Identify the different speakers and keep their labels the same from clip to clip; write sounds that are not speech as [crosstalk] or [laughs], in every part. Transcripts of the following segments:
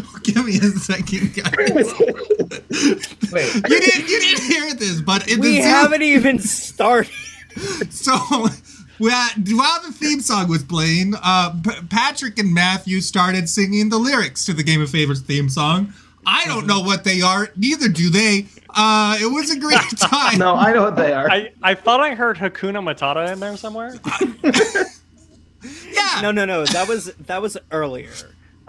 Speaker 1: a second,
Speaker 2: [laughs]
Speaker 1: guys.
Speaker 3: Wait.
Speaker 1: you didn't you didn't hear this, but it
Speaker 2: We
Speaker 1: is
Speaker 2: haven't even started.
Speaker 1: [laughs] so while while the theme song was playing, uh, P- Patrick and Matthew started singing the lyrics to the Game of Favors theme song. I don't know what they are, neither do they. Uh, it was a
Speaker 2: [laughs]
Speaker 1: great time.
Speaker 3: No, I know what they are.
Speaker 4: I, I thought I heard Hakuna Matata in there somewhere.
Speaker 1: yeah,
Speaker 2: [laughs] No, no, no. That was that was earlier.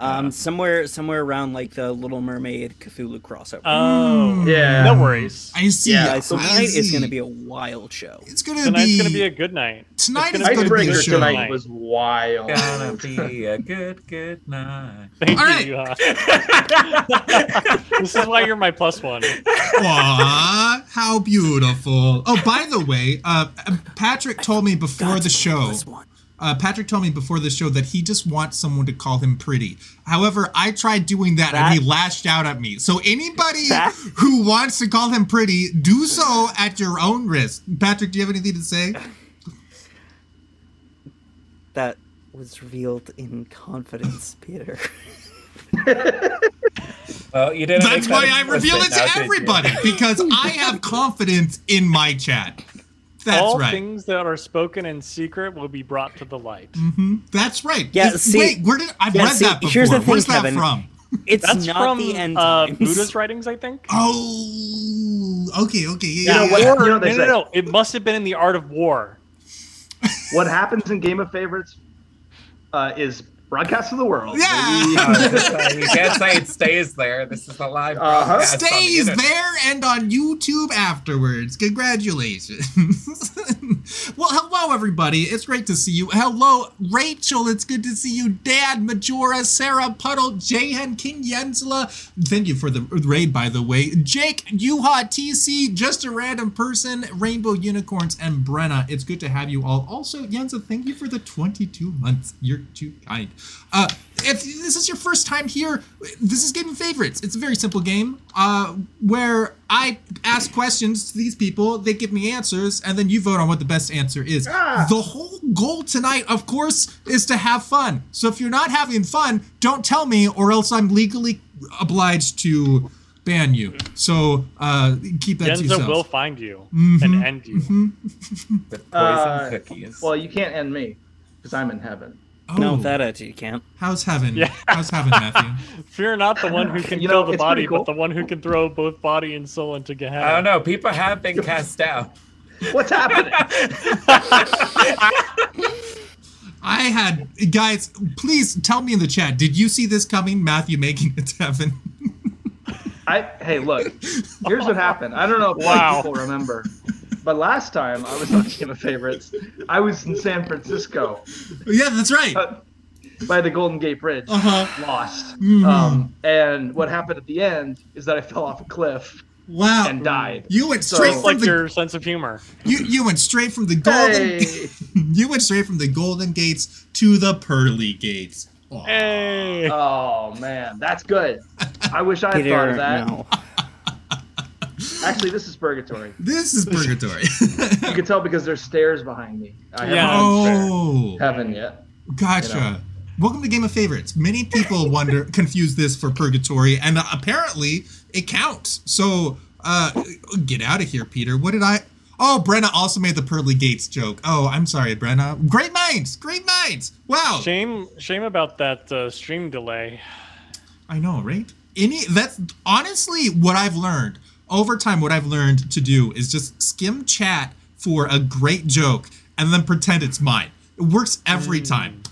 Speaker 2: Um, somewhere somewhere around like the Little Mermaid Cthulhu crossover.
Speaker 4: Oh,
Speaker 3: yeah.
Speaker 4: no worries.
Speaker 1: I see.
Speaker 2: yeah, so
Speaker 1: Oh, I
Speaker 2: tonight is
Speaker 1: see.
Speaker 2: going to be a wild show.
Speaker 1: It's gonna
Speaker 4: Tonight's
Speaker 1: be.
Speaker 4: gonna be a good night. It's
Speaker 1: Tonight
Speaker 4: gonna
Speaker 1: is
Speaker 4: be a
Speaker 1: gonna be
Speaker 4: good
Speaker 1: a
Speaker 3: Icebreaker
Speaker 1: show.
Speaker 3: tonight was wild.
Speaker 5: Gonna be a good, good night.
Speaker 4: Thank
Speaker 1: All
Speaker 4: you. Yuha. this is why you're my plus one.
Speaker 1: Aw, how beautiful. Oh, by the way, uh, Patrick told me before the show.
Speaker 2: This one.
Speaker 1: Uh, Patrick told me before the show that he just wants someone to call him pretty. However, I tried doing that, and
Speaker 2: That-
Speaker 1: he lashed out at me. So anybody
Speaker 2: That-
Speaker 1: who wants to call him pretty, do so at your own risk. Patrick, do you have anything to say?
Speaker 2: That was revealed in confidence, Peter.
Speaker 5: Well, you didn't.
Speaker 1: That's
Speaker 5: make that
Speaker 1: why I reveal it
Speaker 5: explicit now, did
Speaker 1: to
Speaker 5: you?
Speaker 1: everybody because I have confidence in my chat. That's
Speaker 4: All
Speaker 1: right.
Speaker 4: things that are spoken in secret will be brought to the light.
Speaker 1: That's right.
Speaker 2: Yeah,
Speaker 1: Is-
Speaker 2: see-
Speaker 1: wait, where did I've
Speaker 2: yeah,
Speaker 1: read
Speaker 2: see,
Speaker 1: that before?
Speaker 2: here's the thing,
Speaker 1: Where's that
Speaker 2: Kevin.
Speaker 1: from?
Speaker 2: It's
Speaker 4: That's
Speaker 2: not
Speaker 4: from
Speaker 2: the end
Speaker 4: uh,
Speaker 2: times.
Speaker 4: Buddha's writings, I think.
Speaker 1: Oh, okay, okay, yeah,
Speaker 3: You
Speaker 1: yeah.
Speaker 3: know
Speaker 1: yeah.
Speaker 3: what-
Speaker 4: Or-
Speaker 3: you know
Speaker 4: no,
Speaker 3: they
Speaker 4: no,
Speaker 3: say-
Speaker 4: no. It must have been in the Art of War.
Speaker 3: What happens in Game of Favorites uh, is broadcast to the world.
Speaker 1: Yeah.
Speaker 3: Maybe,
Speaker 5: Uh,
Speaker 3: uh,
Speaker 5: so you can't say it stays there. This is a live
Speaker 3: Uh-huh.
Speaker 5: broadcast. on
Speaker 1: [laughs]
Speaker 5: the
Speaker 1: stays
Speaker 5: internet.
Speaker 1: there and on YouTube afterwards. Congratulations. [laughs] well, hello, everybody. It's great to see you. Hello, Rachel. It's good to see you. Dad, Majora, Sarah, Puddle, Jahan, King Yensla. Thank you for the raid, by the way. Jake, Yuha, TC, just a random person, Rainbow Unicorns, and Brenna. It's good to have you all. Also, Yenza, thank you for the 22 months. You're too kind. Uh, if this is your first time here, this is Game of Favorites. It's a very simple game uh, where I ask questions to these people, they give me answers, and then you vote on what the best answer is.
Speaker 3: Ah.
Speaker 1: The whole goal tonight, of course, is to have fun. So if you're not having fun, don't tell me, or else I'm legally obliged to ban you. So uh, keep that to
Speaker 4: Denza
Speaker 1: yourself.
Speaker 4: will find you and end you.
Speaker 5: With poison
Speaker 3: Uh,
Speaker 5: cookies.
Speaker 3: well, you can't end me because I'm in heaven.
Speaker 1: oh,
Speaker 2: [laughs] No, that attitude you can't.
Speaker 1: how's heaven?
Speaker 4: Yeah.
Speaker 1: How's heaven, Matthew?
Speaker 4: Fear not the one who can
Speaker 3: You
Speaker 4: kill
Speaker 3: know,
Speaker 4: the
Speaker 3: it's
Speaker 4: body,
Speaker 3: pretty cool.
Speaker 4: but the one who can throw both body and soul into Gehenna.
Speaker 5: I don't know. People have been cast out.
Speaker 3: What's happening?
Speaker 1: I had guys, please tell me in the chat. Did you see this coming, Matthew making it to heaven?
Speaker 3: I hey, look. Here's what happened. I don't know if like,
Speaker 4: Wow.
Speaker 3: people remember, but last time I was on Game of Favorites, I was in San Francisco
Speaker 1: [laughs] yeah, that's right.
Speaker 3: uh, by the Golden Gate Bridge,
Speaker 1: Uh-huh.
Speaker 3: lost.
Speaker 1: Mhm.
Speaker 3: Um, and what happened at the end is that I fell off a cliff
Speaker 1: Wow.
Speaker 3: and died.
Speaker 1: you went
Speaker 3: So-
Speaker 1: straight
Speaker 4: It's
Speaker 1: from
Speaker 4: like
Speaker 1: the
Speaker 4: your sense of humor.
Speaker 1: you, you went straight from the golden
Speaker 3: Hey,
Speaker 1: [laughs] you went straight from the golden gates to the pearly gates. Aw.
Speaker 3: Eh.
Speaker 4: Hey,
Speaker 3: [laughs] oh man, that's good. I wish I had thought
Speaker 2: Peter,
Speaker 3: of that.
Speaker 2: no.
Speaker 3: Actually, this is purgatory.
Speaker 1: This is
Speaker 3: [laughs]
Speaker 1: purgatory. [laughs]
Speaker 3: You can tell because there's stairs behind me. I haven't
Speaker 4: Yeah.
Speaker 3: gone
Speaker 1: oh,
Speaker 3: to heaven yet.
Speaker 1: gotcha.
Speaker 3: you know.
Speaker 1: Welcome to Game of Favorites. Many
Speaker 3: [laughs]
Speaker 1: people wonder confuse this for purgatory, and apparently it counts. So uh, get out of here, Peter. What did I? Oh, Brenna also made the pearly gates joke. Oh, I'm sorry, Brenna. Great minds, great minds. Wow.
Speaker 4: shame, shame about that uh, stream delay.
Speaker 1: I know, right? Any that's honestly what I've learned over time. What I've learned to do is just skim chat for a great joke and then pretend it's mine. It works every
Speaker 3: Mm.
Speaker 1: time.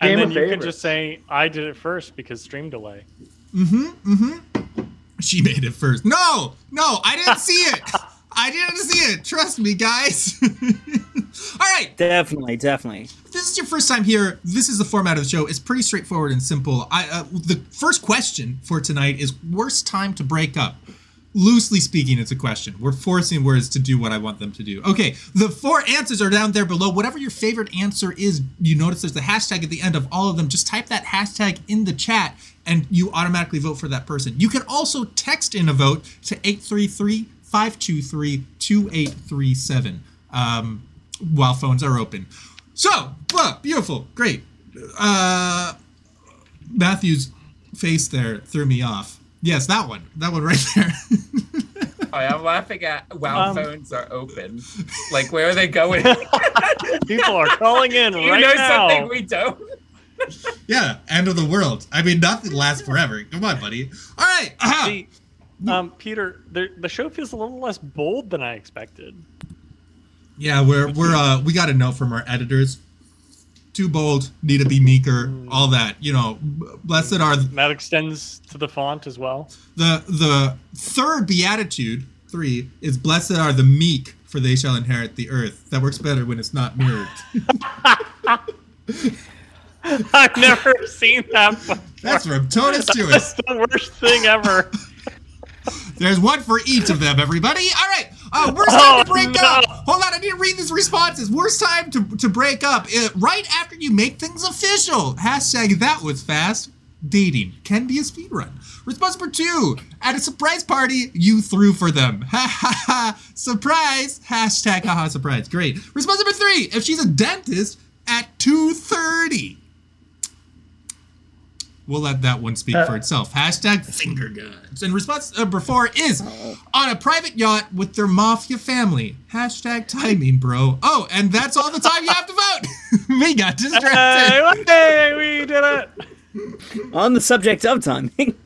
Speaker 3: Game
Speaker 4: and then
Speaker 3: of
Speaker 4: you can
Speaker 3: favorites.
Speaker 4: just say, "I did it first because stream
Speaker 5: [laughs]
Speaker 4: delay."
Speaker 1: She made it first. No, no, I didn't see it. I didn't see it. Trust me, guys. [laughs] All right,
Speaker 2: Definitely, definitely.
Speaker 1: if this is your first time here, this is the format of the show. It's pretty straightforward and simple. I uh, the first question for tonight is worst time to break up. Loosely speaking, it's a question. We're forcing words to do what I want them to do. Okay, the four answers are down there below. Whatever your favorite answer is, you notice there's a hashtag at the end of all of them. Just type that hashtag in the chat and you automatically vote for that person. You can also text in a vote to 833 523 2837 Um, while phones are open. So, wow, beautiful, great. Uh, Matthew's face there threw me off. Yes, that one. That one right [laughs] there.
Speaker 5: Oh, I'm laughing at wow
Speaker 4: Um,
Speaker 5: phones are open. Like where are
Speaker 1: [laughs]
Speaker 5: they going?
Speaker 4: People are calling in
Speaker 5: you
Speaker 4: right
Speaker 5: know
Speaker 4: now.
Speaker 5: something we don't.
Speaker 1: yeah, end of the world. I mean, nothing lasts forever. Come on, buddy. All right.
Speaker 4: [laughs]
Speaker 1: aha.
Speaker 4: See, um, Peter, the, the show feels a little less bold than I expected.
Speaker 1: Yeah, we're we're uh we got a note from our editors. Too bold, need to be meeker, all that. You know, blessed are
Speaker 4: That extends to the font as well. [laughs]
Speaker 1: the the third beatitude three is blessed are the meek for they shall inherit the earth that works better when it's not mirrored
Speaker 4: I've never [laughs] seen that. Before.
Speaker 1: that's from Tonus to
Speaker 4: That's
Speaker 1: us
Speaker 4: the worst thing
Speaker 5: [laughs]
Speaker 4: ever.
Speaker 1: there's one for each of them everybody all right uh, worst time to
Speaker 4: Oh,
Speaker 1: break
Speaker 4: no.
Speaker 1: up hold on i need to read these responses worst time to, to break up uh, right after you make things official hashtag that was fast dating can be a speed run response number two at a surprise party you threw for them [laughs] ha ha ha surprise hashtag haha surprise great response number three if she's a dentist at 2.30 We'll let that one speak for itself. Hashtag finger guns. And response number four is on a private yacht with their mafia family. Hashtag timing, bro. Oh, and that's all the time you have to vote. [laughs] we got
Speaker 4: Hey,
Speaker 1: distracted.
Speaker 4: one day we did it.
Speaker 2: On the subject of timing,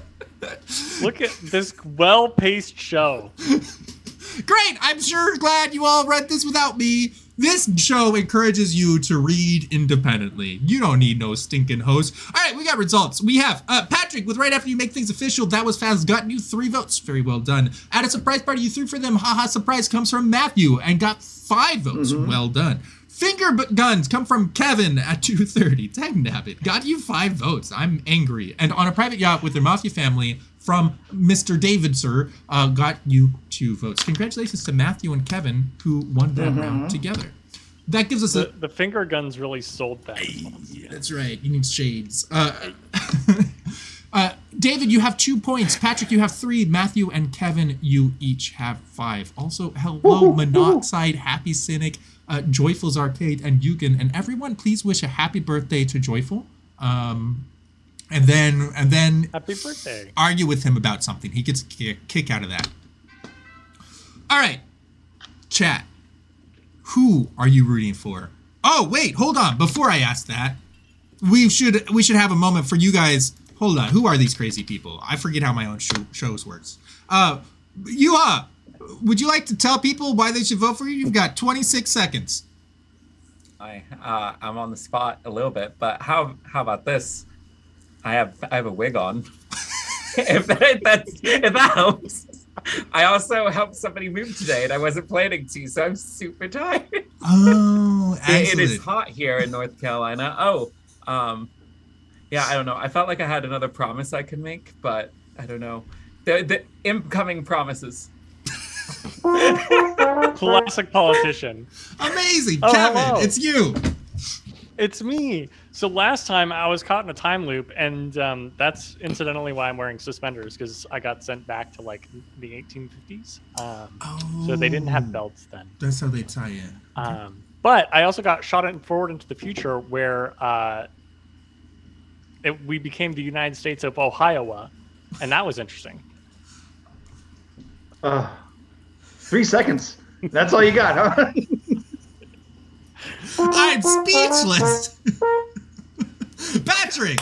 Speaker 2: [laughs]
Speaker 4: Look at this well-paced show.
Speaker 1: Great. I'm sure glad you all read this without me. This show encourages you to read independently. You don't need no stinking host. All right, we got results. We have uh, Patrick with right after you make things official. That was fast. Got you three votes. Very well done. At a surprise party, you threw for them. Haha, surprise comes from Matthew and got five votes. Well done. Finger but guns come from Kevin at 2:30. Dang nabbit. Got you five votes. I'm angry. And on a private yacht with their mafia family from Mr. David Sir, uh, got you two votes. Congratulations to Matthew and Kevin who won that round together. That gives us a
Speaker 4: The, the finger guns really sold that.
Speaker 1: That's right. You need shades. Uh, [laughs] uh, David, you have two points. Patrick, you have three. Matthew and Kevin, you each have five. Also, hello, Monoxide, Happy Cynic, uh, Joyful's Arcade, and Yugen. And everyone, please wish a happy birthday to Joyful. Um, and then, and then
Speaker 4: Happy birthday.
Speaker 1: argue with him about something. He gets a kick, kick out of that. All right, chat. Who are you rooting for? Oh wait, hold on. Before I ask that, we should we should have a moment for you guys. Hold on. Who are these crazy people? I forget how my own show, shows works. Uh, Yuha, would you like to tell people why they should vote for you? You've got 26 seconds.
Speaker 5: I uh, I'm on the spot a little bit, but how how about this? I have I have a wig on. [laughs] if, that, if that's, if that helps. I also helped somebody move today, and I wasn't planning to, so I'm super tired. [laughs]
Speaker 1: Oh,
Speaker 5: It- it
Speaker 1: excellent.
Speaker 5: is hot here in North Carolina. Oh, um, yeah, I don't know. I felt like I had another promise I could make, but I don't know. The, the incoming promises.
Speaker 4: Classic politician.
Speaker 1: Amazing,
Speaker 4: Oh,
Speaker 1: Kevin.
Speaker 4: hello.
Speaker 1: It's you.
Speaker 4: It's me. So last time I was caught in a time loop, and um, that's incidentally why I'm wearing suspenders because I got sent back to like the 1850s. Um, So they didn't have
Speaker 1: Oh.
Speaker 4: belts then.
Speaker 1: That's how they tie in.
Speaker 4: Um, but I also got shot in forward into the future where uh, it, we became the United States of Ohio, and that was interesting.
Speaker 3: Ugh. three seconds. That's all you got, huh?
Speaker 1: I'm speechless. [laughs] Patrick,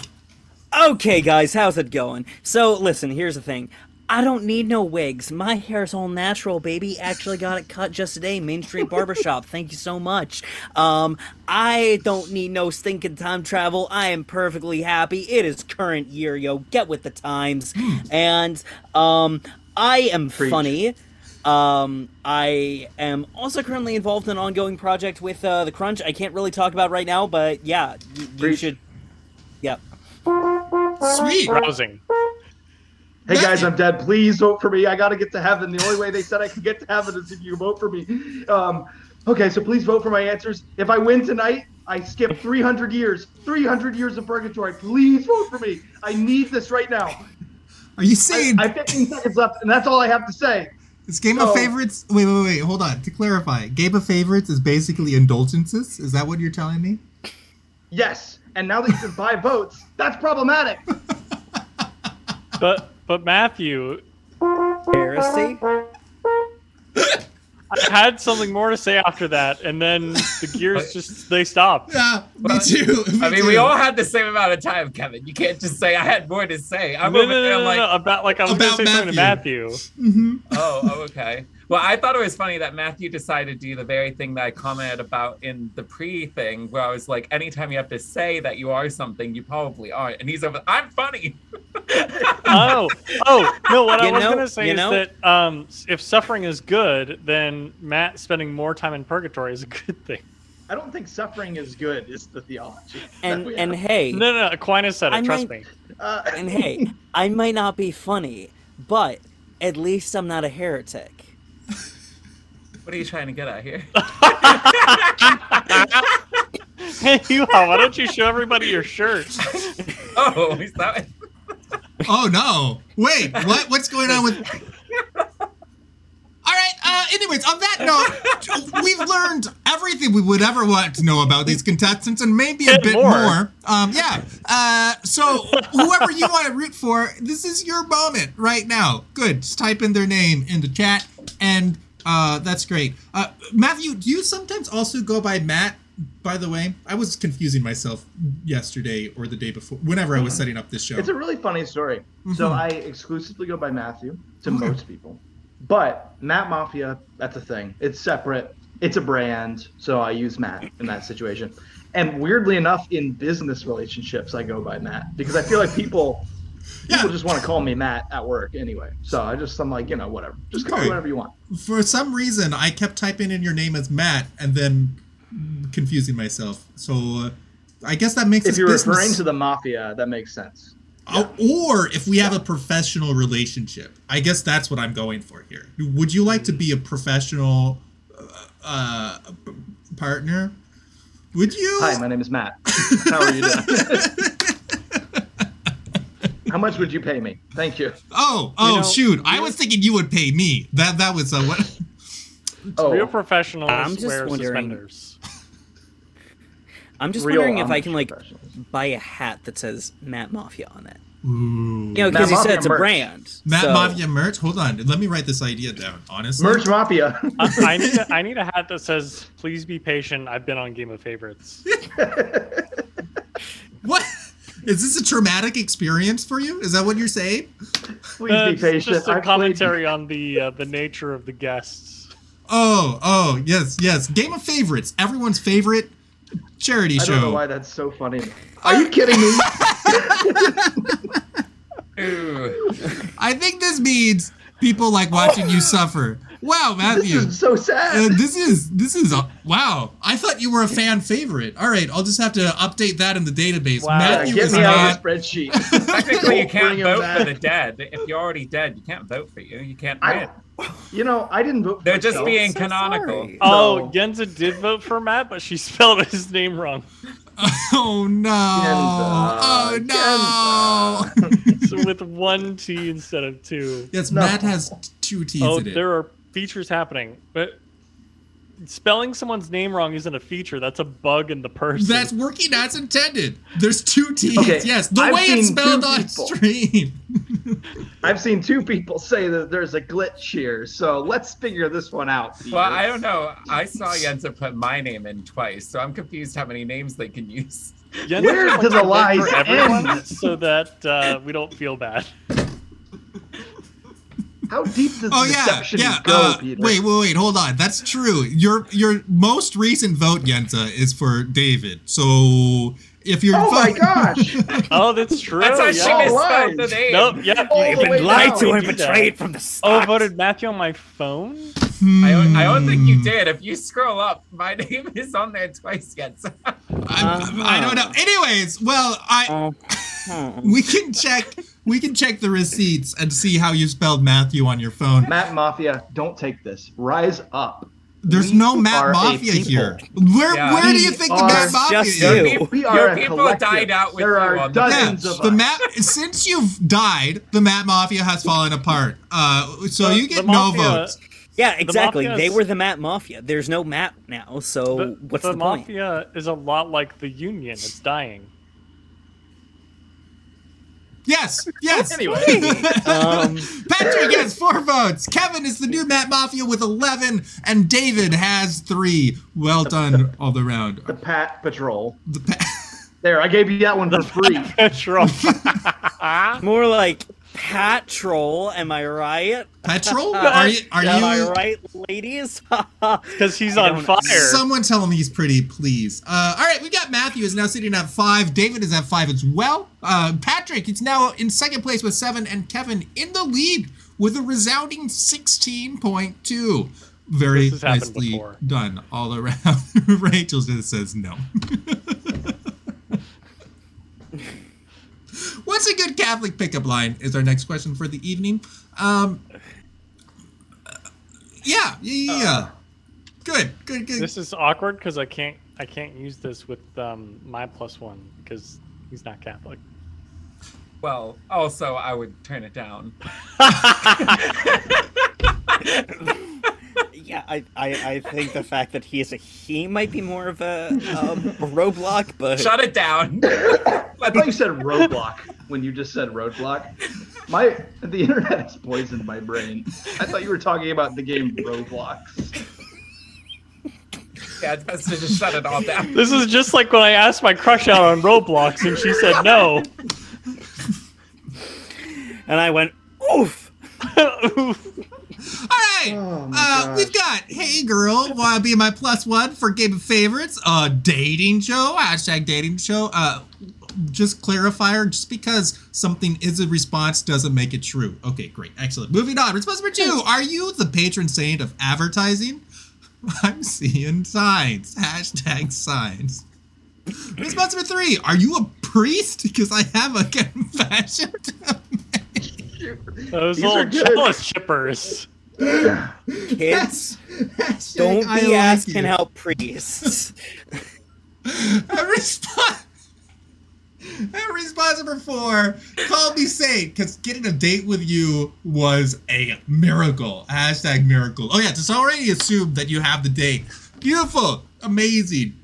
Speaker 2: okay, guys, how's it going? So listen, here's the thing. I don't need no wigs. My hair's all natural, baby. Actually got it cut just today, Main Street Barbershop. Thank you so much. Um, I don't need no stinking time travel. I am perfectly happy. It is current year, yo. Get with the times. And um, I am funny. Um, I am also currently involved in an ongoing project with uh, the Crunch. I can't really talk about right now, but yeah, y- you
Speaker 3: Preach.
Speaker 2: should. Yep.
Speaker 1: sweet.
Speaker 4: Rousing.
Speaker 3: Hey guys, I'm dead. Please vote for me. I got to get to heaven. The only way they said I could get to heaven is if you vote for me. Um, okay, so please vote for my answers. If I win tonight, I skip 300 years, 300 years of purgatory. Please vote for me. I need this right now.
Speaker 1: Are you
Speaker 3: I,
Speaker 1: saying
Speaker 3: I have 15 seconds left, and that's all I have to say.
Speaker 1: this game of
Speaker 3: no.
Speaker 1: favorites? Wait, wait, wait. Hold on. To clarify, game of favorites is basically indulgences. Is that what you're telling me?
Speaker 3: Yes. And now that you can buy votes, that's problematic.
Speaker 4: But but Matthew,
Speaker 2: Heresy?
Speaker 4: I had something more to say after that, and then the gears just they stopped.
Speaker 1: Yeah, me
Speaker 5: Well,
Speaker 1: too. Me
Speaker 5: I mean,
Speaker 1: too.
Speaker 5: we all had the same amount of time, Kevin. You can't just say I had more to say. I'm
Speaker 4: No, no,
Speaker 5: over
Speaker 4: no,
Speaker 5: there
Speaker 4: no, no,
Speaker 5: like,
Speaker 4: no, about like I was
Speaker 1: About
Speaker 4: gonna say something to Matthew.
Speaker 5: oh, oh, okay. Well, I thought it was funny that Matthew decided to do the very thing that I commented about in the pre thing, where I was like, anytime you have to say that you are something, you probably aren't. And he's over, I'm funny. [laughs]
Speaker 4: Oh, oh no! What I
Speaker 2: You
Speaker 4: was
Speaker 2: know-
Speaker 4: gonna say
Speaker 2: you
Speaker 4: is
Speaker 2: know?
Speaker 4: that um, s- if suffering is good, then Matt spending more time in purgatory is a good thing.
Speaker 3: I don't think suffering is good. Is the theology that
Speaker 2: And
Speaker 3: we
Speaker 2: and
Speaker 3: have.
Speaker 2: hey,
Speaker 4: No, no, no Aquinas said it.
Speaker 2: I
Speaker 4: trust
Speaker 2: might-
Speaker 4: me. [laughs]
Speaker 3: Uh,
Speaker 2: and hey, I might not be funny, but at least I'm not a heretic.
Speaker 5: What are you trying to get at here? [laughs]
Speaker 4: Hey, you, why don't you show everybody your shirt?
Speaker 5: oh, is that?
Speaker 1: Oh no! Wait, what? What's going on with? All right. Uh, anyways, on that note, we've learned everything we would ever want to know about these contestants, and maybe a
Speaker 4: And
Speaker 1: bit more.
Speaker 4: more.
Speaker 1: Um, yeah. Uh, so whoever you want to root for, this is your moment right now. Good. Just type in their name in the chat, and uh, that's great. Uh, Matthew, do you sometimes also go by Matt? By the way, I was confusing myself yesterday or the day before, whenever I was setting up this show.
Speaker 3: It's a really funny story. So I exclusively go by Matthew to most people, but Matt Mafia, that's a thing. It's separate. It's a brand. So I use Matt in that situation. And weirdly enough, in business relationships, I go by Matt because I feel like people people
Speaker 1: Yeah.
Speaker 3: just want to call me Matt at work anyway. So I just I'm like you know whatever, just call
Speaker 1: Okay.
Speaker 3: me whatever you want.
Speaker 1: for some reason I kept typing in your name as Matt and then confusing myself. So uh, I guess that makes
Speaker 3: If
Speaker 1: us
Speaker 3: you're
Speaker 1: business-
Speaker 3: referring to the mafia, that makes sense.
Speaker 1: Oh, or if we have a professional relationship. I guess that's what I'm going for here. Would you like to be a professional uh, uh, p- partner? Would you?
Speaker 3: Hi, my name is Matt. How are you doing? How much would you pay me? Thank you.
Speaker 1: oh, oh,
Speaker 4: know,
Speaker 1: shoot! I was thinking you would pay me. That that was uh,
Speaker 3: [laughs]
Speaker 1: what?
Speaker 3: Oh,
Speaker 4: Real professionals
Speaker 2: I'm just
Speaker 4: wear
Speaker 2: wondering-
Speaker 4: suspenders.
Speaker 2: I'm just
Speaker 3: real
Speaker 2: wondering if I
Speaker 3: honest
Speaker 2: can like
Speaker 3: professionals.
Speaker 2: buy a hat that says Matt Mafia on it.
Speaker 1: Ooh.
Speaker 2: You know,
Speaker 3: Matt
Speaker 2: because he said
Speaker 3: Mafia
Speaker 2: it's a
Speaker 3: merch.
Speaker 2: brand.
Speaker 1: Matt
Speaker 2: so-
Speaker 1: Mafia merch. Hold on, let me write this idea down. Honestly,
Speaker 3: Merch mafia. [laughs]
Speaker 4: I, I need a, I need a hat that says "Please be patient. I've been on Game of Favorites."
Speaker 1: What? [laughs] Is this a traumatic experience for you? Is that what you're saying?
Speaker 3: Please be
Speaker 4: That's
Speaker 3: patient.
Speaker 4: Just a
Speaker 3: I've played-
Speaker 4: commentary on the uh, the nature of the guests.
Speaker 1: Oh, oh, yes, yes. Game of favorites. Everyone's favorite charity
Speaker 3: I
Speaker 1: show.
Speaker 3: don't know why that's so funny. Are you kidding me?
Speaker 5: [laughs] Ooh.
Speaker 1: I think this means people like watching
Speaker 3: [laughs]
Speaker 1: you suffer. Wow,
Speaker 3: this
Speaker 1: Matthew.
Speaker 3: is so
Speaker 1: Uh,
Speaker 3: sad.
Speaker 1: this is this is a, wow. I thought you were a fan favorite. All right, I'll just have to update that in the database.
Speaker 4: Wow.
Speaker 3: Yeah,
Speaker 1: Matthew
Speaker 3: get
Speaker 1: is
Speaker 3: me out
Speaker 1: not.
Speaker 3: of the
Speaker 5: [laughs]
Speaker 3: spreadsheet.
Speaker 5: Technically, you
Speaker 3: Don't
Speaker 5: can't
Speaker 3: bring him
Speaker 5: vote
Speaker 3: back.
Speaker 5: for the dead. If you're already dead, you can't vote for you. You can't
Speaker 3: I-
Speaker 5: win.
Speaker 3: You know, I didn't vote. For
Speaker 5: They're just
Speaker 3: myself.
Speaker 5: being
Speaker 2: so
Speaker 5: canonical.
Speaker 2: sorry.
Speaker 4: Oh,
Speaker 3: No.
Speaker 4: Genza did vote for Matt, but she [laughs] spelled his name wrong.
Speaker 1: [laughs] Oh no! Oh
Speaker 3: Kenza,
Speaker 1: no!
Speaker 4: So with one T instead of two.
Speaker 1: Yes,
Speaker 3: [laughs] No.
Speaker 1: Matt has two T's
Speaker 4: Oh,
Speaker 1: in it.
Speaker 4: there are features happening, but spelling someone's name wrong isn't a feature. That's a bug in the person.
Speaker 1: That's working as intended. There's two T's.
Speaker 3: Okay,
Speaker 1: Yes, the
Speaker 3: I've
Speaker 1: way it's
Speaker 3: seen two
Speaker 1: spelled on
Speaker 3: people.
Speaker 1: stream.
Speaker 3: I've seen two people say that there's a glitch here, so let's figure this one out.
Speaker 5: Well, I don't know. I saw Yenza put my name in twice, so I'm confused how many names they can use. [laughs]
Speaker 4: Yenza
Speaker 3: Where
Speaker 4: just wants
Speaker 3: do
Speaker 4: to
Speaker 3: the
Speaker 4: vote for
Speaker 3: lies
Speaker 4: everyone
Speaker 3: end?
Speaker 4: so that uh, we don't feel bad.
Speaker 3: How deep does
Speaker 1: Oh yeah,
Speaker 3: deception
Speaker 1: yeah.
Speaker 3: go,
Speaker 1: uh,
Speaker 3: Peter?
Speaker 1: wait, wait, wait. Hold on. That's true. Your your most recent vote, Yenta, is for David. So if you're
Speaker 3: oh my
Speaker 1: [laughs]
Speaker 3: gosh!
Speaker 4: Oh, that's true.
Speaker 5: That's how
Speaker 4: yeah.
Speaker 5: she misspelled the
Speaker 3: lies.
Speaker 5: name.
Speaker 4: Oh, Nope. Yeah.
Speaker 3: All the way
Speaker 4: lied
Speaker 3: down.
Speaker 4: to and betrayed
Speaker 2: from the
Speaker 4: Oh,
Speaker 2: start.
Speaker 4: I voted Matthew on my phone.
Speaker 5: I, don't, I don't think
Speaker 1: Hmm.
Speaker 5: you did. If you scroll up, my [laughs] name is on there twice yet.
Speaker 3: [laughs]
Speaker 5: So
Speaker 1: I, I don't know. Anyways, well, I
Speaker 2: Oh.
Speaker 1: we can check we can check the receipts and see how you spelled Matthew on your phone.
Speaker 3: Matt Mafia, don't take this. Rise up.
Speaker 1: There's
Speaker 3: we
Speaker 1: no Matt
Speaker 3: are a
Speaker 1: Mafia
Speaker 3: people.
Speaker 1: here. Where
Speaker 5: Yeah.
Speaker 1: where do
Speaker 3: We
Speaker 1: you think the
Speaker 3: are
Speaker 1: Matt Mafia
Speaker 2: just
Speaker 1: is?
Speaker 2: you.
Speaker 5: [laughs] your peop-
Speaker 3: We are
Speaker 5: your
Speaker 3: a
Speaker 5: people
Speaker 3: collective.
Speaker 5: died out with
Speaker 3: There
Speaker 5: you
Speaker 3: are
Speaker 5: on
Speaker 3: dozens
Speaker 5: that.
Speaker 1: Yeah,
Speaker 3: Dozens of
Speaker 1: the
Speaker 3: us.
Speaker 1: Matt. Since you've died, the Matt Mafia has fallen apart. Uh, so
Speaker 4: The-
Speaker 1: you
Speaker 4: the
Speaker 1: get no
Speaker 4: Mafia-
Speaker 1: votes.
Speaker 2: Yeah, exactly.
Speaker 4: Mafia's-
Speaker 2: they were the Matt Mafia. There's no Matt now, so
Speaker 4: The,
Speaker 2: what's
Speaker 4: the
Speaker 2: the, point?
Speaker 4: mafia is a lot like the union. It's dying.
Speaker 1: Yes, yes. [laughs]
Speaker 5: Anyway.
Speaker 2: Um,
Speaker 1: Patrick has four votes. Kevin is the new Matt Mafia with 11, and David has three. Well done all the round.
Speaker 3: The Pat Patrol.
Speaker 1: The pa-
Speaker 3: There, I gave you that one for free.
Speaker 4: Petrol. [laughs]
Speaker 2: more like Pat Troll. Am I right? [laughs]
Speaker 1: Petrol? Are you? Are
Speaker 2: Am I
Speaker 1: you?
Speaker 2: right, ladies? [laughs]
Speaker 4: Because he's
Speaker 2: I
Speaker 4: on
Speaker 2: don't-
Speaker 4: fire.
Speaker 1: Someone tell him he's pretty, please. Uh, all right, we got Matthew is now sitting at five. David is at five as well. Uh, Patrick is now in second place with seven, and Kevin in the lead with a resounding sixteen point two. Very
Speaker 4: This has happened
Speaker 1: nicely
Speaker 4: before.
Speaker 1: done all around. [laughs] Rachel just says no. [laughs] What's a good Catholic pickup line? Is our next question for the evening. Um, yeah, yeah, yeah. good, good, good.
Speaker 4: Uh, this is awkward because I can't I can't use this with um, my plus one because he's not Catholic.
Speaker 5: Well, also, I would turn it down.
Speaker 2: yeah, I, I, I think the fact that he is a he might be more of a, um roadblock, but
Speaker 5: Shut it down. [laughs]
Speaker 3: I thought you said roadblock when you just said roadblock. My the internet has poisoned my brain. I thought you were talking about the game Roblox.
Speaker 5: yeah, it's best to just shut it all down.
Speaker 4: This is just like when I asked my crush out on Roblox and she said no. [laughs]
Speaker 2: and I went oof.
Speaker 1: All right.
Speaker 3: Oh, my
Speaker 1: uh,
Speaker 3: gosh.
Speaker 1: we've got Hey Girl, Wanna Be My Plus One for Game of Favorites, a dating show, hashtag dating show. Uh, just clarifier, just because something is a response doesn't make it true. Okay, great. Excellent. Moving on. Response number two Are you the patron saint of advertising? [laughs] I'm seeing signs. Hashtag signs. Response number three Are you a priest? Because I have a [laughs] confession to make.
Speaker 4: Those
Speaker 3: These are
Speaker 4: little
Speaker 3: good.
Speaker 4: jealous chippers.
Speaker 2: Kids,
Speaker 1: [laughs] Hashtag
Speaker 2: don't
Speaker 1: I
Speaker 2: be
Speaker 1: like
Speaker 2: asking
Speaker 1: you.
Speaker 2: out priests.
Speaker 1: A response. A response number four. Call me saint, because getting a date with you was a miracle. Hashtag miracle. Oh yeah, just already assumed that you have the date. Beautiful, amazing.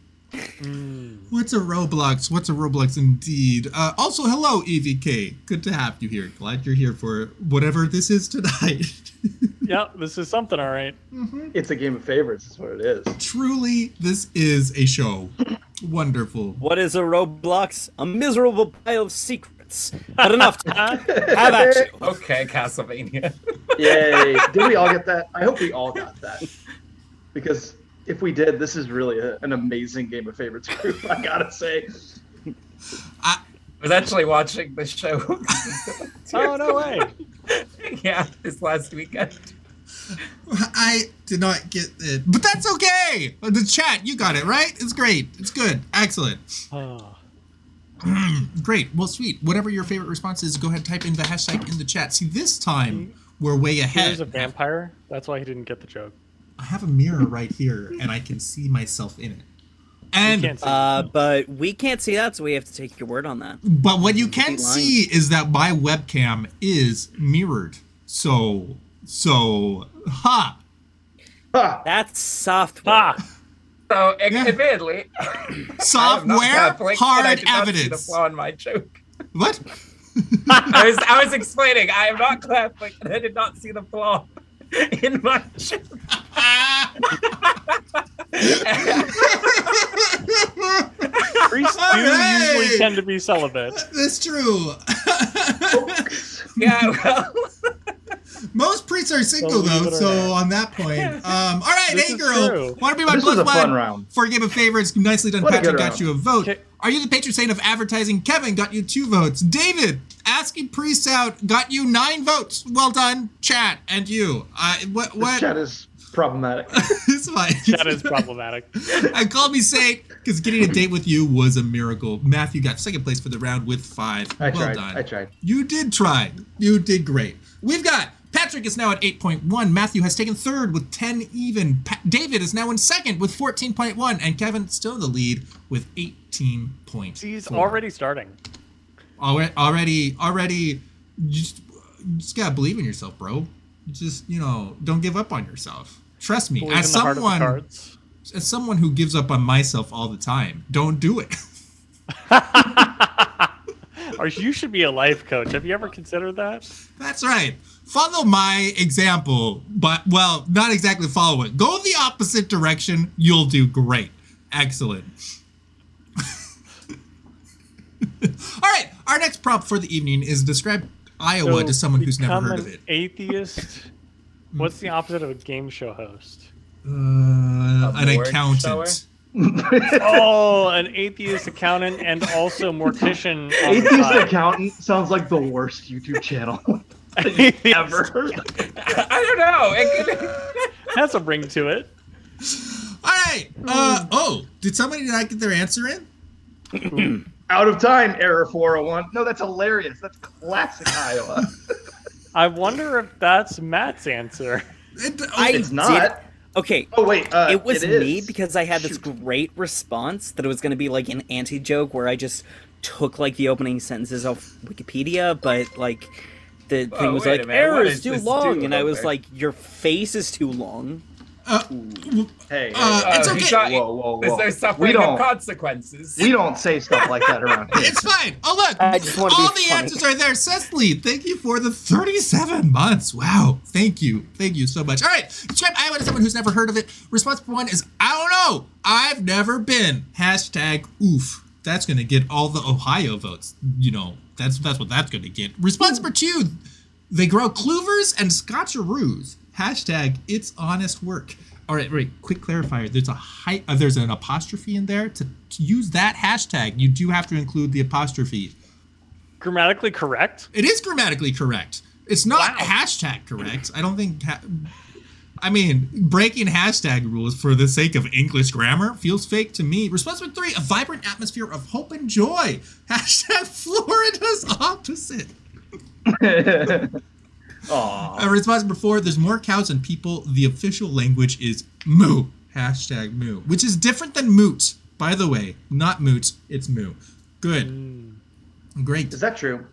Speaker 1: What's a Roblox? What's a Roblox indeed? Uh, also, hello EVK. Good to have you here. Glad you're here for whatever this is tonight. [laughs]
Speaker 4: Yep, this is something, all right.
Speaker 3: It's a game of favorites, is what it is.
Speaker 1: Truly, this is a show. Wonderful.
Speaker 2: [laughs] What is a roadblock? A miserable pile of secrets. But enough. [laughs] Have at you.
Speaker 5: Okay, Castlevania.
Speaker 3: [laughs]
Speaker 5: [laughs]
Speaker 3: Yay. Did we all get that? I hope we all got that. Because if we did, this is really a, an amazing game of favorites group, [laughs] I gotta say.
Speaker 5: I was actually watching the show. [laughs]
Speaker 4: Oh no way.
Speaker 5: yeah, this last weekend.
Speaker 1: [laughs] I did not get it, but that's okay. Uh, The chat, you got it right. It's great. It's good. Excellent.
Speaker 4: Oh.
Speaker 1: Great. Well, sweet. Whatever your favorite response is, go ahead and type in the hashtag in the chat. See, this time we're way
Speaker 4: Here's
Speaker 1: ahead.
Speaker 4: a vampire. That's why he didn't get the joke.
Speaker 1: I have a mirror right here, and I can see myself in it.
Speaker 4: You
Speaker 1: And
Speaker 4: can't see.
Speaker 2: Uh, but we can't see that, so we have to take your word on that.
Speaker 1: but what you can
Speaker 2: Be lying.
Speaker 1: see is that my webcam is mirrored. So so
Speaker 5: [laughs]
Speaker 1: ha.
Speaker 3: Ha!
Speaker 2: That's software.
Speaker 4: ah,
Speaker 5: So, it,
Speaker 1: Yeah.
Speaker 5: admittedly, [laughs] I am not
Speaker 1: Software,
Speaker 5: Catholic, and I
Speaker 1: hard
Speaker 5: did not see The
Speaker 1: evidence.
Speaker 5: flaw in my joke.
Speaker 1: What?
Speaker 5: I was, I was explaining. I am not Catholic, and I did not see the flaw [laughs] in my joke.
Speaker 4: priests do
Speaker 1: Alright.
Speaker 4: usually tend to be celibate.
Speaker 1: That's true. [laughs]
Speaker 5: Yeah, [laughs] well,
Speaker 1: Most priests are single
Speaker 4: Believe
Speaker 1: though,
Speaker 4: it or
Speaker 1: so
Speaker 4: not.
Speaker 1: on that
Speaker 3: [laughs]
Speaker 1: point. Um, all right,
Speaker 4: This
Speaker 1: hey
Speaker 4: is
Speaker 1: girl,
Speaker 4: true.
Speaker 1: want to be my
Speaker 3: This
Speaker 1: plus
Speaker 3: was a fun
Speaker 1: one
Speaker 3: round.
Speaker 1: for a game of favorites? Nicely done,
Speaker 3: What a
Speaker 1: Patrick.
Speaker 3: good
Speaker 1: Got
Speaker 3: round.
Speaker 1: you a vote.
Speaker 4: Okay.
Speaker 1: Are you the patron saint of advertising? Kevin got you two votes. David asking priests out got you nine votes. Well done, chat and you. Uh, what?
Speaker 3: This
Speaker 1: What? [laughs]
Speaker 3: chat is problematic.
Speaker 1: It's fine.
Speaker 4: That is problematic.
Speaker 1: [laughs] I called me saint because getting a date with you was a miracle. Matthew got second place for the round with five.
Speaker 3: I
Speaker 1: well
Speaker 3: tried.
Speaker 1: done.
Speaker 3: I tried.
Speaker 1: You did try. You did great. We've got Patrick is now at 8.1. Matthew has taken third with 10 even. Pa- David is now in second with 14.1. And Kevin still in the lead with 18 points.
Speaker 4: He's already starting.
Speaker 1: Already, already, already. You just, you just gotta believe in yourself, bro. You Just, you know, don't give up on yourself. Trust me.
Speaker 4: Believe
Speaker 1: As
Speaker 4: in the heart of the
Speaker 1: someone,
Speaker 4: cards.
Speaker 1: as someone who [laughs] gives up on myself all the time, don't do it.
Speaker 4: Or you should be a life coach. Have you ever considered that?
Speaker 1: That's right. Follow my example, but well, not exactly follow it. Go the opposite direction. You'll do great. Excellent. [laughs] All right. Our next prop for the evening is describe Iowa
Speaker 4: So
Speaker 1: to someone who's never
Speaker 4: become
Speaker 1: heard
Speaker 4: an
Speaker 1: of it.
Speaker 4: Atheist. What's the opposite of a game show host?
Speaker 1: Uh, an
Speaker 5: board
Speaker 1: accountant.
Speaker 5: seller?
Speaker 1: [laughs]
Speaker 4: Oh, an atheist accountant and also mortician.
Speaker 3: Oh
Speaker 4: on the
Speaker 3: Atheist
Speaker 4: side.
Speaker 3: accountant sounds like the worst YouTube channel [laughs]
Speaker 4: Atheist.
Speaker 3: ever.
Speaker 5: I don't know. It could,
Speaker 4: That's a ring to it.
Speaker 1: All right. Uh, oh, did somebody not get their answer in?
Speaker 3: [laughs] Out of time, oh error 401. No, that's hilarious. That's classic Iowa.
Speaker 4: I wonder if that's Matt's answer.
Speaker 1: It- oh,
Speaker 2: I
Speaker 3: It's not.
Speaker 2: did- Okay,
Speaker 3: Oh wait, uh,
Speaker 2: it was
Speaker 3: is.
Speaker 2: me because I had this
Speaker 3: Shoot.
Speaker 2: great response that it was going to be like an anti joke where I just took like the opening sentences off Wikipedia, but like the
Speaker 5: Whoa,
Speaker 2: thing was
Speaker 5: wait a
Speaker 2: like
Speaker 5: minute, what
Speaker 2: error
Speaker 5: is
Speaker 2: is too
Speaker 5: this
Speaker 2: long,
Speaker 5: dude
Speaker 2: and I was
Speaker 5: over?
Speaker 2: like, your face is too long.
Speaker 3: Hey, hey,
Speaker 1: Uh,
Speaker 3: hey,
Speaker 1: it's
Speaker 5: oh,
Speaker 3: hey,
Speaker 5: he
Speaker 1: okay.
Speaker 5: got-
Speaker 3: Whoa, whoa,
Speaker 5: There's
Speaker 3: whoa.
Speaker 5: no
Speaker 3: We
Speaker 5: suffering
Speaker 3: don't.
Speaker 5: of consequences.
Speaker 3: We don't say stuff like that
Speaker 5: [laughs]
Speaker 3: around here.
Speaker 1: It's fine. Oh look,
Speaker 2: I just wanna be
Speaker 1: all the
Speaker 2: funny.
Speaker 1: answers are there. Cecily, thank you for the 37 months. Wow, thank you, thank you so much. All right, describe Iowa to someone who's never heard of it. Response number one is I don't know. I've never been. Hashtag oof. That's gonna get all the Ohio votes. You know, that's that's what that's gonna get. Response number two, they grow cloovers and scotcheroos. Hashtag it's honest work. All right, wait. Quick clarifier. There's a hi- uh, there's an apostrophe in there. To, to use that hashtag, you do have to include the apostrophe.
Speaker 4: Grammatically correct?
Speaker 1: It is grammatically correct. It's not
Speaker 5: Wow.
Speaker 1: hashtag correct. I don't think. Ha- I mean, breaking hashtag rules for the sake of English grammar feels fake to me. Response number three: a vibrant atmosphere of hope and joy. [laughs] Hashtag Florida's opposite.
Speaker 3: [laughs] Aw.
Speaker 1: A Uh, response before there's more cows than people. The official language is moo. Hashtag moo. Which is different than moot, by the way. Not moot, it's moo. Good.
Speaker 4: Mm,
Speaker 1: Great.
Speaker 3: Is that true?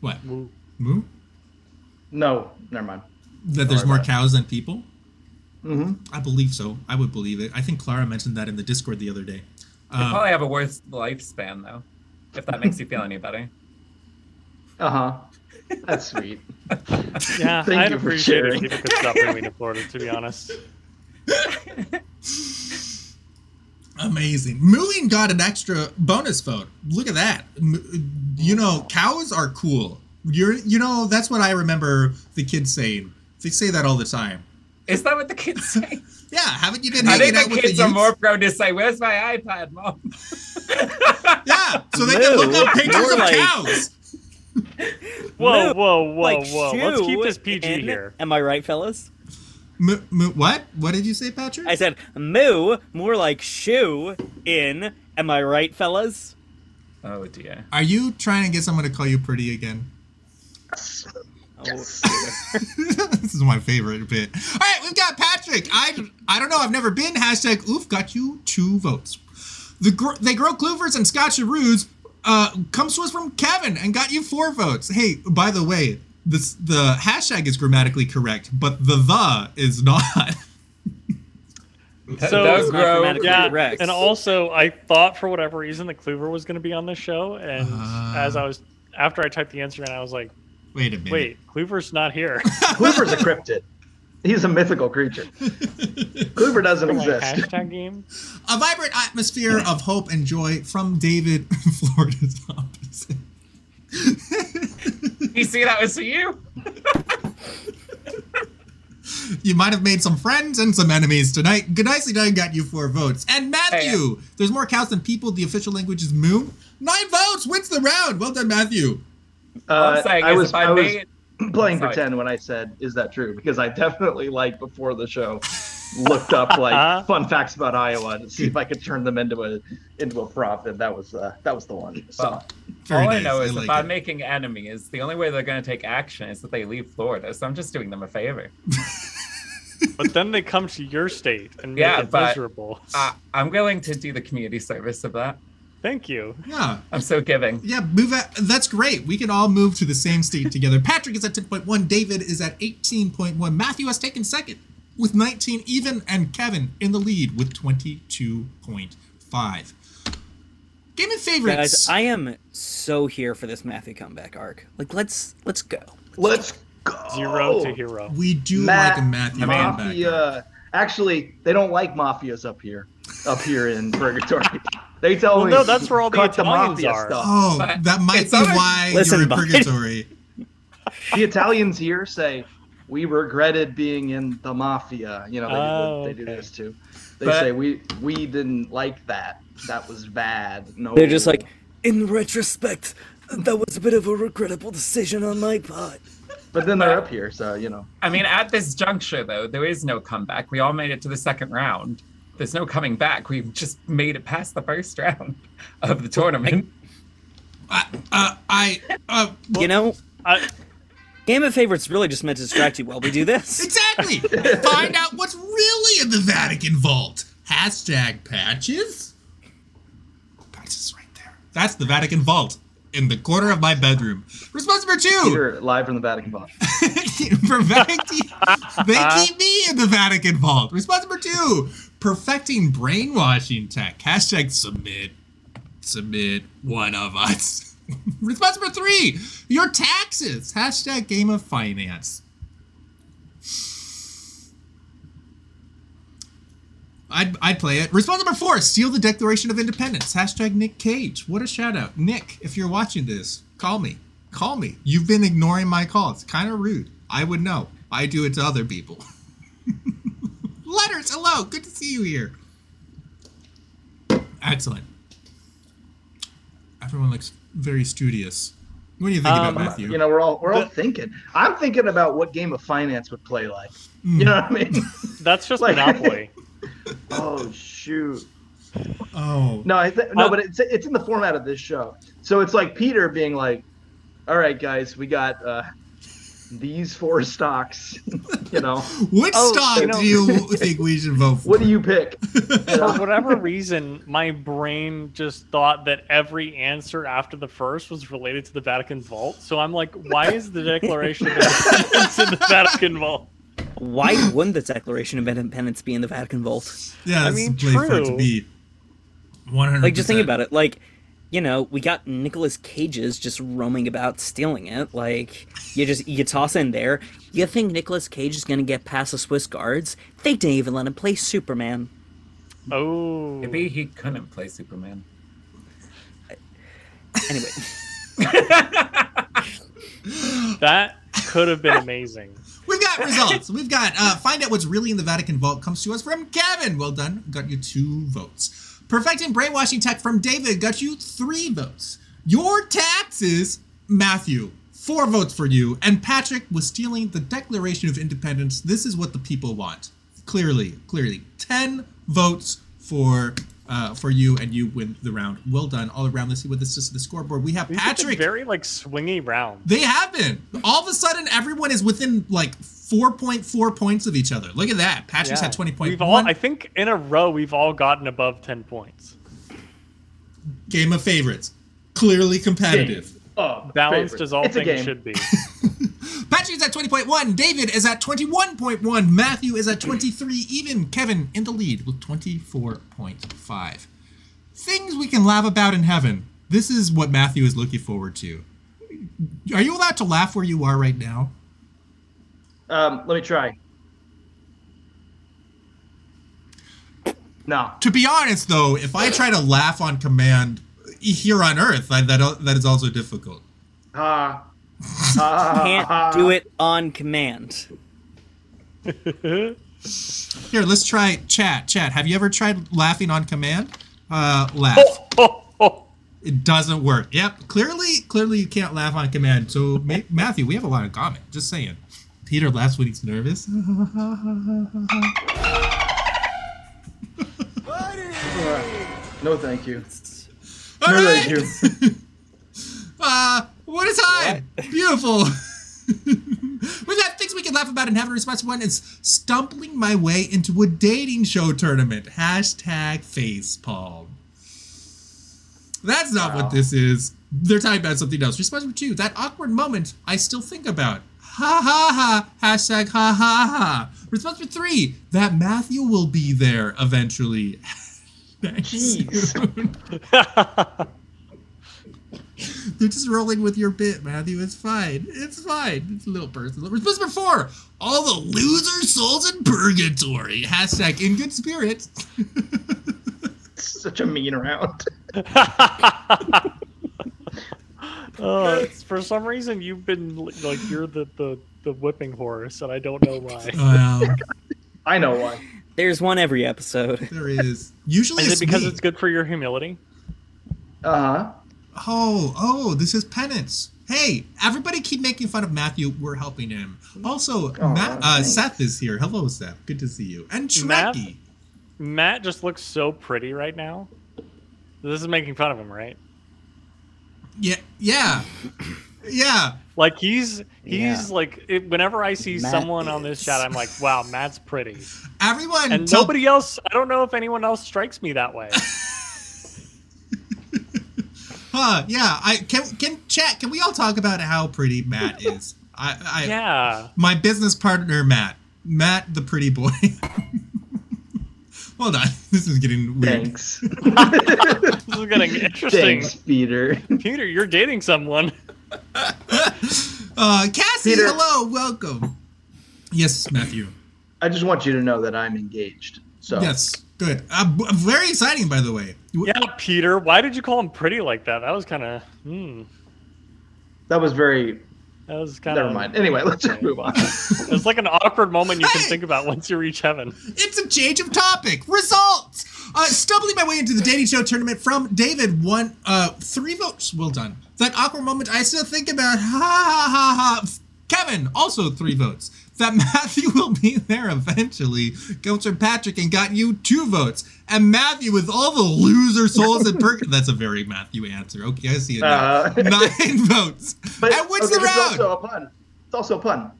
Speaker 1: What?
Speaker 4: woo.
Speaker 1: Moo?
Speaker 3: No, never mind.
Speaker 1: That Mm-hmm. there's more
Speaker 3: about it.
Speaker 1: cows than people?
Speaker 3: hmm
Speaker 1: I believe so. I would believe it. I think Clara mentioned that in the Discord the other day.
Speaker 5: They
Speaker 1: Um,
Speaker 5: probably have a worse lifespan though, if that makes you feel any better.
Speaker 3: Uh huh. That's
Speaker 5: [laughs]
Speaker 3: sweet.
Speaker 4: Yeah,
Speaker 3: Thank
Speaker 4: I'd
Speaker 3: you for
Speaker 4: appreciate it if
Speaker 3: sharing.
Speaker 4: people could stop moving to Florida, to be honest.
Speaker 1: Amazing. Mooing got an extra bonus vote. Look at that. M- You know, cows are cool. You're, you know, that's what I remember the kids saying. They say that all the time.
Speaker 5: Is that what the kids
Speaker 1: [laughs]
Speaker 5: say?
Speaker 1: Yeah, haven't you been
Speaker 5: I
Speaker 1: hanging
Speaker 5: think
Speaker 1: out
Speaker 5: the
Speaker 1: with the
Speaker 5: kids are
Speaker 1: youth?
Speaker 5: more prone to say, "Where's my iPad, mom?"
Speaker 1: Yeah, so they can
Speaker 5: [laughs]
Speaker 1: look up
Speaker 2: Moo.
Speaker 1: pictures of
Speaker 2: More like-
Speaker 1: cows.
Speaker 4: Whoa,
Speaker 2: No,
Speaker 4: whoa, whoa,
Speaker 2: like,
Speaker 4: whoa. Let's keep
Speaker 2: shoe
Speaker 4: this PG
Speaker 2: in-
Speaker 4: here.
Speaker 2: Am I right, fellas?
Speaker 1: Moo, moo, what? What did you say, Patrick?
Speaker 2: I said moo, more like shoe in. Am I right, fellas?
Speaker 5: Oh dear.
Speaker 1: are you trying to get someone to call you pretty again? [laughs] this is my favorite bit. All right, we've got Patrick. I I don't know. I've never been. Hashtag oof got you two votes. The gr- they grow clovers and scotcheroos. Uh, comes to us from Kevin and got you four votes. Hey, by the way, this the hashtag is grammatically correct, but the the is not. [laughs]
Speaker 5: Th-
Speaker 4: So-
Speaker 5: those
Speaker 1: uh,
Speaker 4: It's
Speaker 2: not
Speaker 5: grow.
Speaker 2: grammatically
Speaker 5: Yeah.
Speaker 4: Yeah,
Speaker 2: correct.
Speaker 4: and also I thought for whatever reason the Cleaver was going to be on this show, and
Speaker 1: Ah.
Speaker 4: as I was after I typed the answer in, I was like,
Speaker 1: Wait a minute.
Speaker 4: "Wait, Cleaver's not here."
Speaker 3: Kluber's a cryptid. He's a mythical
Speaker 5: [laughs]
Speaker 3: creature. Kluber doesn't
Speaker 4: Like,
Speaker 3: exist.
Speaker 4: hashtag game.
Speaker 1: A vibrant atmosphere of hope and joy from David, [laughs] Florida's opposite.
Speaker 5: You see, that was for you.
Speaker 1: You might have made some friends and some enemies tonight. Good nicely done, got you four votes. And Matthew, there's more cows than people. The official language is moo. Nine votes wins the round. Well done, Matthew.
Speaker 5: All
Speaker 3: Uh,
Speaker 5: I'm saying
Speaker 3: I
Speaker 5: is
Speaker 3: was
Speaker 5: if I
Speaker 3: I was
Speaker 5: made-
Speaker 3: playing
Speaker 5: Sorry.
Speaker 3: pretend when I said, "Is that true?" Because I definitely like before the show looked up
Speaker 4: Uh-huh.
Speaker 3: like fun facts about Iowa to see if I could turn them into a into a prop, and that was uh, that was the one. So
Speaker 5: Well,
Speaker 1: Very
Speaker 5: all I
Speaker 1: nice.
Speaker 5: know is
Speaker 1: I
Speaker 5: if
Speaker 1: like
Speaker 5: I'm
Speaker 1: it.
Speaker 5: making enemies, the only way they're going to take action is that they leave Florida. So I'm just doing them a favor.
Speaker 4: But then they come to your state and make
Speaker 5: Yeah,
Speaker 4: it
Speaker 5: but-
Speaker 4: miserable.
Speaker 5: Uh, I'm willing to do the community service of that.
Speaker 4: Thank you.
Speaker 1: Yeah.
Speaker 5: I'm so giving.
Speaker 1: Yeah, move out. That's great. We can all move to the same
Speaker 5: [laughs]
Speaker 1: state together. Patrick is at 10.1. David is at 18.1. Matthew has taken second with 19 even, and Kevin in the lead with 22.5. Game of favorites.
Speaker 2: Guys, I am so here for this Matthew comeback arc. Like, let's let's go.
Speaker 3: Let's go.
Speaker 5: Oh.
Speaker 4: Zero to hero.
Speaker 1: we do
Speaker 3: Matt,
Speaker 1: like a Matthew
Speaker 5: Man.
Speaker 1: comeback.
Speaker 3: Mafia. Actually, they don't like mafias up here, up here in Purgatory. [laughs] They tell
Speaker 4: Well,
Speaker 3: me
Speaker 4: no, that's where all the
Speaker 3: cut
Speaker 4: Italians
Speaker 3: mafia
Speaker 4: are.
Speaker 3: Stuff.
Speaker 1: Oh,
Speaker 5: But
Speaker 1: that might
Speaker 5: it's
Speaker 1: be
Speaker 5: alright.
Speaker 1: why
Speaker 2: Listen,
Speaker 1: you're in
Speaker 2: bud.
Speaker 1: purgatory.
Speaker 3: the Italians here say we regretted being in the mafia. You know, they,
Speaker 4: Oh,
Speaker 3: do, they do
Speaker 4: okay.
Speaker 3: this too. They
Speaker 5: But-
Speaker 3: say we we didn't like that. That was bad. No,
Speaker 2: They're just like, in retrospect, that was a bit of a regrettable decision on my part.
Speaker 3: But then they're up here, so you know.
Speaker 5: I mean, at this juncture, though, there is no comeback. We all made it to the second round. There's no coming back. We've just made it past the first [laughs] round of the tournament.
Speaker 1: I, uh, I, uh, well,
Speaker 2: You know,
Speaker 4: I,
Speaker 2: Game of Favorites really just meant to distract you while we do [laughs] this.
Speaker 1: exactly. Find out what's really in the Vatican vault. Hashtag patches. Patches right there. That's the Vatican vault in the corner of my bedroom. Response number two.
Speaker 3: Peter, live from the Vatican box.
Speaker 1: [laughs] perfecting they keep me in the Vatican vault. Response number two: perfecting brainwashing tech. Hashtag submit, submit one of us. [laughs] Response number three: your taxes. Hashtag game of finance. I'd, I'd play it. Response number four: steal the Declaration of Independence. Hashtag Nick Cage. What a shout out, Nick! If you're watching this, call me. Call me. You've been ignoring my call. It's kind of rude. I would know. I do it to other people. [laughs] Letters. Hello. Good to see you here. Excellent. Everyone looks very studious. What do you think
Speaker 4: Um,
Speaker 1: about Matthew?
Speaker 3: You know, we're all we're all
Speaker 4: The-
Speaker 3: thinking. I'm thinking about what game of finance would play like.
Speaker 4: Hmm.
Speaker 3: You know what I mean?
Speaker 4: that's just
Speaker 3: Like-
Speaker 4: Monopoly.
Speaker 3: [laughs] oh shoot.
Speaker 1: oh.
Speaker 3: No, I th- no,
Speaker 4: Uh,
Speaker 3: but it's it's in the format of this show. So it's like Peter being like, "All right, guys, we got uh, these four stocks. [laughs] you know,
Speaker 1: Which
Speaker 4: Oh,
Speaker 1: stock
Speaker 4: you know-
Speaker 1: do you think we should vote for?
Speaker 3: what do you pick?" You know?
Speaker 4: For whatever reason, my brain just thought that every answer after the first was related to the Vatican vault. So I'm like, why is the Declaration of Independence in the Vatican vault?
Speaker 2: Why wouldn't the Declaration of Independence be in the Vatican Vault?
Speaker 1: Yeah,
Speaker 4: I
Speaker 1: that's
Speaker 4: mean,
Speaker 1: the place for it to
Speaker 4: true.
Speaker 1: be. One hundred.
Speaker 2: Like, just think about it. Like, you know, we got Nicolas Cage's just roaming about stealing it. Like, you just you toss in there. You think Nicolas Cage is gonna get past the Swiss guards? They didn't even let him play Superman.
Speaker 4: Oh,
Speaker 5: Maybe he couldn't play Superman.
Speaker 2: Anyway,
Speaker 4: that could have been amazing.
Speaker 1: We've got results. We've got uh, find out what's really in the Vatican vault comes to us from Kevin. Well done, got you two votes. Perfecting brainwashing tech from David got you three votes. Your taxes, Matthew, four votes for you. And Patrick was stealing the Declaration of Independence. This is what the people want. Clearly, clearly, ten votes for. Uh, for you and you win the round. Well done all around. Let's see what this is to the scoreboard. We have
Speaker 4: These have been
Speaker 1: Patrick.
Speaker 4: very like swingy round.
Speaker 1: They have been. All of a sudden, everyone is within like 4.4 points of each other. Look at that. Patrick's had 20
Speaker 4: We've all, I
Speaker 1: points.
Speaker 4: think, in a row, we've all gotten above ten points.
Speaker 1: Game of favorites. Clearly competitive.
Speaker 3: Oh,
Speaker 4: Balanced
Speaker 3: favorite.
Speaker 4: as all
Speaker 3: it's a
Speaker 4: things
Speaker 3: game.
Speaker 4: should be.
Speaker 1: Patrick's at 20.1. David is at 21.1. Matthew is at 23. Even Kevin in the lead with 24.5. Things we can laugh about in heaven. This is what Matthew is looking forward to. Are you allowed to laugh where you are right now?
Speaker 3: Um, let me try. No,
Speaker 1: to be honest though if i try to laugh on command here on earth I, that that is also difficult
Speaker 3: ah, ah,
Speaker 2: [laughs] can't do it on command.
Speaker 1: here let's try chat chat have you ever tried laughing on command uh laugh
Speaker 4: Oh, oh.
Speaker 1: it doesn't work yep clearly clearly you can't laugh on command so Ma- matthew we have a lot in common just saying peter laughs when he's nervous
Speaker 3: No, thank you.
Speaker 1: All
Speaker 3: No,
Speaker 1: right.
Speaker 3: thank you.
Speaker 1: Uh, what a time! Beautiful. [laughs] We've got things we can laugh about and have a response. One is stumbling my way into a dating show tournament. Hashtag facepalm. That's not what this is. They're talking about something else. Response number two, that awkward moment I still think about. Ha ha ha. Hashtag ha ha ha. Response number three, that Matthew will be there eventually. [laughs] Thanks,
Speaker 3: Jeez.
Speaker 1: [laughs] dude. They're just rolling with your bit, Matthew. It's fine. It's fine. It's a little personal. Response number four. All the loser souls in purgatory. Hashtag in good [laughs] spirits.
Speaker 3: Such a mean round.
Speaker 4: Oh, it's- for some reason, you've been li- like you're the the, the whipping horse, and I don't know why.
Speaker 1: Wow.
Speaker 3: I know why.
Speaker 2: There's one every episode.
Speaker 1: There is. Usually
Speaker 4: Is
Speaker 1: it's
Speaker 4: it because
Speaker 1: me.
Speaker 4: it's good for your humility?
Speaker 3: Uh huh.
Speaker 1: Oh, oh, this is penance. Hey, everybody keep making fun of Matthew. We're helping him. Also,
Speaker 3: Oh,
Speaker 1: Matt, uh,
Speaker 3: thanks.
Speaker 1: Seth is here. Hello, Seth. Good to see you. And
Speaker 4: Matt?
Speaker 1: Shreki.
Speaker 4: Matt just looks so pretty right now. This is making fun of him, right?
Speaker 1: Yeah, yeah, yeah.
Speaker 4: Like he's he's
Speaker 2: Yeah.
Speaker 4: like it, whenever I see
Speaker 2: Matt
Speaker 4: someone on this
Speaker 2: is.
Speaker 4: chat, I'm like, wow, Matt's pretty.
Speaker 1: Everyone,
Speaker 4: And
Speaker 1: tell-
Speaker 4: nobody else. I don't know if anyone else strikes me that way.
Speaker 1: Huh? Yeah. I can. Can chat? Can we all talk about how pretty Matt is? I, I
Speaker 4: yeah.
Speaker 1: my business partner Matt, Matt the pretty boy. [laughs] Hold on, [laughs] this is getting weird.
Speaker 3: Thanks.
Speaker 4: This is getting interesting.
Speaker 3: Thanks, Peter.
Speaker 4: Peter, you're dating someone.
Speaker 1: Uh, Cassie,
Speaker 3: Peter.
Speaker 1: hello, welcome. Yes, Matthew.
Speaker 3: I just want you to know that I'm engaged. So
Speaker 1: Yes, good. Uh, b- very exciting, by the way. W-
Speaker 4: Yeah, [laughs] Peter. Why did you call him pretty like that? That was kind of. Hmm.
Speaker 3: that was very.
Speaker 4: That was kind of.
Speaker 3: Never mind. Anyway, let's just move on.
Speaker 4: It's like an awkward moment you can
Speaker 1: Hey!
Speaker 4: think about once you reach heaven.
Speaker 1: It's a change of topic. Results. Uh, stumbling my way into the dating show tournament from David won uh, three votes. Well done. That awkward moment I still think about. [laughs] Ha ha ha ha. F- Kevin also three votes. That [laughs] Matthew will be there eventually comes from Patrick and got you two votes. And Matthew with all the loser souls and per- [laughs] that's a very Matthew answer. Okay, I see it. now.
Speaker 3: Uh,
Speaker 1: [laughs] Nine votes.
Speaker 3: But
Speaker 1: and wins
Speaker 3: okay,
Speaker 1: the
Speaker 3: this is
Speaker 1: round.
Speaker 3: also a pun. It's also a pun.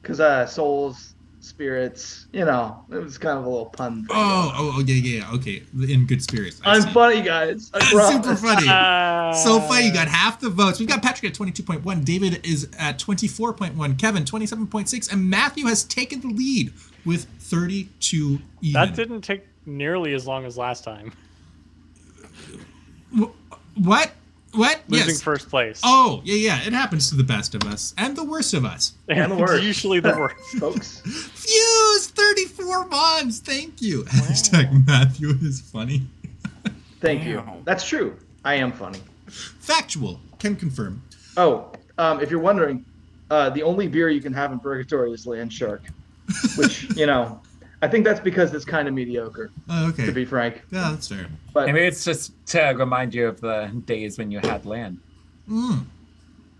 Speaker 3: Because uh, souls, spirits, you know, it was kind of a little pun. thing.
Speaker 1: Oh, oh, oh, yeah, yeah, yeah, okay. In good spirits. I
Speaker 3: I'm
Speaker 1: see.
Speaker 3: funny, guys. I
Speaker 1: [laughs] Super
Speaker 3: promise.
Speaker 1: funny.
Speaker 4: Uh,
Speaker 1: So far, you got half the votes. We've got Patrick at 22.1, David is at 24.1, Kevin 27.6, and Matthew has taken the lead with 32 even.
Speaker 4: That didn't take nearly as long as last time.
Speaker 1: What? What?
Speaker 4: Losing
Speaker 1: yes.
Speaker 4: first place.
Speaker 1: oh, yeah, yeah. It happens to the best of us and the worst of us.
Speaker 3: and the
Speaker 4: It's
Speaker 3: worst.
Speaker 4: usually the worst.
Speaker 3: [laughs] Folks.
Speaker 1: Fuse 34 months. Thank you. Hashtag Matthew is funny.
Speaker 3: Thank you. That's true. I am funny.
Speaker 1: Factual. Can confirm.
Speaker 3: Oh, um, if you're wondering, uh, the only beer you can have in purgatory is land shark,
Speaker 1: [laughs]
Speaker 3: which you know, I think that's because it's kind of mediocre,
Speaker 1: Oh, okay.
Speaker 3: to be frank.
Speaker 1: yeah, that's fair.
Speaker 3: But
Speaker 5: Maybe it's just to remind you of the days when you had land.
Speaker 1: Mm.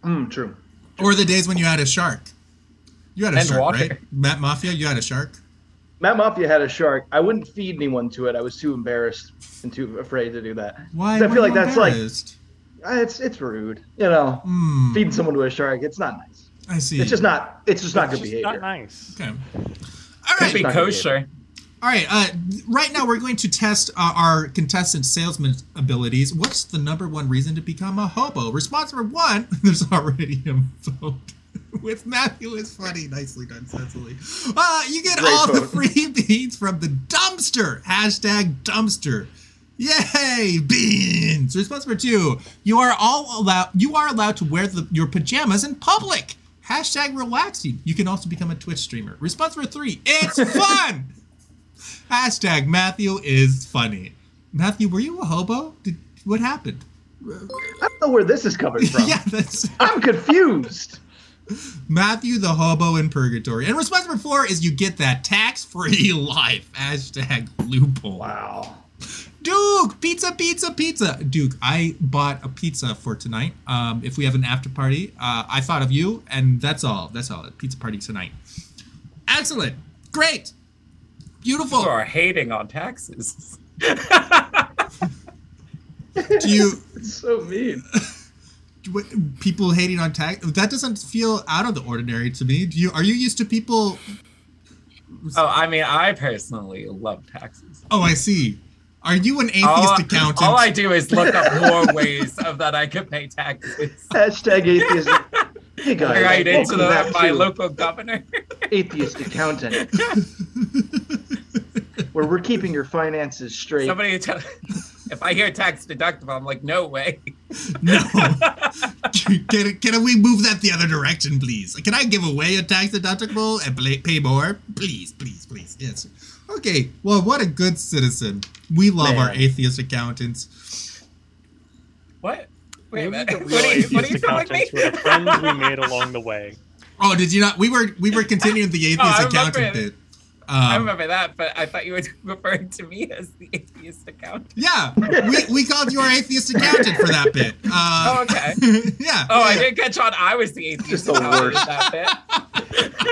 Speaker 3: mm, true.
Speaker 1: Or the days when you had a shark. You had a
Speaker 5: And
Speaker 1: shark,
Speaker 5: water.
Speaker 1: right? Matt Mafia, you had a shark?
Speaker 3: Matt Mafia had a shark. I wouldn't feed anyone to it. I was too embarrassed and too afraid to do that.
Speaker 1: Why?
Speaker 3: 'Cause I
Speaker 1: why
Speaker 3: feel
Speaker 1: are
Speaker 3: like
Speaker 1: you
Speaker 3: that's like
Speaker 1: embarrassed?
Speaker 3: uh, it's it's rude, you know.
Speaker 1: Hmm,
Speaker 3: Feeding someone to a shark, it's not nice.
Speaker 1: I see.
Speaker 3: It's just not. It's just not
Speaker 4: It's
Speaker 3: good
Speaker 4: just
Speaker 3: behavior.
Speaker 4: not nice.
Speaker 1: okay. All
Speaker 5: Could
Speaker 1: right,
Speaker 5: be
Speaker 3: not gonna be
Speaker 5: kosher.
Speaker 1: all right. Uh, right now, we're going to test uh, our contestant salesman abilities. What's the number one reason to become a hobo? Response number one: [laughs] There's already a vote. [laughs] With Matthew is funny. Nicely done, Cecily. Uh, you get
Speaker 3: Great
Speaker 1: all the
Speaker 3: vote.
Speaker 1: free [laughs] beans from the dumpster. Hashtag dumpster. Yay, beans! Response number two: You are all allowed. You are allowed to wear the, your pajamas in public. Hashtag relaxing. You can also become a Twitch streamer. Response number three:
Speaker 3: [laughs]
Speaker 1: It's fun. Hashtag Matthew is funny. Matthew, were you a hobo? Did what happened?
Speaker 3: I don't know where this
Speaker 1: [laughs]
Speaker 3: is coming from.
Speaker 1: yeah, that's
Speaker 3: I'm confused.
Speaker 1: Matthew the hobo in purgatory. And response number four is you get that tax-free [laughs] life. Hashtag loophole.
Speaker 3: Wow.
Speaker 1: Duke, pizza, pizza, pizza. Duke, I bought a pizza for tonight. Um, if we have an after party, uh, I thought of you, and that's all. That's all. Pizza party tonight. Excellent. Great. Beautiful.
Speaker 5: You are hating on taxes. [laughs]
Speaker 1: Do you
Speaker 3: It's so mean.
Speaker 1: what, people hating on tax? That doesn't feel out of the ordinary to me. Do you? Are you used to people?
Speaker 5: Oh, I mean, I personally love taxes.
Speaker 1: Oh, I see. Are you an atheist
Speaker 5: All,
Speaker 1: accountant? [laughs]
Speaker 5: all I do is look up more ways of that I could
Speaker 3: [laughs]
Speaker 5: pay taxes.
Speaker 3: Hashtag atheism. Hey guys,
Speaker 5: Right into
Speaker 3: welcome back
Speaker 5: that by [laughs]
Speaker 3: to
Speaker 5: local governor.
Speaker 3: atheist accountant. where we're keeping your finances straight.
Speaker 5: Somebody, who tell- [laughs] if I hear tax deductible, I'm like, no way. [laughs]
Speaker 1: No. can, can we move that the other direction, please? Can I give away a tax deductible and pay, pay more? Please, please, please. Yes. Okay. Well, what a good citizen. We love our
Speaker 3: Man.
Speaker 1: atheist accountants.
Speaker 5: What? Wait a
Speaker 4: Maybe
Speaker 5: minute.
Speaker 4: the
Speaker 5: [laughs] What are you,
Speaker 4: real
Speaker 5: what are you
Speaker 4: atheist
Speaker 5: telling me?
Speaker 4: accountants were the friends we made along the way.
Speaker 1: Oh, did you not? We were we were continuing the atheist
Speaker 5: [laughs] Oh, I remember
Speaker 1: accountant
Speaker 5: it.
Speaker 1: bit. Um,
Speaker 5: [laughs] I remember that, but I thought you were [laughs] referring to me as the atheist account.
Speaker 1: Yeah, we, we called you our atheist accountant for that
Speaker 5: [laughs]
Speaker 1: bit. Uh,
Speaker 5: Oh, okay.
Speaker 1: [laughs] yeah.
Speaker 5: Oh, I
Speaker 1: yeah.
Speaker 5: didn't catch on. I was the atheist
Speaker 3: Just the
Speaker 5: accountant
Speaker 3: worst.
Speaker 5: that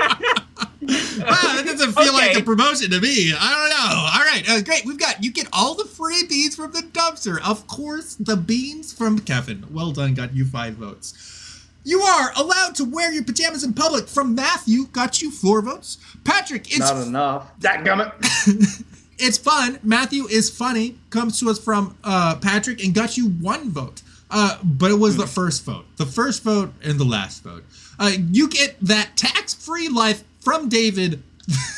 Speaker 5: bit.
Speaker 1: [laughs] Wow, that doesn't feel like
Speaker 5: Okay.
Speaker 1: a promotion to me. I don't know. All right, uh, great. We've got you get all the freebies from the dumpster. Of course, the beans from Kevin. Well done, got you five votes. You are allowed to wear your pajamas in public from Matthew. Got you four votes. Patrick, it's
Speaker 3: Not enough. That gummit.
Speaker 1: it's fun. Matthew is funny. Comes to us from uh, Patrick and got you one vote. Uh, but it was the first vote, the first vote, and the last vote. Uh, you get that tax-free life from David.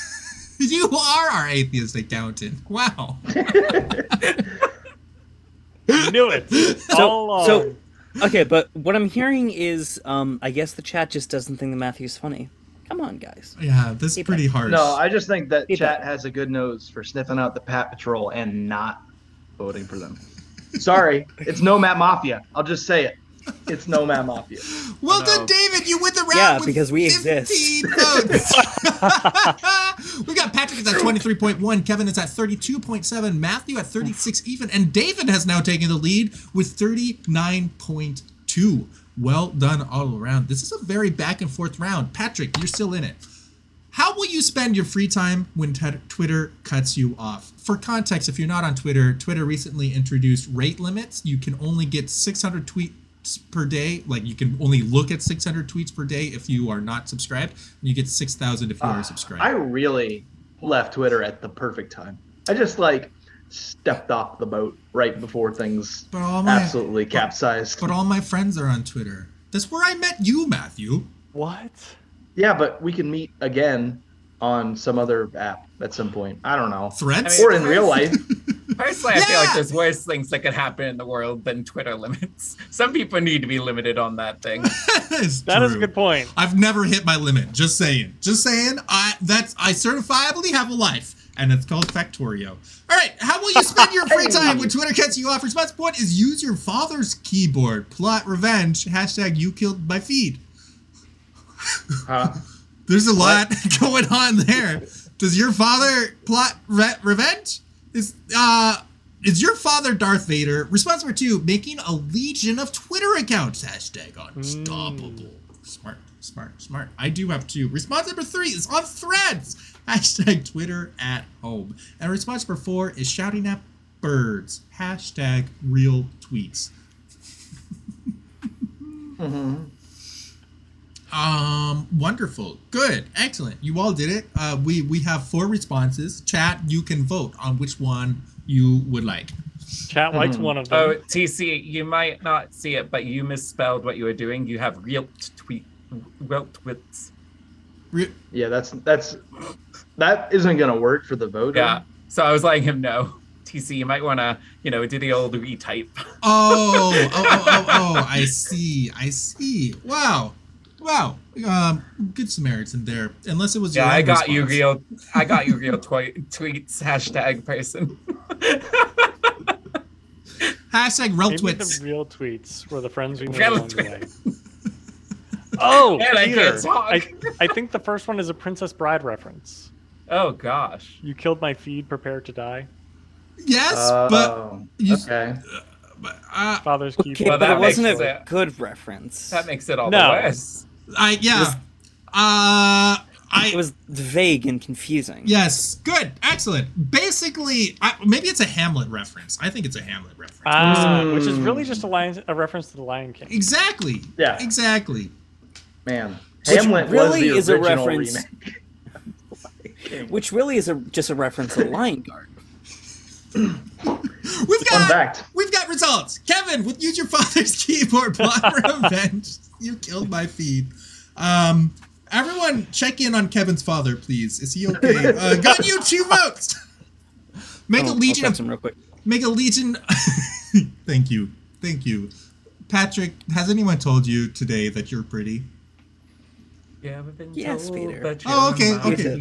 Speaker 1: [laughs] you are our atheist accountant. Wow.
Speaker 4: Knew it all along.
Speaker 2: so okay, but what I'm hearing is, um, I guess the chat just doesn't think that Matthew's funny. Come on, guys.
Speaker 1: Yeah, this is
Speaker 2: Keep
Speaker 1: pretty harsh.
Speaker 3: No, I just think that
Speaker 2: Keep
Speaker 3: chat
Speaker 2: it.
Speaker 3: has a good nose for sniffing out the Pat Patrol and not voting for them. Sorry, it's no Matt Mafia. I'll just say it. It's no Matt Mafia.
Speaker 1: well
Speaker 5: No.
Speaker 1: done, David. You win the round.
Speaker 2: Yeah,
Speaker 1: with
Speaker 2: because we
Speaker 1: 15 Votes.
Speaker 2: [laughs]
Speaker 1: [laughs] we got Patrick is at twenty three point one, Kevin is at thirty two point seven, Matthew at thirty six even, and David has now taken the lead with thirty nine point two. Well done all around. This is a very back and forth round. Patrick, you're still in it. How will you spend your free time when t- Twitter cuts you off? For context, if you're not on Twitter, Twitter recently introduced rate limits. You can only get 600 tweets per day. Like you can only look at 600 tweets per day if you are not subscribed, and you get 6,000 if you
Speaker 3: Ah,
Speaker 1: are subscribed.
Speaker 3: I really left Twitter at the perfect time. I just like stepped off the boat right before things
Speaker 1: but all my
Speaker 3: absolutely capsized.
Speaker 1: but oh. all my friends are on Twitter. That's where I met you, Matthew.
Speaker 4: what?
Speaker 3: Yeah, but we can meet again on some other app at some point. I don't know.
Speaker 1: Threads.
Speaker 5: I mean-
Speaker 3: Or in
Speaker 1: [laughs]
Speaker 3: real life.
Speaker 5: Personally, I feel like
Speaker 1: Yeah.
Speaker 5: there's worse things that could happen in the world than Twitter limits. [laughs] Some people need to be limited on that thing.
Speaker 1: That is
Speaker 4: That is a
Speaker 1: true.
Speaker 4: good point.
Speaker 1: I've never hit my limit. Just saying. Just saying. I that's I certifiably have a life, and it's called Factorio. All right. How will you spend your free time when Twitter cuts you off? Response point is use your father's keyboard. Plot revenge. Hashtag you killed my feed.
Speaker 3: Huh?
Speaker 1: There's a lot [laughs] going on there. Does your father plot re- revenge? Is uh is your father Darth Vader? Response number two: making a legion of Twitter accounts. Hashtag unstoppable. Smart, smart, smart. I do have two. Response number three is on Threads. [laughs] Hashtag Twitter at home. And response number four is shouting at birds. Hashtag real tweets. Um, wonderful, good, excellent. You all did it. Uh, we we have four responses. Chat, you can vote on which one you would like.
Speaker 4: Chat liked one of
Speaker 5: Oh,
Speaker 4: them.
Speaker 5: TC, you might not see it, but you misspelled what you were doing. You have real tweet, real twits.
Speaker 1: Re-
Speaker 3: Yeah, that's that's that isn't gonna work for the voter.
Speaker 5: Yeah. So I was letting him know, TC, you might want to, you know, do the old retype.
Speaker 1: Oh, oh, oh, oh, oh! I see, I see. Wow, wow. Um, good Samaritan there. Unless it was
Speaker 5: [laughs] Yeah,
Speaker 1: your
Speaker 5: I
Speaker 1: own
Speaker 5: got you
Speaker 1: response.
Speaker 5: real. I got you real twi- tweets. Hashtag person. [laughs]
Speaker 1: Hashtag real
Speaker 4: Maybe
Speaker 1: twits.
Speaker 4: the real tweets were the friends we made
Speaker 5: Real
Speaker 4: along the way.
Speaker 2: [laughs]
Speaker 5: [laughs]
Speaker 4: Oh,
Speaker 5: Man, I
Speaker 4: Peter,
Speaker 5: can't talk.
Speaker 4: I, I think the first one is a Princess Bride reference.
Speaker 5: Oh gosh.
Speaker 4: You killed my feed. Prepare to die.
Speaker 1: Yes,
Speaker 5: Uh,
Speaker 1: but
Speaker 3: Oh,
Speaker 1: you-
Speaker 3: okay.
Speaker 1: but uh,
Speaker 4: Father's
Speaker 2: Okay,
Speaker 4: keyboard.
Speaker 5: Well,
Speaker 2: but
Speaker 5: that
Speaker 2: it wasn't
Speaker 5: makes
Speaker 4: it.
Speaker 5: sense.
Speaker 2: a good reference.
Speaker 5: That makes it all
Speaker 4: No.
Speaker 5: the worse.
Speaker 1: I yeah. Uh, I
Speaker 2: it was vague and confusing.
Speaker 1: Yes, good, excellent. Basically, I, maybe it's a Hamlet reference. I think it's a Hamlet reference.
Speaker 4: Ah,
Speaker 2: Hmm.
Speaker 4: which is
Speaker 3: Mm.
Speaker 4: really just a, lion, a reference to the Lion King.
Speaker 2: [laughs]
Speaker 1: exactly.
Speaker 3: Yeah.
Speaker 1: exactly.
Speaker 3: Man.
Speaker 2: Which
Speaker 3: Hamlet
Speaker 2: really
Speaker 3: was
Speaker 2: is
Speaker 3: the
Speaker 2: a
Speaker 3: original
Speaker 2: reference- [laughs]
Speaker 3: remake.
Speaker 2: Which really is a, just a reference
Speaker 1: [laughs]
Speaker 2: to Lion Guard.
Speaker 1: We've
Speaker 3: Fun
Speaker 1: got
Speaker 3: fact.
Speaker 1: we've got results. Kevin, with use your father's [laughs] keyboard plot
Speaker 3: [laughs]
Speaker 1: revenge. You killed my feed. Um,
Speaker 3: [laughs]
Speaker 1: everyone, check in on Kevin's father, please. Is he okay? Uh, got you two votes. Make a
Speaker 2: Oh, I'll
Speaker 1: legion
Speaker 2: grab
Speaker 1: of
Speaker 2: some real quick.
Speaker 1: make a legion. [laughs] Thank you. Thank you. Patrick, has anyone told you today that you're pretty?
Speaker 5: You haven't been
Speaker 2: Yes,
Speaker 5: told
Speaker 2: Peter.
Speaker 5: that
Speaker 1: Oh,
Speaker 5: you're
Speaker 1: okay,
Speaker 5: my
Speaker 1: okay.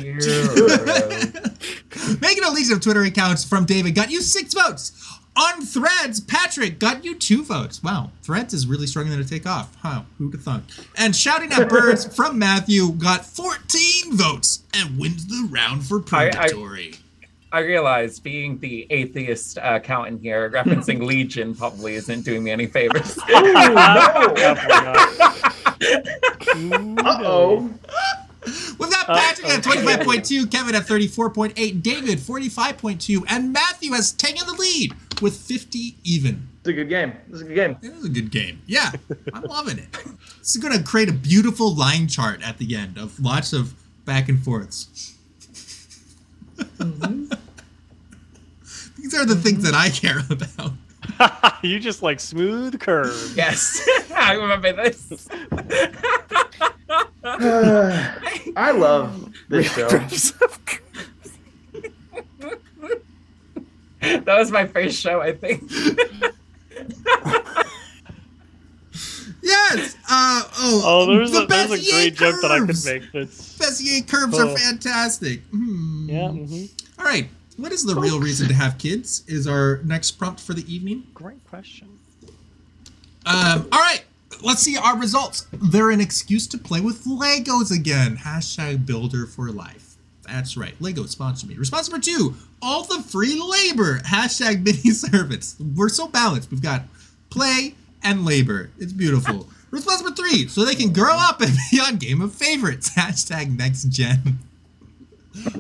Speaker 1: [laughs]
Speaker 5: hero.
Speaker 1: Making a legion of Twitter accounts from David got you six votes. On Threads, Patrick got you two votes. Wow, Threads is really struggling to take off. Huh, who'd have thunk? And Shouting at Birds from Matthew got 14 votes and wins the round for
Speaker 5: I- I-
Speaker 1: Purgatory.
Speaker 5: I realize being the atheist uh, count in here, referencing Legion probably isn't doing me any favors. [laughs]
Speaker 3: Uh oh.
Speaker 1: We've got
Speaker 4: Uh,
Speaker 1: Patrick at
Speaker 4: okay.
Speaker 1: 25.2, Kevin at 34.8, David 45.2, and Matthew has taken the lead with 50 even.
Speaker 3: It's a good game. It's a good game.
Speaker 1: It is a good game. Yeah, I'm loving it. It's going to create a beautiful line chart at the end of lots of back and forths.
Speaker 4: Mm-hmm.
Speaker 1: These are the things that I care about.
Speaker 4: you just like smooth curve.
Speaker 5: yes, [laughs] I remember this.
Speaker 3: I love this show.
Speaker 5: That was my first show, I think.
Speaker 1: Yes. Uh, oh,
Speaker 4: Oh, there's a, there's a
Speaker 1: Bezier
Speaker 4: great joke that I could
Speaker 1: curves.
Speaker 4: make. That's
Speaker 1: Bezier curves
Speaker 4: Oh.
Speaker 1: are fantastic. Hmm.
Speaker 4: yeah, hmm
Speaker 1: All right. What is the
Speaker 4: Oh.
Speaker 1: real reason to have kids? Is our next prompt for the evening.
Speaker 4: great question.
Speaker 1: Um, all right, let's see our results. They're an excuse to play with Legos again. Hashtag builder for life. That's right. Lego sponsor me. Response number two: all the free labor. Hashtag [laughs] mini servants. We're so balanced. We've got play and labor. It's beautiful. Response number three: so they can grow up and be on Game of Favorites. [laughs] Hashtag next gen.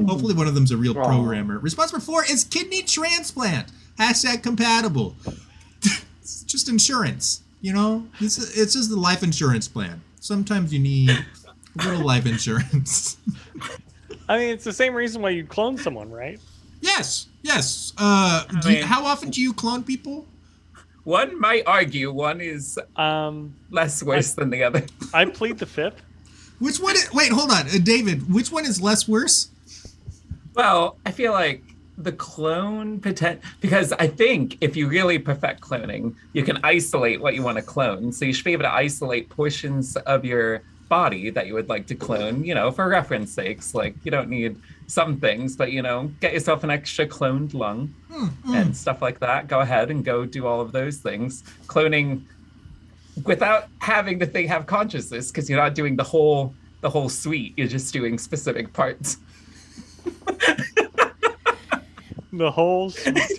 Speaker 1: Hopefully, one of them's a real
Speaker 3: Aw.
Speaker 1: programmer. Response number four is kidney transplant. Hashtag compatible it's just insurance. You know, this is, it's just the life insurance plan. Sometimes you need a
Speaker 5: [laughs]
Speaker 1: little life insurance. [laughs]
Speaker 4: I mean, it's the same reason why you clone someone, right?
Speaker 1: yes, yes. Uh, do
Speaker 5: mean-
Speaker 1: you, how often do you clone people?
Speaker 5: One might argue one is
Speaker 4: Um,
Speaker 5: less worse than the other.
Speaker 4: I plead the fifth.
Speaker 1: Which one? Is, wait, hold on, uh, David. Which one is less worse?
Speaker 5: Well, I feel like the clone potent because I think if you really perfect cloning, you can isolate what you want to clone. So you should be able to isolate portions of your body that you would like to clone, you know, for reference sakes. Like you don't need some things, but you know, get yourself an extra cloned lung and stuff like that. Go ahead and go do all of those things. Cloning without having the thing have consciousness because you're not doing the whole the whole suite, you're just doing specific parts. [laughs]
Speaker 4: The whole. s-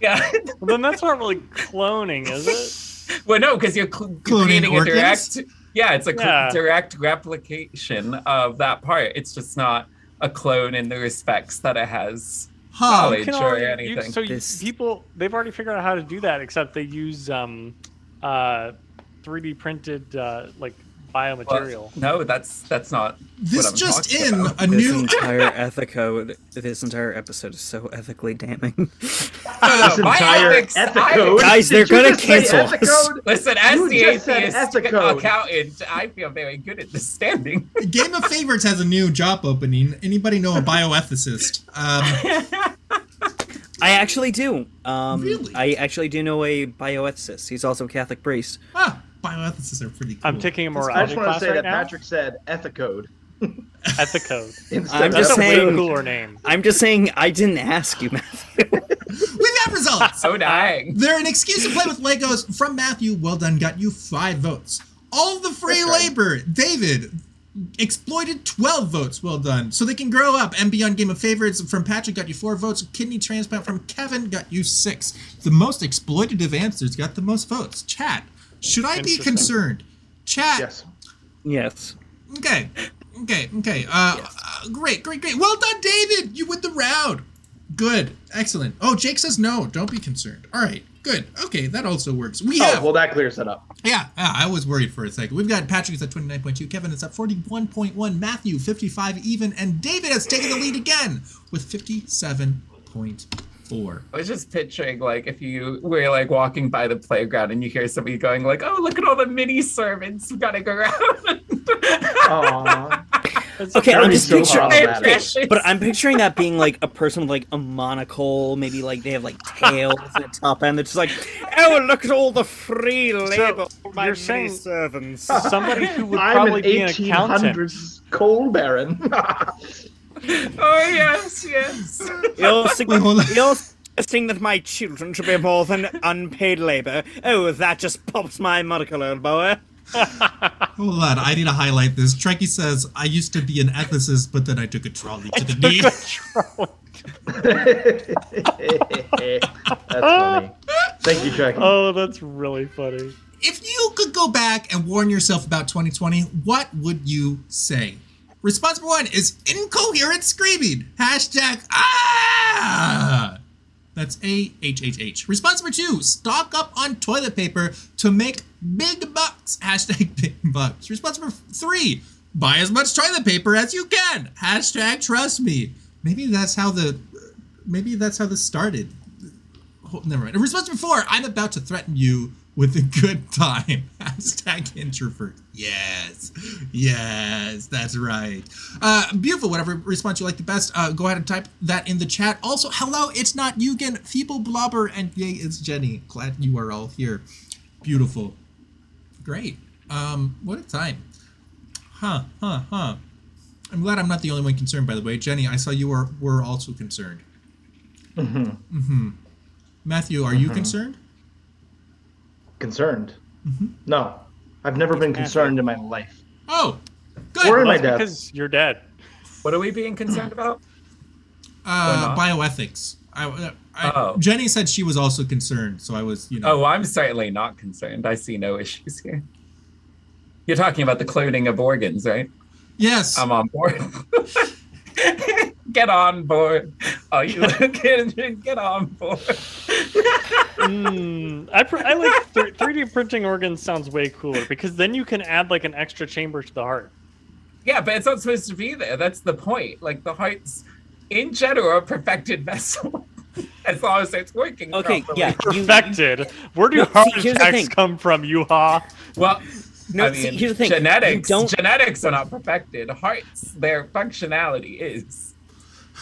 Speaker 5: Yeah.
Speaker 4: well, then that's not really cloning, is it?
Speaker 5: Well, no, because you're cl-
Speaker 1: Cloning
Speaker 5: creating a
Speaker 1: organs?
Speaker 5: direct. Yeah, it's a cl-
Speaker 4: Yeah.
Speaker 5: direct replication of that part. It's just not a clone in the respects that it has
Speaker 1: Huh.
Speaker 5: Probably. They
Speaker 4: Can
Speaker 5: enjoy
Speaker 4: already- you-
Speaker 5: anything.
Speaker 4: so you-
Speaker 2: This-
Speaker 4: people, they've already figured out how to do that, except they use um, uh, 3D printed uh, like
Speaker 5: Well,
Speaker 4: biomaterial.
Speaker 5: no, that's that's not.
Speaker 1: This
Speaker 5: what I'm
Speaker 1: just
Speaker 5: talking
Speaker 1: in:
Speaker 5: about. [laughs]
Speaker 1: a
Speaker 2: This
Speaker 1: new [laughs]
Speaker 2: entire ethico, this entire episode is so
Speaker 1: [laughs]
Speaker 2: ethically damning.
Speaker 5: No,
Speaker 4: [laughs]
Speaker 3: This
Speaker 5: no, my
Speaker 3: entire
Speaker 5: ethics- I-
Speaker 3: ethicode.
Speaker 2: Guys, they're
Speaker 3: Did you
Speaker 2: gonna
Speaker 3: just say
Speaker 2: cancel
Speaker 4: [laughs]
Speaker 2: us.
Speaker 3: ethicode?
Speaker 5: Listen, as
Speaker 3: You
Speaker 5: the
Speaker 3: just said
Speaker 5: atheist
Speaker 3: ethicode.
Speaker 5: accountant, I feel very good at this standing. [laughs]
Speaker 1: [laughs] Game of Favorites has a new job opening. Anybody know a bioethicist?
Speaker 5: [laughs]
Speaker 1: Um,
Speaker 2: I actually do. Um,
Speaker 1: Really?
Speaker 2: I actually do know a bioethicist. He's also a Catholic priest.
Speaker 1: ah, bioethicists are pretty cool.
Speaker 4: I'm taking a
Speaker 3: I
Speaker 4: morality
Speaker 3: just want to
Speaker 4: class
Speaker 3: say
Speaker 4: right
Speaker 3: that
Speaker 4: now.
Speaker 3: Patrick said ethicode.
Speaker 4: At the
Speaker 3: [laughs]
Speaker 4: code.
Speaker 3: Instead
Speaker 2: I'm
Speaker 3: of
Speaker 2: just
Speaker 4: That's a
Speaker 3: ethicode.
Speaker 2: saying-
Speaker 4: way cooler name.
Speaker 2: I'm just saying I didn't ask you, Matthew. [laughs]
Speaker 1: We've got results.
Speaker 5: So dying.
Speaker 1: [laughs] They're an excuse to play with Legos from Matthew. Well done, got you five votes. All the free
Speaker 5: Okay.
Speaker 1: labor, David exploited 12 votes. Well done. So they can grow up and be on Game of Favorites from Patrick got you four votes. Kidney transplant from Kevin got you six. The most exploitative answers got the most votes. Chat, should I be
Speaker 4: Interesting.
Speaker 1: concerned? Chat,
Speaker 3: Yes. Oh,
Speaker 2: yes.
Speaker 1: Okay. Okay. Okay. Uh, uh, great. Great. Great. Well done, David. You win the round. Good. Excellent. Oh, Jake says no. Don't be concerned. All right. Good. Okay. That also works. We have.
Speaker 3: Oh, well, that clears it up.
Speaker 1: Yeah, yeah, I was worried for a second. We've got Patrick's at 29.2, Kevin is at 41.1, Matthew 55 even, and David has taken the lead again with 57.4.
Speaker 5: I was just picturing like if you were like walking by the playground and you hear somebody going [laughs] like, "Oh, look at all the mini servants running around."
Speaker 3: Aw.
Speaker 4: It's
Speaker 2: Okay, I'm
Speaker 3: Very
Speaker 2: just
Speaker 3: so
Speaker 2: picturing.
Speaker 3: problematic.
Speaker 2: But I'm picturing that being like a person with like a monocle, maybe like they have like tails at the top end. It's just like, oh, look at all the free labor for my
Speaker 4: you're
Speaker 2: many
Speaker 4: saying-
Speaker 2: servants.
Speaker 4: somebody who would
Speaker 3: [laughs] I'm
Speaker 4: probably
Speaker 3: an
Speaker 4: be an accountant.
Speaker 3: 1800s coal [laughs] baron.
Speaker 5: oh yes, yes.
Speaker 2: You're, sug-
Speaker 1: Wait, hold on.
Speaker 2: you're suggesting that my children should be more than unpaid labor. Oh, that just pops my monocle, eh?" old boy.
Speaker 1: Hold on, I need to highlight this. Trekkie says, I used to be an ethicist, but then I took a trolley to
Speaker 3: [laughs]
Speaker 1: the knee.
Speaker 3: That's funny. Thank you, Chuck.
Speaker 4: [laughs] oh, that's really funny.
Speaker 1: if you could go back and warn yourself about 2020, what would you say? Response number one is incoherent screaming. Hashtag ah. That's A H H H. Response number two: stock up on toilet paper to make big bucks. [laughs] Hashtag big bucks. Response number three: buy as much toilet paper as you can. Hashtag trust me. Maybe that's how the maybe that's how this started. Oh, never mind. Response number four: I'm about to threaten you with a good time. [laughs] Hashtag introvert. Yes, yes, that's right. Uh, beautiful. Whatever response you like the best, uh, go ahead and type that in the chat. Also, hello, it's not Eugen, feeble blobber, and yay, it's Jenny. Glad you are all here. Beautiful. Great. Um, what a time. Huh, huh, huh. I'm glad I'm not the only one concerned, by the way. Jenny, I saw you were, were also concerned. Mm-hmm. Matthew, are you concerned?
Speaker 3: Concerned?
Speaker 1: Mm-hmm.
Speaker 3: No, I've never been concerned in my life.
Speaker 1: Oh,
Speaker 3: Or
Speaker 1: good.
Speaker 3: am I
Speaker 4: That's
Speaker 3: dead?
Speaker 4: because you're dead.
Speaker 5: [laughs] What are we being concerned about?
Speaker 1: Uh,
Speaker 5: not?
Speaker 1: bioethics. I, uh, I,
Speaker 5: Oh.
Speaker 1: Jenny said she was also concerned, so I was, you know.
Speaker 5: Oh, I'm certainly not concerned. I see no issues here. You're talking about the cloning of organs, right?
Speaker 1: yes.
Speaker 5: I'm on board. [laughs] get on board. Are you looking? Get on board.
Speaker 4: Mm, I, pr- I like th- 3D printing organs sounds way cooler because then you can add like an extra chamber to the heart.
Speaker 5: Yeah, but it's not supposed to be there. That's the point. Like the heart's, in general, a perfected vessel. [laughs] as long as it's working.
Speaker 2: Okay,
Speaker 5: properly.
Speaker 4: [laughs]
Speaker 2: yeah. You,
Speaker 4: Perfected. Where do
Speaker 2: No, see,
Speaker 4: heart
Speaker 2: here's the
Speaker 4: attacks
Speaker 2: thing.
Speaker 4: come from, you ha?
Speaker 5: Well,
Speaker 2: No,
Speaker 5: I
Speaker 2: see,
Speaker 5: mean,
Speaker 2: here's the thing. You
Speaker 5: genetics.
Speaker 2: don't-
Speaker 5: Genetics are not perfected. Hearts, their functionality is.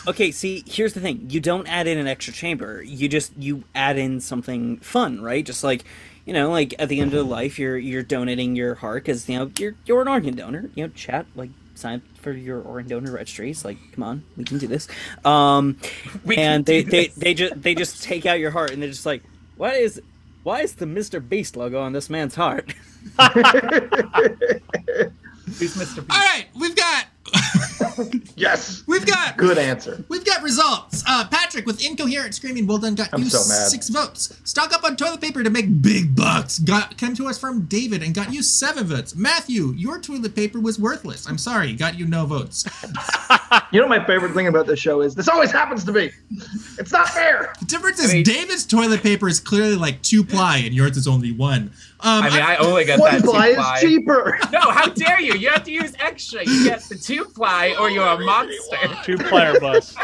Speaker 2: Okay, see, here's the thing. You don't add in an extra chamber. You just you add in something fun, right? Just like, you know, like at the end of the life, you're you're donating your heart because you know you're you're an organ donor. You know, chat like sign up for your organ donor registries. Like, come on, we can do this. Um,
Speaker 5: [laughs] We can
Speaker 2: and they
Speaker 5: do
Speaker 2: they
Speaker 5: this.
Speaker 2: they just they just take out your heart and they're just like, why is why is the Mr. Beast logo on this man's heart? [laughs]
Speaker 5: Who's Mr.
Speaker 1: All
Speaker 5: Beast?
Speaker 1: right, we've got,
Speaker 3: Yes.
Speaker 1: we've got
Speaker 3: Good answer.
Speaker 1: We've got results. Uh, Patrick with incoherent screaming. Well done, got
Speaker 3: I'm
Speaker 1: you
Speaker 3: so mad.
Speaker 1: six votes. Stock up on toilet paper to make big bucks. Got came to us from David and got you seven votes. Matthew, your toilet paper was worthless. I'm sorry, got you no votes.
Speaker 3: You know my favorite thing about this show is this always happens to me. It's not fair.
Speaker 1: The difference is
Speaker 5: I mean-
Speaker 1: David's toilet paper is clearly like two ply and yours is only one. Um,
Speaker 5: I mean, [laughs] I only got
Speaker 3: One
Speaker 5: that
Speaker 3: ply
Speaker 5: two ply.
Speaker 3: is cheaper.
Speaker 5: No, how dare you? You have to use extra. You get the two ply, or you're a monster.
Speaker 4: Two player bus.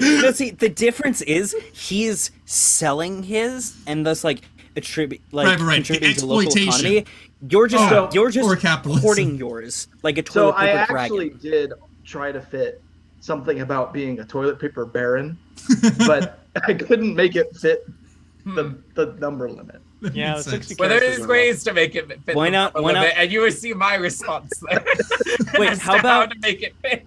Speaker 2: no, see, the difference is he is selling his and thus like attribute like
Speaker 1: Right, right, right. The
Speaker 2: contributing to local
Speaker 1: exploitation.
Speaker 2: economy. You're just
Speaker 1: Oh,
Speaker 2: you're just
Speaker 1: or capitalism.
Speaker 2: hoarding yours like a
Speaker 3: So
Speaker 2: toilet
Speaker 3: I
Speaker 2: paper
Speaker 3: actually
Speaker 2: dragon.
Speaker 3: did try to fit something about being a toilet
Speaker 1: [laughs]
Speaker 3: paper baron, but I couldn't make it fit
Speaker 1: Hmm.
Speaker 3: the, the number limit.
Speaker 4: Yeah,
Speaker 1: Makes
Speaker 4: the
Speaker 1: sense.
Speaker 4: 60
Speaker 5: Well, there
Speaker 4: characters
Speaker 5: is
Speaker 4: are
Speaker 5: ways to make it fit.
Speaker 2: Why
Speaker 5: the
Speaker 2: not-
Speaker 5: model
Speaker 2: why
Speaker 5: of
Speaker 2: not-
Speaker 5: it, And you will see my response there. [laughs]
Speaker 2: Wait,
Speaker 5: as
Speaker 2: how
Speaker 5: to how
Speaker 2: about-
Speaker 5: to make it fit?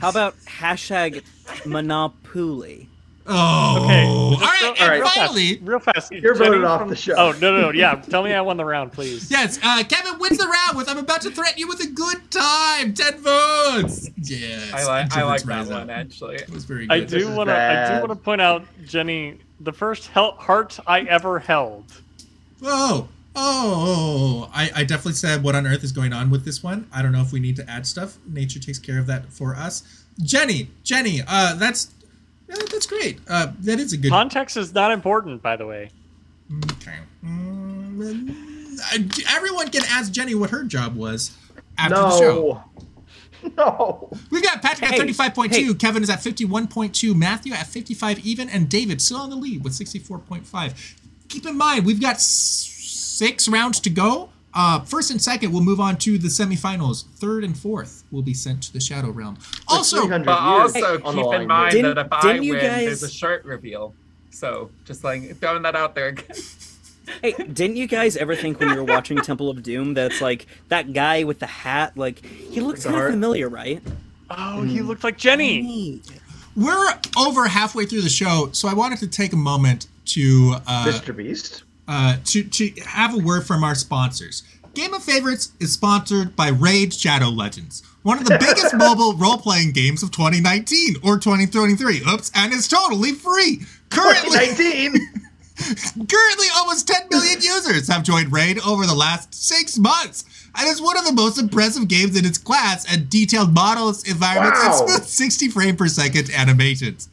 Speaker 2: How about hashtag monopoly?
Speaker 1: oh,
Speaker 4: Okay.
Speaker 1: all right.
Speaker 4: All
Speaker 1: and
Speaker 3: right.
Speaker 4: real fast,
Speaker 1: finally,
Speaker 4: real fast.
Speaker 3: You're
Speaker 4: Jenny
Speaker 3: voted off
Speaker 4: from-
Speaker 3: the show.
Speaker 4: Oh no, no, no, yeah. Tell me I won the round, please.
Speaker 1: Yes, uh, Kevin wins the round with I'm about to threaten you with a good time. 10 votes. Yes.
Speaker 5: I like, I like
Speaker 1: introverts
Speaker 5: that
Speaker 1: rise up.
Speaker 5: one actually.
Speaker 1: It was very good.
Speaker 4: I
Speaker 3: This
Speaker 4: do
Speaker 3: is
Speaker 4: want to. I do
Speaker 3: bad.
Speaker 4: want to point out, Jenny, the first hel- heart I ever held.
Speaker 1: Oh, oh, I, I definitely said what on earth is going on with this one. I don't know if we need to add stuff. Nature takes care of that for us. Jenny, Jenny, uh, that's uh, that's great. Uh, that is a good.
Speaker 4: Context is not important, by the way.
Speaker 1: Okay. Mm, uh, everyone can ask Jenny what her job was after the show.
Speaker 3: No. [laughs] No.
Speaker 1: We've got Patrick
Speaker 2: Hey,
Speaker 1: at 35.2,
Speaker 2: hey.
Speaker 1: Kevin is at 51.2, Matthew at 55 even, and David still on the lead with 64.5. Keep in mind, we've got s- six rounds to go. Uh, first and second will move on to the semifinals. Third and fourth will be sent to the Shadow Realm. Also,
Speaker 3: 300
Speaker 5: But
Speaker 3: years
Speaker 5: also
Speaker 3: on the
Speaker 5: keep in
Speaker 3: line.
Speaker 5: mind
Speaker 2: Didn't-
Speaker 5: that if I
Speaker 2: didn't you
Speaker 5: win, there's a
Speaker 2: guys-
Speaker 5: shirt reveal. So just like throwing that out there again.
Speaker 2: Hey, didn't you guys ever think when you were watching Temple of Doom that's like that guy with the hat? Like he looks kind of
Speaker 5: Sorry.
Speaker 2: familiar, right?
Speaker 3: Hmm.
Speaker 4: Oh, he looked like Jenny.
Speaker 1: we're over halfway through the show, so I wanted to take a moment to uh,
Speaker 3: Mr.
Speaker 1: [laughs]
Speaker 3: Beast.
Speaker 1: uh, to, to have a word from our sponsors. Game of Favorites is sponsored by Raid Shadow Legends, one of the biggest mobile role playing games of 2019 or 2023. Oops, and it's totally free. Currently,
Speaker 3: 19.
Speaker 1: currently almost 10 million users have joined Raid over the last six months. And it's one of the most impressive games in its class at detailed models, environments, and
Speaker 3: Wow.
Speaker 1: smooth 60 frame per second animations.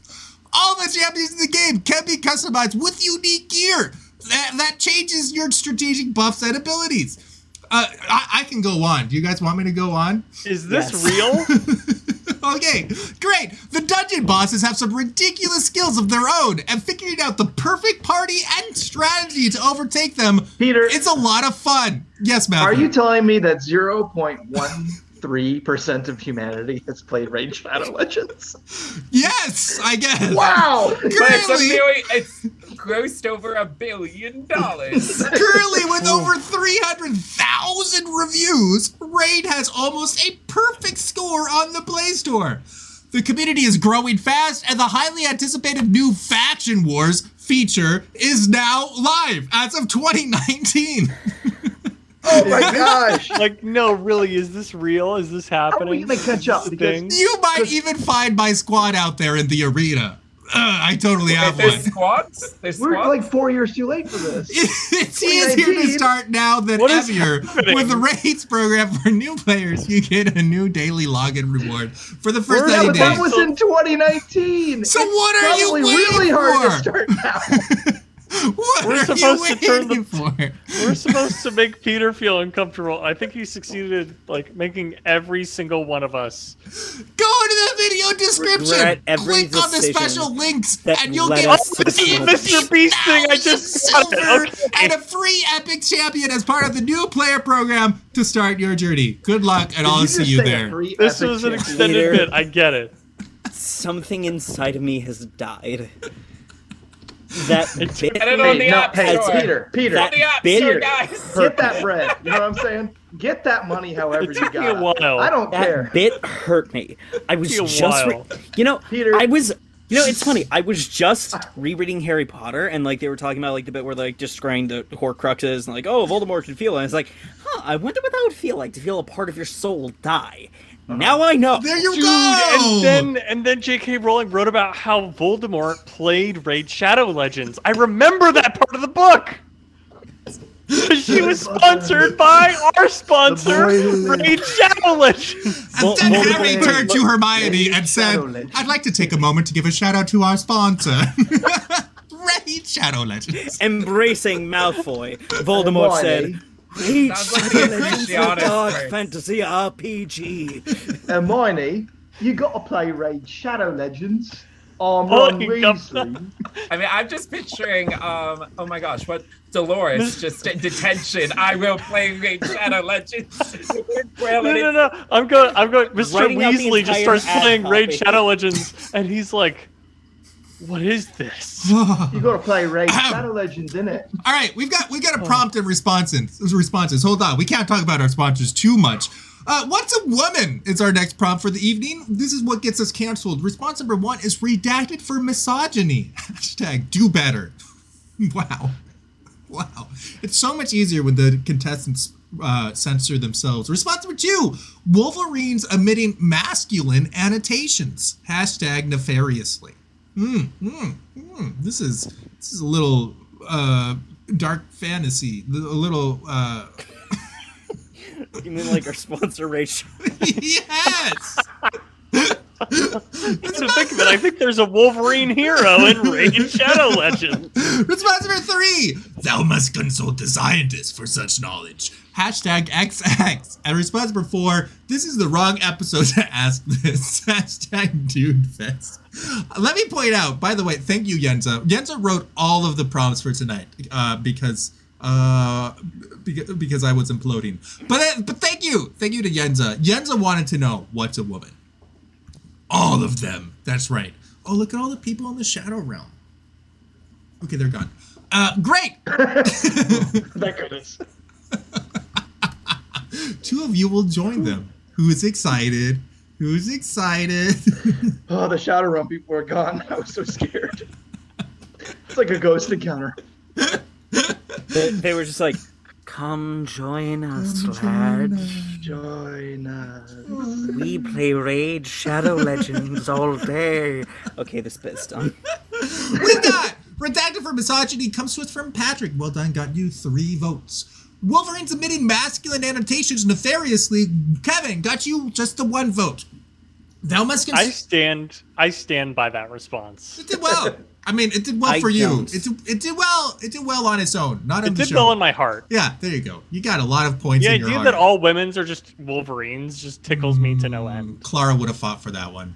Speaker 1: All the champions in the game can be customized with unique gear that, that changes your strategic buffs and abilities. Uh, I, I can go on. Do you guys want me to go on?
Speaker 4: Is this
Speaker 2: Yes.
Speaker 3: [laughs]
Speaker 4: real?
Speaker 1: Okay, great. The dungeon bosses have some ridiculous skills of their own, and figuring out the perfect party and strategy to overtake them,
Speaker 3: Peter.
Speaker 1: it's a lot of fun. Yes,
Speaker 3: Are
Speaker 1: Matthew. [laughs]
Speaker 3: you telling me that 0.13% of humanity has played Raid
Speaker 1: [laughs]
Speaker 3: Shadow Legends?
Speaker 1: yes, I guess.
Speaker 3: Wow!
Speaker 1: Oh
Speaker 5: But [laughs] it's, a
Speaker 1: Currently,
Speaker 5: million, it's grossed over a
Speaker 1: [laughs]
Speaker 5: billion dollars.
Speaker 1: currently
Speaker 3: [laughs]
Speaker 1: with over 300,000 reviews, Raid has almost a perfect score on the Play Store. The community is growing fast, and the highly anticipated new Faction Wars feature is now live as of 2019.
Speaker 3: Oh my gosh!
Speaker 4: like, no, really, is this real? Is this
Speaker 3: How are we
Speaker 4: happening?
Speaker 3: gonna catch up?
Speaker 4: This
Speaker 3: Because-
Speaker 4: thing?
Speaker 1: You might even find my squad out there in the arena. Ugh, I totally have
Speaker 5: there's
Speaker 1: one. [laughs]
Speaker 5: squads. There's
Speaker 3: We're
Speaker 5: squads.
Speaker 3: like four years too late for this.
Speaker 1: It's easier to
Speaker 3: 2019.
Speaker 1: start now than
Speaker 4: What is
Speaker 1: ever.
Speaker 4: happening?
Speaker 1: With the raids program for new players, you get a new daily login reward for the first
Speaker 4: Where
Speaker 3: Yeah,
Speaker 1: 90
Speaker 3: but that
Speaker 1: days.
Speaker 3: was in 2019.
Speaker 1: So what are you
Speaker 3: Probably
Speaker 1: waiting
Speaker 3: really hard to
Speaker 1: for?
Speaker 3: start now.
Speaker 1: [laughs] What
Speaker 4: We're
Speaker 1: are
Speaker 4: supposed
Speaker 1: you
Speaker 4: to turn
Speaker 1: waiting for?
Speaker 4: We're supposed to make Peter feel uncomfortable. I think he succeeded, like making every single one of us.
Speaker 1: Go into the video description.
Speaker 2: Regret every
Speaker 1: Click on the
Speaker 2: decision
Speaker 1: special links,
Speaker 2: that
Speaker 1: and you'll
Speaker 2: led
Speaker 1: get
Speaker 2: us to the
Speaker 1: $15,000
Speaker 4: Mr. Beast thing, I just got it,
Speaker 1: silver
Speaker 4: okay.
Speaker 1: and a free epic champion as part of the new player program to start your journey. Good luck, and
Speaker 3: Did
Speaker 1: I'll
Speaker 3: you
Speaker 1: see
Speaker 3: just
Speaker 1: you
Speaker 3: say
Speaker 1: there.
Speaker 3: three
Speaker 4: This
Speaker 3: epic
Speaker 4: was an
Speaker 3: champions?
Speaker 4: extended
Speaker 2: Peter.
Speaker 4: bit. I get it.
Speaker 2: Something inside of me has died. That bit,
Speaker 5: And it on the
Speaker 3: Hey, no,
Speaker 5: app
Speaker 3: hey,
Speaker 5: store.
Speaker 3: Peter, Peter,
Speaker 5: On the app
Speaker 2: Peter.
Speaker 5: store, guys. [laughs]
Speaker 3: get that bread. You know what I'm saying? Get that money however
Speaker 4: It
Speaker 3: you
Speaker 4: took me
Speaker 3: got.
Speaker 4: a while.
Speaker 3: I don't
Speaker 2: that
Speaker 3: care.
Speaker 2: bit hurt me. I was
Speaker 4: Took you a
Speaker 2: just, re-
Speaker 4: while.
Speaker 2: you know,
Speaker 3: Peter.
Speaker 2: I was. You know, it's funny. I was just rereading Harry Potter, and like they were talking about like the bit where like describing the Horcruxes, and like, oh, Voldemort should feel. And it's like, huh? I wonder what that would feel like to feel a part of your soul die. Now I know.
Speaker 1: There you
Speaker 4: Dude,
Speaker 1: go.
Speaker 4: and then and then J.K. Rowling wrote about how Voldemort played Raid Shadow Legends. I remember that part of the book. She was sponsored by our sponsor,
Speaker 3: boy who lived.
Speaker 4: Raid Shadow Legends.
Speaker 1: And then
Speaker 2: Voldemort-
Speaker 1: Harry turned to Hermione and said,
Speaker 3: Shadow Legends.
Speaker 1: I'd like to take a moment to give a shout out to our sponsor, [laughs] Raid Shadow Legends.
Speaker 2: Embracing Malfoy, Voldemort said,
Speaker 3: Hermione.
Speaker 2: "Reach
Speaker 5: Sounds like
Speaker 2: for
Speaker 5: the
Speaker 2: the
Speaker 5: Initiatus
Speaker 2: dark
Speaker 5: verse.
Speaker 2: fantasy RPG."
Speaker 3: Hermione, you gotta play Raid Shadow Legends. on
Speaker 4: Oh,
Speaker 3: Ron
Speaker 4: you got-
Speaker 3: Weasley.
Speaker 5: I mean, I'm just picturing. Um, oh my gosh, what Dolores just in detention. I will play Raid Shadow Legends. [laughs] Well,
Speaker 4: No,
Speaker 5: and
Speaker 4: no,
Speaker 5: it's-
Speaker 4: no. I'm going. I'm going. Mr.
Speaker 2: Writing out the
Speaker 4: Weasley just
Speaker 2: entire
Speaker 4: starts
Speaker 2: ad
Speaker 4: playing Raid
Speaker 2: copy.
Speaker 4: Shadow Legends, and he's like, "What is this?"
Speaker 3: You gotta play Raid Shadow Legends in it.
Speaker 1: All right, we've got we've got a prompt and responses. Responses. Hold on, we can't talk about our sponsors too much. Uh, what's a woman? Is our next prompt for the evening. This is what gets us canceled. Response number one is redacted for misogyny. [laughs] Hashtag do better. [laughs] Wow, wow. It's so much easier when the contestants uh, censor themselves. Response number two: Wolverines emitting masculine annotations. Hashtag nefariously. Hmm, this is this is a little uh, dark fantasy. A little uh, [laughs]
Speaker 2: You mean like our sponsor, Rachel?
Speaker 1: yes.
Speaker 4: To think of it, I think there's a Wolverine hero
Speaker 1: [laughs]
Speaker 4: in Raid Shadow Legends.
Speaker 1: Response number three: Thou must consult the scientist for such knowledge. Hashtag XX. And response number four: This is the wrong episode to ask this. [laughs] Hashtag dude fest. Let me point out, by the way, thank you, Yenza. Yenza wrote all of the prompts for tonight uh, because uh, beca- because I was imploding. But but thank you, thank you to Yenza. Yenza wanted to know what's a woman. All of them. That's right. Oh, look at all the people in the Shadow Realm. Okay, they're gone. Uh, great.
Speaker 3: Thank goodness.
Speaker 1: Two of you will join them. Who's excited? Who's excited? [laughs]
Speaker 3: Oh, the shadow realm people are gone. [laughs] I was so scared. It's like a ghost encounter.
Speaker 2: They, they were just like, "Come join us, lad.
Speaker 3: Join us.
Speaker 2: We play Raid Shadow Legends all day." Okay, this bit's done.
Speaker 1: we got redacted for misogyny comes to us from Patrick. Well done, got you three votes. Wolverine's omitting masculine annotations nefariously. Kevin got you just the one vote. Velma's
Speaker 4: I
Speaker 1: cons-
Speaker 4: stand. I stand by that response.
Speaker 1: it
Speaker 4: [laughs]
Speaker 1: did well. I mean, it did well
Speaker 2: I
Speaker 1: for you.
Speaker 2: don't.
Speaker 1: It did, it did well. It did well on its own, not on
Speaker 4: It
Speaker 1: the
Speaker 4: did
Speaker 1: show.
Speaker 4: well in my heart.
Speaker 1: yeah, there you go. You got a lot of points.
Speaker 4: The
Speaker 1: in your
Speaker 4: idea
Speaker 1: heart.
Speaker 4: that all women's are just Wolverines just tickles me to no end.
Speaker 1: Clara would have fought for that one.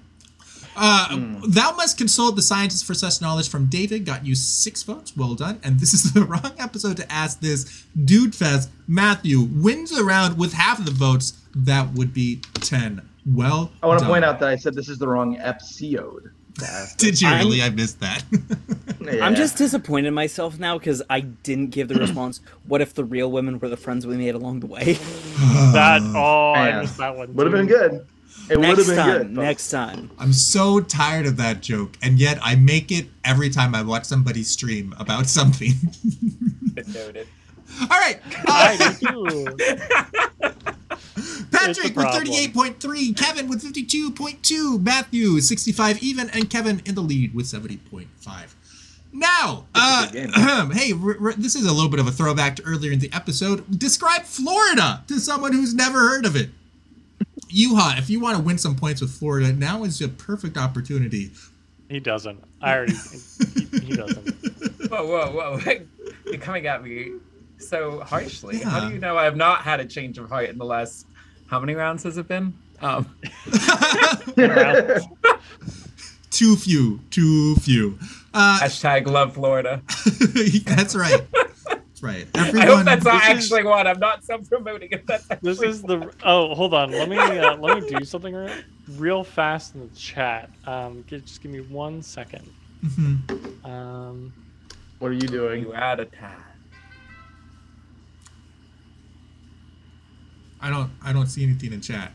Speaker 1: Uh, Thou must consult the scientists for such knowledge from David. Got you six votes. Well done. And this is [laughs] the wrong episode to ask this. Dude Fest, Matthew wins the round with half of the votes. That would be 10. Well
Speaker 3: I want to
Speaker 1: done.
Speaker 3: point out that I said this is the wrong episode.
Speaker 1: Did you
Speaker 2: I'm-
Speaker 1: really? I missed that. [laughs]
Speaker 3: Yeah.
Speaker 2: I'm just disappointed in myself now because I didn't give the response. What if the real women were the friends we made along the way?
Speaker 1: Mm.
Speaker 4: That
Speaker 1: Uh,
Speaker 4: oh,
Speaker 3: man.
Speaker 4: I missed that one.
Speaker 3: Would have
Speaker 4: too.
Speaker 3: been good.
Speaker 2: [laughs]
Speaker 3: It would have
Speaker 2: next
Speaker 3: been
Speaker 2: time.
Speaker 3: good. folks.
Speaker 2: next time.
Speaker 1: I'm so tired of that joke. And yet I make it every time I watch somebody stream about something. [laughs]
Speaker 5: Noted.
Speaker 1: all right.
Speaker 4: I
Speaker 1: Uh,
Speaker 4: do too. It's the
Speaker 1: Patrick with
Speaker 4: problem.
Speaker 1: 38.3, Kevin with 52.2, Matthew 65 even, and Kevin in the lead with 70.5. Now, uh, [clears throat] hey, r- r- this is a little bit of a throwback to earlier in the episode. Describe Florida to someone who's never heard of it. Yuha, if you want to win some points with Florida, now is a perfect opportunity. [laughs]
Speaker 4: He doesn't. I already. He, he doesn't.
Speaker 5: Whoa, whoa, [laughs] whoa! You're coming at me so harshly. How
Speaker 1: Yeah.
Speaker 5: do you know I have not had a change of heart in the last? How many rounds has it been? Um,
Speaker 1: Too few, too few. Uh,
Speaker 5: hashtag love Florida.
Speaker 1: [laughs] that's right. That's right. Everyone,
Speaker 5: I hope that's not
Speaker 4: This is-
Speaker 5: actually one. I'm not self-promoting. If that's
Speaker 4: This
Speaker 5: actually
Speaker 4: is the. Oh, hold on. Let me uh, let me do something real, real fast in the chat. Um, gi- just give me one second.
Speaker 1: Mhm.
Speaker 4: Um,
Speaker 3: [laughs] What are you doing?
Speaker 5: you out of time.
Speaker 1: I don't I don't see anything in chat.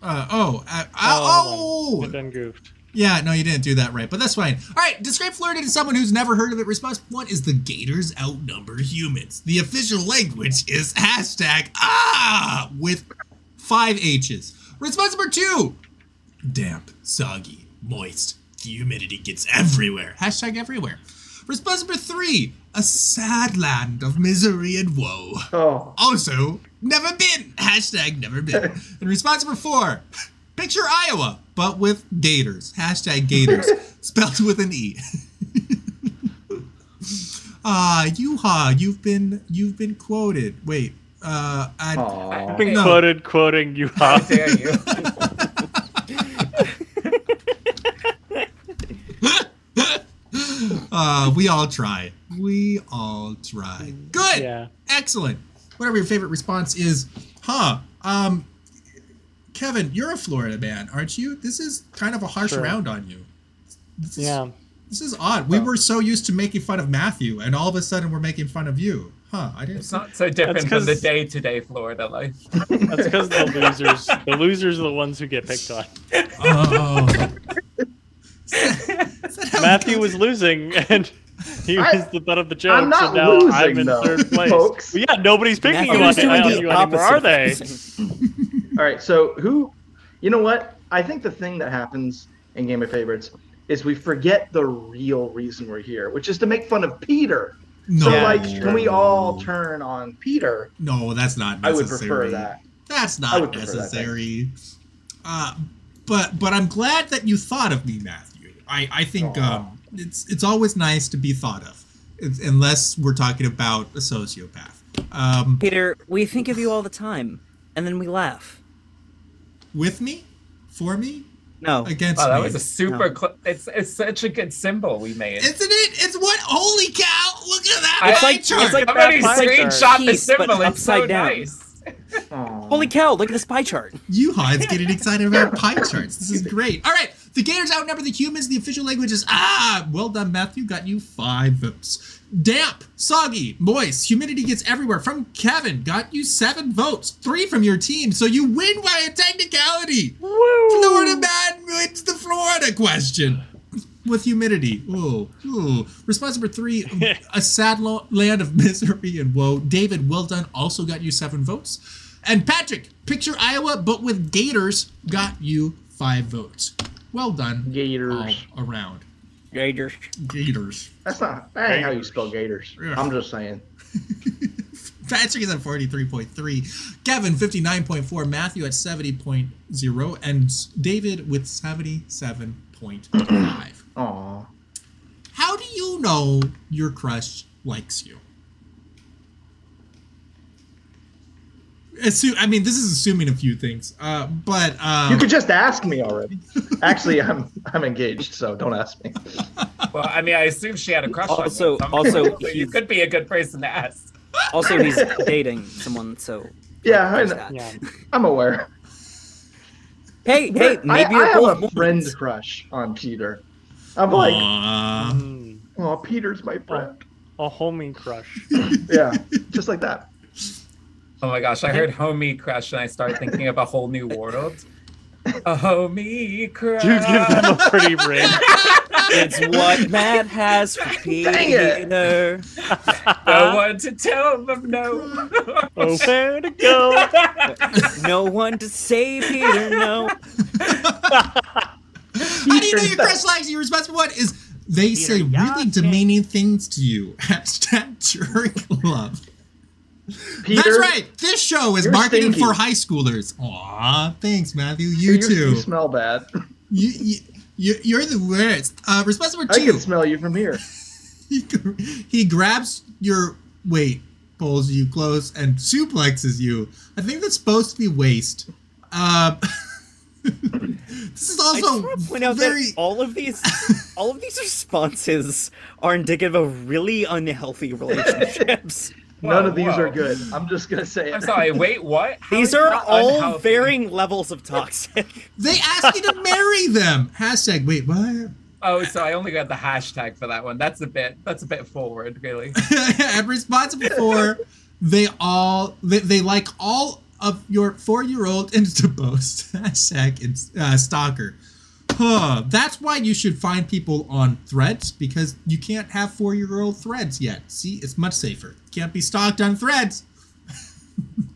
Speaker 1: Uh, oh, I, I,
Speaker 4: oh,
Speaker 1: oh,
Speaker 4: hold on. It done goofed.
Speaker 1: yeah, no, you didn't do that right, but that's fine. All right, describe Florida to someone who's never heard of it. Response one is the Gators outnumber humans. The official language is hashtag ah with five H's. Response number two, damp, soggy, moist. The humidity gets everywhere. Hashtag everywhere. Response number three, a sad land of misery and woe
Speaker 3: Oh,
Speaker 1: also never been hashtag never been and response number four picture iowa but with gators hashtag gators spelled with an e [laughs] ah yuha you've been you've been quoted wait uh I,
Speaker 3: aw.
Speaker 4: Being
Speaker 1: No.
Speaker 4: quoted quoting you. Huh?
Speaker 5: How
Speaker 3: [laughs]
Speaker 5: dare you?
Speaker 1: uh we all try we all try good
Speaker 4: Yeah.
Speaker 1: excellent whatever your favorite response is huh um kevin you're a florida man aren't you this is kind of a harsh
Speaker 4: Sure.
Speaker 1: round on you This is-
Speaker 3: [laughs]
Speaker 4: Yeah.
Speaker 1: This is odd.
Speaker 3: Oh.
Speaker 1: We were so used to making fun of Matthew, and all of a sudden we're making fun of you. Huh? I didn't.
Speaker 5: It's not so different
Speaker 4: That's
Speaker 5: from the
Speaker 4: 'cause-
Speaker 5: day-to-day Florida life.
Speaker 4: That's because the losers. The losers are the ones who get picked
Speaker 3: [laughs]
Speaker 4: on.
Speaker 1: Oh. Is that how it
Speaker 4: Matthew
Speaker 1: goes?
Speaker 4: was losing, and he
Speaker 3: I-
Speaker 4: was the butt of the joke.
Speaker 3: I'm not
Speaker 4: so now
Speaker 3: losing,
Speaker 4: I'm in
Speaker 3: though,
Speaker 4: third place.
Speaker 3: folks.
Speaker 4: Well, yeah, nobody's picking you on
Speaker 2: Matthew's
Speaker 4: it.
Speaker 2: doing
Speaker 4: on
Speaker 2: the
Speaker 4: you anymore,
Speaker 2: opposite
Speaker 4: are
Speaker 2: of
Speaker 4: they?
Speaker 2: this.
Speaker 3: All right. So who? You know what? I think the thing that happens in Game of Favorites is we forget the real reason we're here, which is to make fun of Peter.
Speaker 1: No.
Speaker 3: So like when we all turn on Peter,
Speaker 1: No, that's not.
Speaker 3: I
Speaker 1: Necessary.
Speaker 3: would prefer that.
Speaker 1: That's
Speaker 3: I
Speaker 1: not
Speaker 3: would prefer that,
Speaker 1: necessary. Uh, but but I'm glad that you thought of me, Matthew. I I think
Speaker 3: Aw.
Speaker 1: um, it's it's always nice to be thought of, it's, unless we're talking about a sociopath. Um,
Speaker 2: Peter, we think of you all the time, and then we laugh.
Speaker 1: with me, for me,
Speaker 2: No.
Speaker 1: against
Speaker 5: Wow, that
Speaker 1: me.
Speaker 5: was a super. Cl- it's it's such a good symbol we made.
Speaker 1: Isn't it? It's what? Holy cow! Look at that
Speaker 5: I- It's
Speaker 1: pie
Speaker 2: like- it's
Speaker 1: chart.
Speaker 2: like
Speaker 5: Somebody
Speaker 4: that pie
Speaker 5: screenshot the
Speaker 2: piece, but
Speaker 5: symbol. It's so
Speaker 2: upside down.
Speaker 5: nice.
Speaker 2: Holy cow! Look at this pie chart.
Speaker 1: You Hans getting excited about pie charts. This is great. All right, the Gators outnumber the humans. The official language is ah. Well done, Matthew. Got you five votes. Damp, soggy, moist, humidity gets everywhere. From Kevin, got you seven votes. Three from your team, so you win by a technicality. Florida man wins the Florida question with humidity. Ooh, ooh. Response number three: a sad lo- land of misery and woe. David, well done. Also got you seven votes. And Patrick, picture Iowa but with Gators, got you five votes. Well done.
Speaker 6: Gators.
Speaker 1: All around.
Speaker 2: Gator.
Speaker 1: Gators.
Speaker 6: That's not. That ain't how you spell Gators.
Speaker 1: Yeah.
Speaker 6: I'm just saying.
Speaker 1: Patrick is at 43.3, Kevin 59.4, Matthew at 70.0, and David with 77.5. Um,
Speaker 6: Aw.
Speaker 1: How do you know your crush likes you? Assu- I mean, this is assuming a few things, uh, but um,
Speaker 6: You could just ask me already. Actually, I'm I'm engaged, so don't ask me.
Speaker 5: Well, I mean, I assume she had a crush
Speaker 2: Also-
Speaker 5: on you.
Speaker 2: also,
Speaker 5: so you
Speaker 2: he's-
Speaker 5: could be a good person to ask.
Speaker 2: Also, he's dating someone. So.
Speaker 6: Yeah, I
Speaker 2: there's
Speaker 6: know.
Speaker 2: that.
Speaker 4: Yeah.
Speaker 6: I'm aware.
Speaker 2: Hey,
Speaker 6: We're-
Speaker 2: hey, maybe
Speaker 6: I,
Speaker 2: you're
Speaker 6: I
Speaker 2: both
Speaker 6: have a
Speaker 2: Mormons.
Speaker 6: friend crush on Peter. I'm like,
Speaker 1: aw.
Speaker 4: Mm,
Speaker 6: oh, Peter's my friend.
Speaker 4: a homie
Speaker 3: [laughs]
Speaker 4: crush.
Speaker 6: Yeah, just like that.
Speaker 5: Oh my gosh, I heard homie crush and I started thinking of a whole new world. A homie crush.
Speaker 4: Dude, give them a [laughs] pretty ring.
Speaker 2: It's what Matt has for
Speaker 6: it.
Speaker 2: Peter.
Speaker 5: No one to tell them no.
Speaker 4: Oh, where Oh, to go?
Speaker 2: No one to say
Speaker 1: [laughs]
Speaker 2: Peter. No.
Speaker 1: How do you know your crush likes you? Response one is they say really demeaning things to you. [laughs] Hashtag jerk love.
Speaker 6: Peter,
Speaker 1: That's right. This show is
Speaker 6: you're
Speaker 1: marketing
Speaker 6: stinky.
Speaker 1: for high schoolers. Aw, thanks, Matthew. You
Speaker 6: Peter,
Speaker 1: too.
Speaker 6: You smell bad. [laughs]
Speaker 1: You, you, you, you're the worst. Uh, response number
Speaker 6: I
Speaker 1: two.
Speaker 6: can smell you from here.
Speaker 1: [laughs] he, he grabs your weight, pulls you close, and suplexes you. I think that's supposed to be waist. Uh, [laughs] this is
Speaker 2: I
Speaker 1: also
Speaker 2: just want to point out
Speaker 1: very.
Speaker 2: that all of these, all of these responses are indicative of really unhealthy [laughs] relationships.
Speaker 6: None
Speaker 5: Whoa,
Speaker 6: of these
Speaker 5: whoa.
Speaker 6: are good. I'm just gonna say it.
Speaker 5: I'm sorry, wait, what? How
Speaker 2: These
Speaker 5: is
Speaker 2: are
Speaker 5: that
Speaker 2: all
Speaker 5: unhealthy?
Speaker 2: varying levels of toxic.
Speaker 1: They ask you to marry them. Hashtag wait what?
Speaker 5: Oh, so I only got the hashtag for that one. That's a bit that's a bit forward, really.
Speaker 1: [laughs] and responsible for they all they, they like all of your four year old insta posts. [laughs] Hashtag ins- uh, stalker. Huh. That's why you should find people on threads because you can't have four year old threads yet. See, it's much safer. Can't be stalked on threads. [laughs]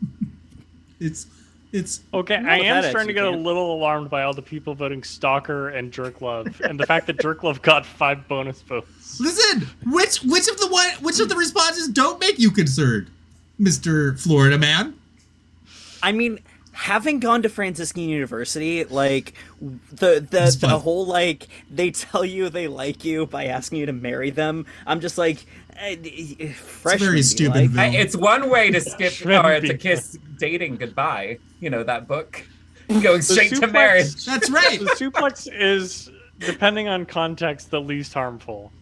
Speaker 1: it's it's
Speaker 4: Okay,
Speaker 2: Not
Speaker 4: I
Speaker 2: with
Speaker 4: am
Speaker 2: that
Speaker 4: starting to get
Speaker 2: accent,
Speaker 4: a
Speaker 2: yeah.
Speaker 4: little alarmed by all the people voting Stalker and Jerk Love, and the fact that Jerk Love got five bonus votes.
Speaker 1: Listen, which which of the one which of the responses don't make you concerned, Mister Florida Man?
Speaker 2: I mean, having gone to Franciscan University, like the the,
Speaker 1: It's
Speaker 2: the
Speaker 1: fun.
Speaker 2: whole like they tell you they like you by asking you to marry them. I'm just like, eh, eh, eh, freshman.
Speaker 1: very
Speaker 2: you
Speaker 1: stupid,
Speaker 2: like.
Speaker 1: Vin.
Speaker 5: I, it's one way to skip
Speaker 4: Shouldn't
Speaker 5: or
Speaker 4: be.
Speaker 5: to kiss dating goodbye. You know that book, going
Speaker 4: The
Speaker 5: straight to
Speaker 4: suplex-
Speaker 5: marriage.
Speaker 4: [laughs]
Speaker 1: That's right.
Speaker 4: The suplex is, depending on context, the least harmful.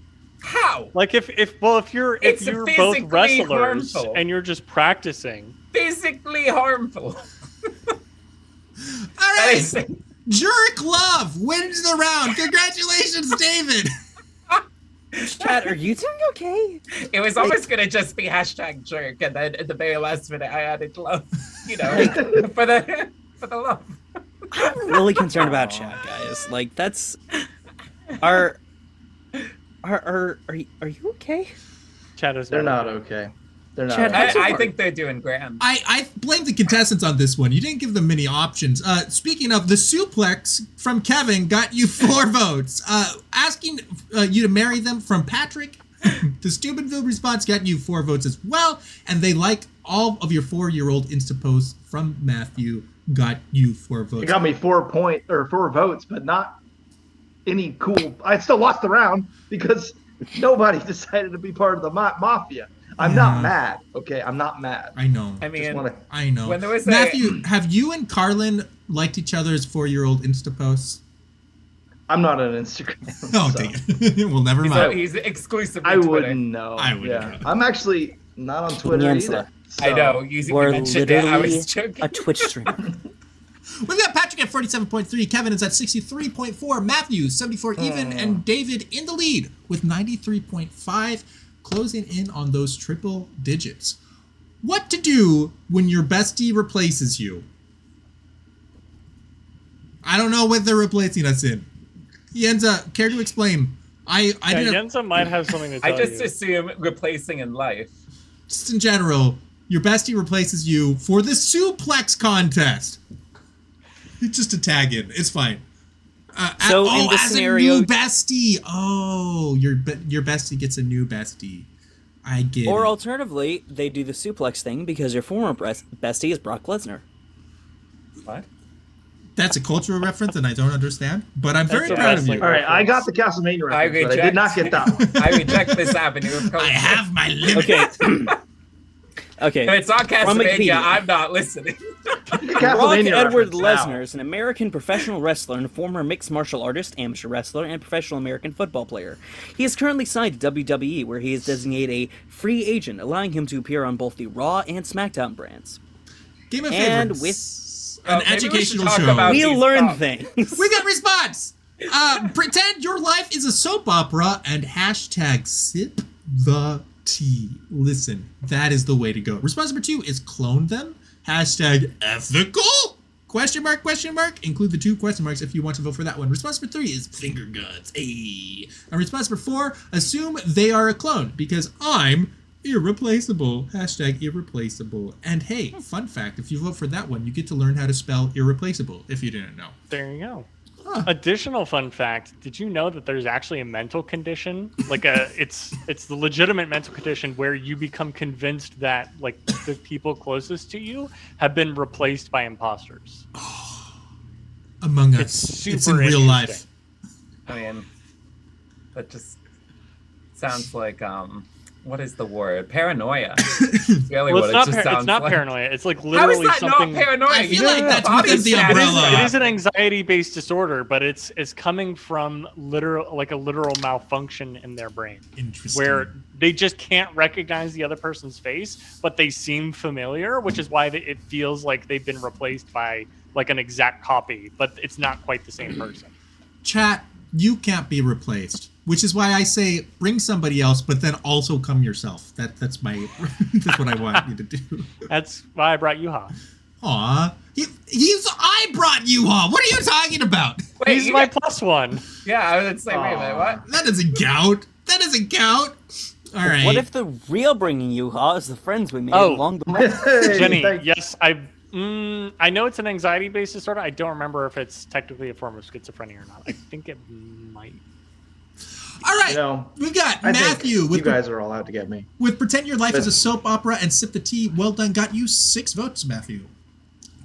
Speaker 5: How
Speaker 4: Like if if well if you're if
Speaker 5: It's
Speaker 4: you're both
Speaker 5: physically
Speaker 4: wrestlers
Speaker 5: harmful.
Speaker 4: and you're just practicing,
Speaker 5: physically harmful? [laughs]
Speaker 1: All
Speaker 5: That
Speaker 1: right.
Speaker 5: is,
Speaker 1: Jerk Love wins the round. Congratulations, David.
Speaker 2: Chad, are you doing okay?
Speaker 5: it was almost gonna just be hashtag jerk, and then at the very last minute I added love. [laughs] You know, for the for the love.
Speaker 2: I'm really concerned about Chad, guys. Like that's are. Are, are, are, you, are you okay?
Speaker 4: Chad
Speaker 6: [laughs]
Speaker 4: is
Speaker 6: They're not okay. They're not.
Speaker 2: Chad,
Speaker 6: okay.
Speaker 2: That's so
Speaker 5: I, I
Speaker 2: hard.
Speaker 5: think they're doing grand.
Speaker 1: I, I blame the contestants on this one. You didn't give them many options. Uh, speaking of, the suplex from Kevin got you
Speaker 5: [laughs]
Speaker 1: four votes. Uh, asking uh, you to marry them from Patrick, [clears throat] the Steubenville response got you four votes as well. And they like all of your four year old Insta posts from Matthew got you four
Speaker 6: It
Speaker 1: votes.
Speaker 6: got me four point or four votes, but not any cool. I still lost the round because [laughs] nobody decided to be part of the ma- mafia. I'm
Speaker 1: Yeah.
Speaker 6: not mad. Okay, I'm not mad.
Speaker 1: I know.
Speaker 5: I mean,
Speaker 6: Just want to.
Speaker 1: I know.
Speaker 5: When there was a-
Speaker 1: Matthew, have you and Carlin liked each other's four year old Insta posts?
Speaker 6: I'm not on
Speaker 1: [laughs]
Speaker 6: Instagram. [laughs]
Speaker 1: Oh,
Speaker 6: so
Speaker 1: dang it. [laughs] well, never
Speaker 5: So
Speaker 1: mind.
Speaker 5: he's exclusively
Speaker 6: I
Speaker 5: Twitter.
Speaker 6: wouldn't know.
Speaker 1: I wouldn't
Speaker 6: Yeah.
Speaker 1: know.
Speaker 6: I'm actually not on Twitter
Speaker 2: Peninsula.
Speaker 6: either.
Speaker 5: I
Speaker 6: so-
Speaker 3: uh,
Speaker 5: know. You, you
Speaker 2: We're
Speaker 5: mentioned it. I was
Speaker 2: literally
Speaker 5: joking.
Speaker 2: a Twitch streamer.
Speaker 1: We've got Patrick at 47.3, Kevin is at 63.4, Matthew 74 even, and David in the lead with 93.5, closing in on those triple digits. What to do when your bestie replaces you? I don't know what they're replacing us in. Yenza, care to explain? I I
Speaker 4: Yeah,
Speaker 1: didn't
Speaker 4: Yenza might have something to
Speaker 5: I
Speaker 4: tell
Speaker 5: just
Speaker 4: you.
Speaker 5: assume replacing in life.
Speaker 1: just in general, your bestie replaces you for the suplex contest. It's just a tag in. It's fine. Uh, a-
Speaker 2: So in
Speaker 1: oh,
Speaker 2: this
Speaker 1: as a
Speaker 2: scenario-
Speaker 1: new bestie. Oh, your be- your bestie gets a new bestie. I get.
Speaker 2: [laughs] or
Speaker 1: it.
Speaker 2: alternatively, they do the suplex thing because your former best- bestie is Brock Lesnar.
Speaker 5: What?
Speaker 1: That's a cultural reference, and I don't understand. But I'm very
Speaker 4: That's a
Speaker 1: proud of
Speaker 4: wrestling
Speaker 1: you.
Speaker 6: All right, I got
Speaker 4: reference.
Speaker 6: the Castlevania
Speaker 5: I
Speaker 6: reference, but I
Speaker 5: reject.
Speaker 6: did not get that one.
Speaker 5: I reject this avenue of
Speaker 1: I
Speaker 5: culture.
Speaker 1: have my limit.
Speaker 2: Okay. [laughs] okay.
Speaker 5: [laughs] If it's on Castlevania,
Speaker 2: Wikipedia.
Speaker 5: I'm not listening.
Speaker 2: Brock
Speaker 6: Castlevania
Speaker 2: Edward
Speaker 6: reference now.
Speaker 2: Lesnar is an American professional wrestler and former mixed martial artist, amateur wrestler, and professional American football player. He is currently signed to WWE, where he is designated a free agent, allowing him to appear on both the Raw and SmackDown brands.
Speaker 1: Game of
Speaker 2: And
Speaker 1: favorites.
Speaker 5: Oh,
Speaker 1: an
Speaker 5: maybe we should
Speaker 1: educational
Speaker 5: talk
Speaker 1: show.
Speaker 5: about-
Speaker 2: We
Speaker 5: these
Speaker 2: learn
Speaker 5: thoughts.
Speaker 2: things.
Speaker 1: [laughs] We got response. Uh, pretend your life is a soap opera and hashtag sip the tea. Listen, that is the way to go. Response number two is clone them. Hashtag ethical? Question mark, question mark. Include the two question marks if you want to vote for that one. Response number three is finger guns. Ayy. And response number four, assume they are a clone because I'm irreplaceable. Hashtag irreplaceable. And hey, fun fact if you vote for that one, you get to learn how to spell irreplaceable if you didn't know.
Speaker 4: There you go.
Speaker 1: Huh.
Speaker 4: Additional fun fact: Did you know that there's actually a mental condition, like a it's it's the legitimate mental condition where you become convinced that like the people closest to you have been replaced by imposters.
Speaker 1: Among
Speaker 4: It's
Speaker 1: Us. It's in
Speaker 4: super
Speaker 1: real life.
Speaker 4: interesting.
Speaker 5: I mean, that just sounds like um, what is the word?
Speaker 4: [laughs]
Speaker 5: Paranoia. It's really
Speaker 4: Well, it's
Speaker 5: what it
Speaker 4: not
Speaker 5: just
Speaker 4: par- it's
Speaker 5: sounds
Speaker 4: not
Speaker 5: like.
Speaker 4: paranoia. It's like
Speaker 5: How is
Speaker 4: literally
Speaker 5: that
Speaker 4: something.
Speaker 5: not paranoia?
Speaker 1: I feel like that's
Speaker 5: body
Speaker 1: within the
Speaker 5: shadow.
Speaker 1: umbrella.
Speaker 4: It is an anxiety-based disorder, but it's it's coming from literal like a literal malfunction in their brain.
Speaker 1: Interesting.
Speaker 4: where they just can't recognize the other person's face, but they seem familiar, which is why they, it feels like they've been replaced by like an exact copy, but it's not quite the same person.
Speaker 1: chat, you can't be replaced. Which is why I say bring somebody else, but then also come yourself. That that's my [laughs] that's what I want you
Speaker 4: [laughs]
Speaker 1: to do.
Speaker 4: That's why I brought Yuha.
Speaker 1: Aw. He, he's I brought you on. What are you talking about?
Speaker 5: Wait,
Speaker 4: He's
Speaker 5: you
Speaker 4: my
Speaker 5: get-
Speaker 4: plus one.
Speaker 5: yeah, I was like, wait a minute, what?
Speaker 1: That doesn't count. That doesn't count. All right.
Speaker 2: What if the real bringing you ha is the friends we made
Speaker 4: Oh.
Speaker 2: along the way?
Speaker 6: Hey,
Speaker 4: Jenny,
Speaker 6: thank-
Speaker 4: yes, I mm, I know it's an anxiety-based disorder. I don't remember if it's technically a form of schizophrenia or not. I think it might.
Speaker 1: All right.
Speaker 6: You know,
Speaker 1: We've got
Speaker 6: I think
Speaker 1: Matthew
Speaker 6: you
Speaker 1: with
Speaker 6: guys are all out to get me.
Speaker 1: with pretend your life is a soap opera and sip the tea. Well done, got you six votes, Matthew.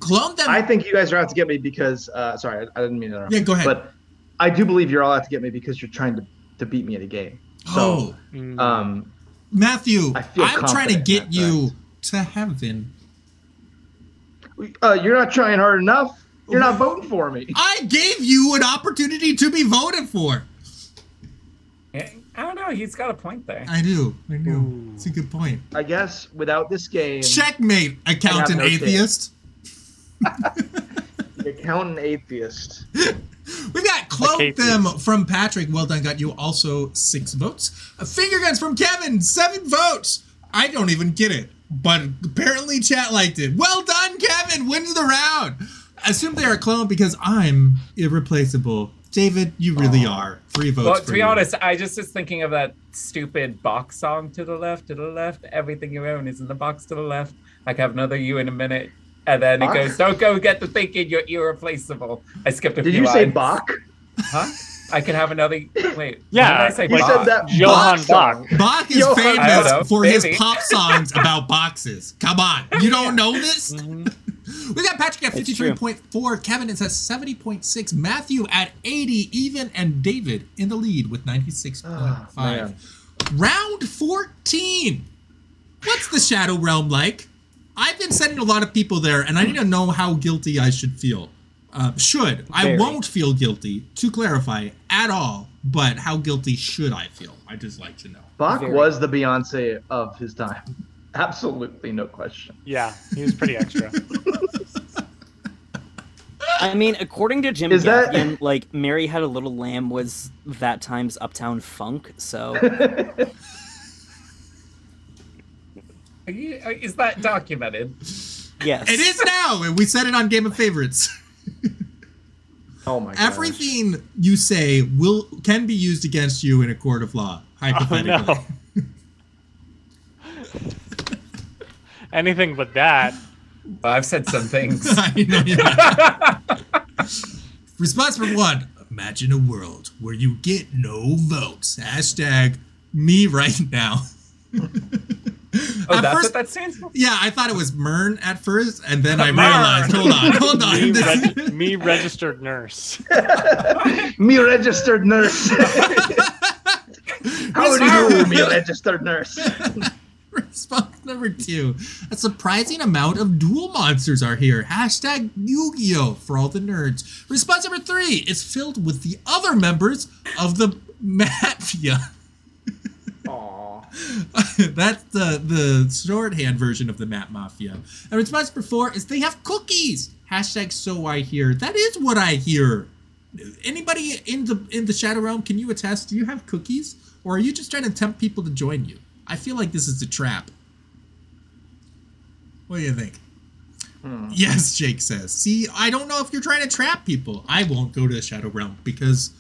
Speaker 1: Clone them.
Speaker 6: I think you guys are out to get me because uh, sorry, I, I didn't mean to. interrupt.
Speaker 1: Yeah, go ahead.
Speaker 6: But I do believe you're all out to get me because you're trying to, to beat me at a game. So,
Speaker 1: oh.
Speaker 4: Mm.
Speaker 6: um,
Speaker 1: Matthew,
Speaker 6: I feel
Speaker 1: I'm trying to
Speaker 6: confident
Speaker 1: get
Speaker 6: in that
Speaker 1: you to heaven.
Speaker 6: uh, you're not trying hard enough. You're not voting for me.
Speaker 1: I gave you an opportunity to be voted for.
Speaker 5: Yeah, I don't know. He's got a point there.
Speaker 1: I do. I do. It's a good point.
Speaker 6: I guess without this game,
Speaker 1: Checkmate, accountant
Speaker 6: no
Speaker 1: atheist.
Speaker 6: the accountant atheist.
Speaker 1: We've got Cloak
Speaker 4: atheist.
Speaker 1: Them from Patrick. Well done, got you also six votes. Finger Guns from Kevin, seven votes. I don't even get it, but apparently chat liked it. Well done, Kevin, wins the round. Assume they are a clone because I'm irreplaceable. David, you really are. Three votes.
Speaker 5: Well,
Speaker 1: for
Speaker 5: to be
Speaker 1: you.
Speaker 5: honest, I just was thinking of that stupid box song to the left, to the left. Everything you own is in the box to the left. I can have another you in a minute. And then it
Speaker 6: Bach?
Speaker 5: goes, don't go get the thinking you're irreplaceable. I skipped a
Speaker 6: Did
Speaker 5: few
Speaker 6: you say
Speaker 5: lines.
Speaker 6: Bach?
Speaker 5: Huh? I can have another. Wait.
Speaker 4: Yeah,
Speaker 5: when did I say
Speaker 4: you
Speaker 6: You
Speaker 5: Bach?
Speaker 6: said that
Speaker 4: Johann
Speaker 6: Bach song.
Speaker 4: Bach.
Speaker 1: [laughs] Bach is
Speaker 6: Yo,
Speaker 5: I don't know,
Speaker 1: famous for his
Speaker 5: maybe.
Speaker 1: pop songs about boxes. Come on, you don't know this? [laughs] We got Patrick at
Speaker 2: It's true.
Speaker 1: 53.4, Kevin is at 70.6, Matthew at 80 even, and David in the lead with 96.5.
Speaker 6: Ah, man.
Speaker 1: Round 14. What's the Shadow Realm like? I've been sending a lot of people there, and I need to know how guilty I should feel. Uh, should I
Speaker 2: Very.
Speaker 1: won't feel guilty to clarify at all, but how guilty should I feel? I just like to know.
Speaker 6: Bach
Speaker 2: Very.
Speaker 6: was the Beyonce of his time. [laughs] Absolutely, no question. [laughs]
Speaker 4: Yeah, he was pretty extra.
Speaker 2: I mean, according to Jim
Speaker 6: Is that-
Speaker 2: Gaffigan, like Mary Had a Little Lamb was that time's Uptown Funk. So
Speaker 6: [laughs]
Speaker 5: Are you, are- is that documented?
Speaker 2: yes,
Speaker 1: It is now, and we said it on Game of Favorites.
Speaker 6: Oh my god.
Speaker 1: Everything you say will can be used against you in a court of law,
Speaker 4: oh
Speaker 1: hypothetically. [laughs]
Speaker 4: no. Anything but that.
Speaker 5: Well, I've said some things.
Speaker 1: [laughs] I know, yeah. [laughs] Response from one. Imagine a world where you get no votes. Hashtag me right now. [laughs]
Speaker 5: Oh,
Speaker 1: At
Speaker 5: that's
Speaker 1: first-
Speaker 5: what that stands for.
Speaker 1: Yeah, I thought it was Mern at first, and
Speaker 5: [laughs]
Speaker 1: then I
Speaker 5: Mern.
Speaker 1: realized. Hold on, hold
Speaker 4: Me,
Speaker 5: [laughs]
Speaker 1: on.
Speaker 4: reg- me registered nurse. [laughs]
Speaker 6: Me registered [laughs] nurse. How do you do, me registered nurse?
Speaker 1: [laughs] Response number two. A surprising amount of duel monsters are here. Hashtag Yu-Gi-Oh! for all the nerds. Response number three. It's filled with the other members of the mafia. [laughs] That's the the shorthand version of the Map Mafia. And response number four is they have cookies. Hashtag so I hear. That is what I hear. Anybody in the in the Shadow Realm, can you attest? Do you have cookies, or are you just trying to tempt people to join you? I feel like this is a trap. What do you think? Yes, Jake says. See, I don't know if you're trying to trap people. I won't go to the Shadow Realm because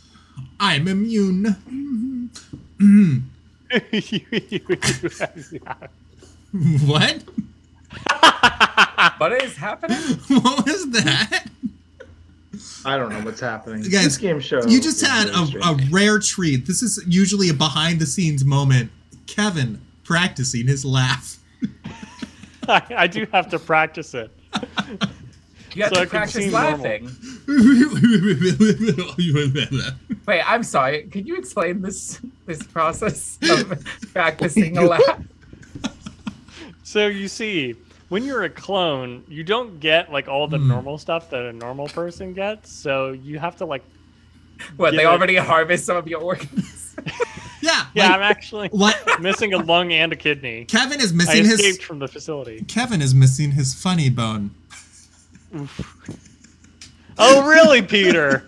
Speaker 1: I'm immune. [laughs]
Speaker 4: [laughs]
Speaker 1: What? [laughs]
Speaker 5: But it is happening.
Speaker 1: what was that?
Speaker 6: I don't know what's happening.
Speaker 1: Guys,
Speaker 6: this game show.
Speaker 3: Oh,
Speaker 1: You just
Speaker 6: is
Speaker 1: had
Speaker 6: really
Speaker 1: a, a
Speaker 6: strange.
Speaker 1: rare treat. This is usually a behind the scenes moment. Kevin practicing his laugh. [laughs]
Speaker 4: I, I do have to practice it.
Speaker 5: You have
Speaker 4: So I
Speaker 5: to
Speaker 4: can
Speaker 5: practice
Speaker 4: seem normal.
Speaker 5: laughing. Wait, I'm sorry. Could you explain this this process of practicing a laugh?
Speaker 4: So you see, when you're a clone, you don't get like all the normal stuff that a normal person gets. So you have to like,
Speaker 5: What they
Speaker 4: Yeah.
Speaker 5: already [laughs] harvest some of your organs? [laughs]
Speaker 1: yeah.
Speaker 4: yeah, I'm
Speaker 1: like, [laughs]
Speaker 4: actually
Speaker 1: like,
Speaker 4: missing a lung and a kidney.
Speaker 1: Kevin is
Speaker 4: I
Speaker 1: missing
Speaker 4: escaped
Speaker 1: his
Speaker 4: from the facility.
Speaker 1: Kevin is missing his funny bone.
Speaker 4: [laughs] Oh really, Peter?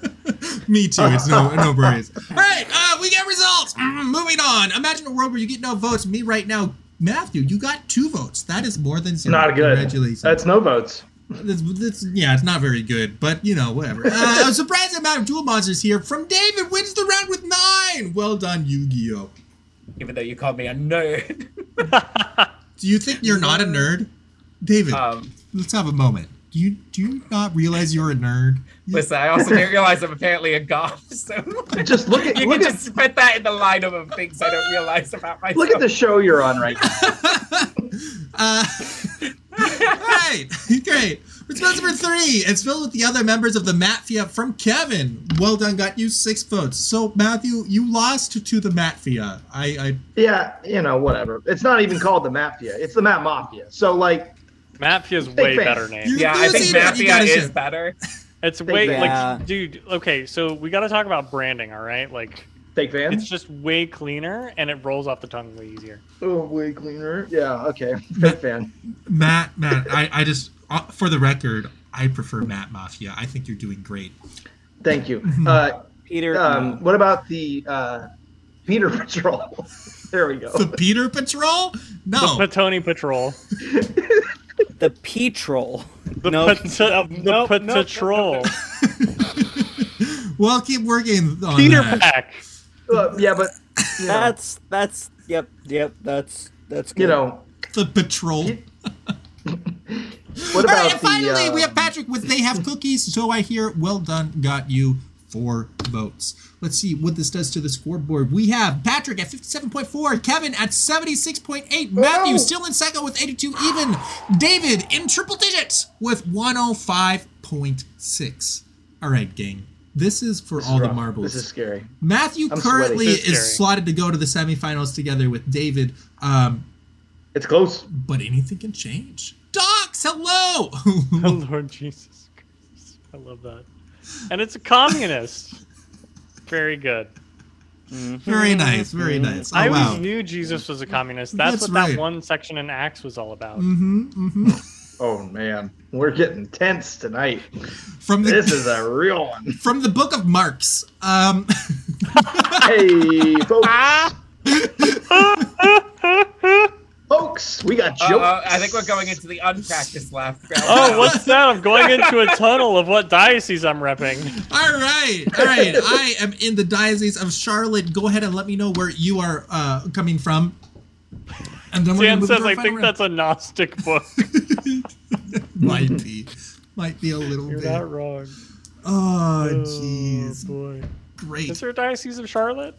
Speaker 1: Me too. It's no no worries. All right, uh, we get results. Mm, moving on. Imagine a world where you get no votes. Me right now, Matthew, you got two votes. That is more than zero.
Speaker 6: not good.
Speaker 1: Congratulations.
Speaker 6: That's no votes.
Speaker 1: This, this, yeah, it's not very good, but you know, whatever. Uh, a surprising amount of duel monsters here from David wins the round with nine. Well done, Yu Gi Oh!
Speaker 5: Even though you called me a nerd. [laughs]
Speaker 1: Do you think you're not a nerd, David?
Speaker 5: Um,
Speaker 1: let's have a moment. Do you do you not realize you're a nerd? You-
Speaker 5: listen, I also didn't realize I'm apparently a goth. [laughs] So
Speaker 6: Just look at
Speaker 5: you
Speaker 6: look
Speaker 5: can
Speaker 6: at
Speaker 5: just put that in the lineup of things I don't realize about myself.
Speaker 6: look at the show you're on right now.
Speaker 1: Uh, [laughs] right, great. Response number three. It's filled with the other members of the Mafia from Kevin. Well done, got you six votes. So Matthew, you lost to the Mafia. I, I
Speaker 6: Yeah, you know, whatever. It's not even called the Mafia. It's the Map Mafia. So like,
Speaker 4: Mafia's way
Speaker 6: fan.
Speaker 4: better name.
Speaker 1: you're
Speaker 5: [laughs] yeah, I think
Speaker 1: losing, but you
Speaker 5: Mafia
Speaker 1: gotta
Speaker 5: is
Speaker 1: show-
Speaker 5: better.
Speaker 4: It's
Speaker 6: Big
Speaker 4: way
Speaker 6: fan.
Speaker 2: Yeah.
Speaker 4: like, dude. Okay, so we got to talk about branding, all right? Like,
Speaker 6: take
Speaker 4: it's
Speaker 6: fans.
Speaker 4: just way cleaner and it rolls off the tongue way easier.
Speaker 6: Oh, way cleaner. Yeah. Okay.
Speaker 1: [laughs]
Speaker 6: Take fan.
Speaker 1: Matt, Matt, I, I just, uh, for the record, I prefer Matt Mafia. I think you're doing great.
Speaker 6: Thank you. Uh,
Speaker 2: Peter. no.
Speaker 6: um, what about the uh, Peter Patrol? [laughs] there we go.
Speaker 1: The Peter Patrol? No.
Speaker 4: The Patoni Patrol.
Speaker 2: The Petrol.
Speaker 4: The
Speaker 2: No,
Speaker 4: pat- the
Speaker 2: no,
Speaker 4: pat-
Speaker 2: no, no,
Speaker 4: patrol.
Speaker 1: Well, keep working on
Speaker 4: Peter
Speaker 1: that.
Speaker 4: Pack.
Speaker 6: Uh, yeah, but you know,
Speaker 2: That's that's yep yep that's that's good.
Speaker 6: you know
Speaker 1: The Patrol.
Speaker 6: what
Speaker 1: All
Speaker 6: about
Speaker 1: right, and
Speaker 6: the?
Speaker 1: finally,
Speaker 6: uh,
Speaker 1: we have Patrick with They Have Cookies. So I hear, well done, got you four votes. Let's see what this does to the scoreboard. We have Patrick at 57.4, Kevin at 76.8, Matthew still in second with 82 even, David in triple digits with 105.6. All right, gang. This is for all the
Speaker 6: rough.
Speaker 1: marbles.
Speaker 6: This is scary.
Speaker 1: Matthew
Speaker 6: I'm
Speaker 1: currently
Speaker 6: sweating.
Speaker 1: is
Speaker 4: This is scary.
Speaker 1: slotted to go to the semifinals together with David. Um,
Speaker 6: It's close.
Speaker 1: but anything can change. Docs, hello. [laughs]
Speaker 4: Oh, Lord Jesus Christ. I love that. and it's a communist. Very good.
Speaker 1: Very nice. Very nice. Oh,
Speaker 4: Mm-hmm. I
Speaker 1: wow.
Speaker 4: always knew Jesus was a communist. That's,
Speaker 1: That's
Speaker 4: what
Speaker 1: right.
Speaker 4: that one section in Acts was all about.
Speaker 3: Oh man, we're getting tense tonight.
Speaker 1: From the
Speaker 3: This is a real one.
Speaker 1: from the book of Marx. Um, [laughs]
Speaker 3: Hey, folks. folks, we got jokes.
Speaker 5: Uh, I think we're going into the unpracticed laugh.
Speaker 4: Oh, what's that? I'm going into a tunnel of what diocese I'm
Speaker 1: [laughs]
Speaker 4: repping.
Speaker 1: all right,
Speaker 4: [laughs]
Speaker 1: all right. I am in the diocese of Charlotte. Go ahead and let me know where you are uh, coming from. And then we're gonna
Speaker 4: Dan
Speaker 1: move
Speaker 4: says,
Speaker 1: to our
Speaker 4: I
Speaker 1: final
Speaker 4: think
Speaker 1: round."
Speaker 4: that's a Gnostic
Speaker 1: [laughs]
Speaker 4: book. [laughs]
Speaker 1: might be, might be a little
Speaker 4: You're
Speaker 1: bit.
Speaker 4: not wrong.
Speaker 1: Oh,
Speaker 4: Oh,
Speaker 1: jeez,
Speaker 4: boy. Is
Speaker 1: great.
Speaker 4: there a Diocese of Charlotte?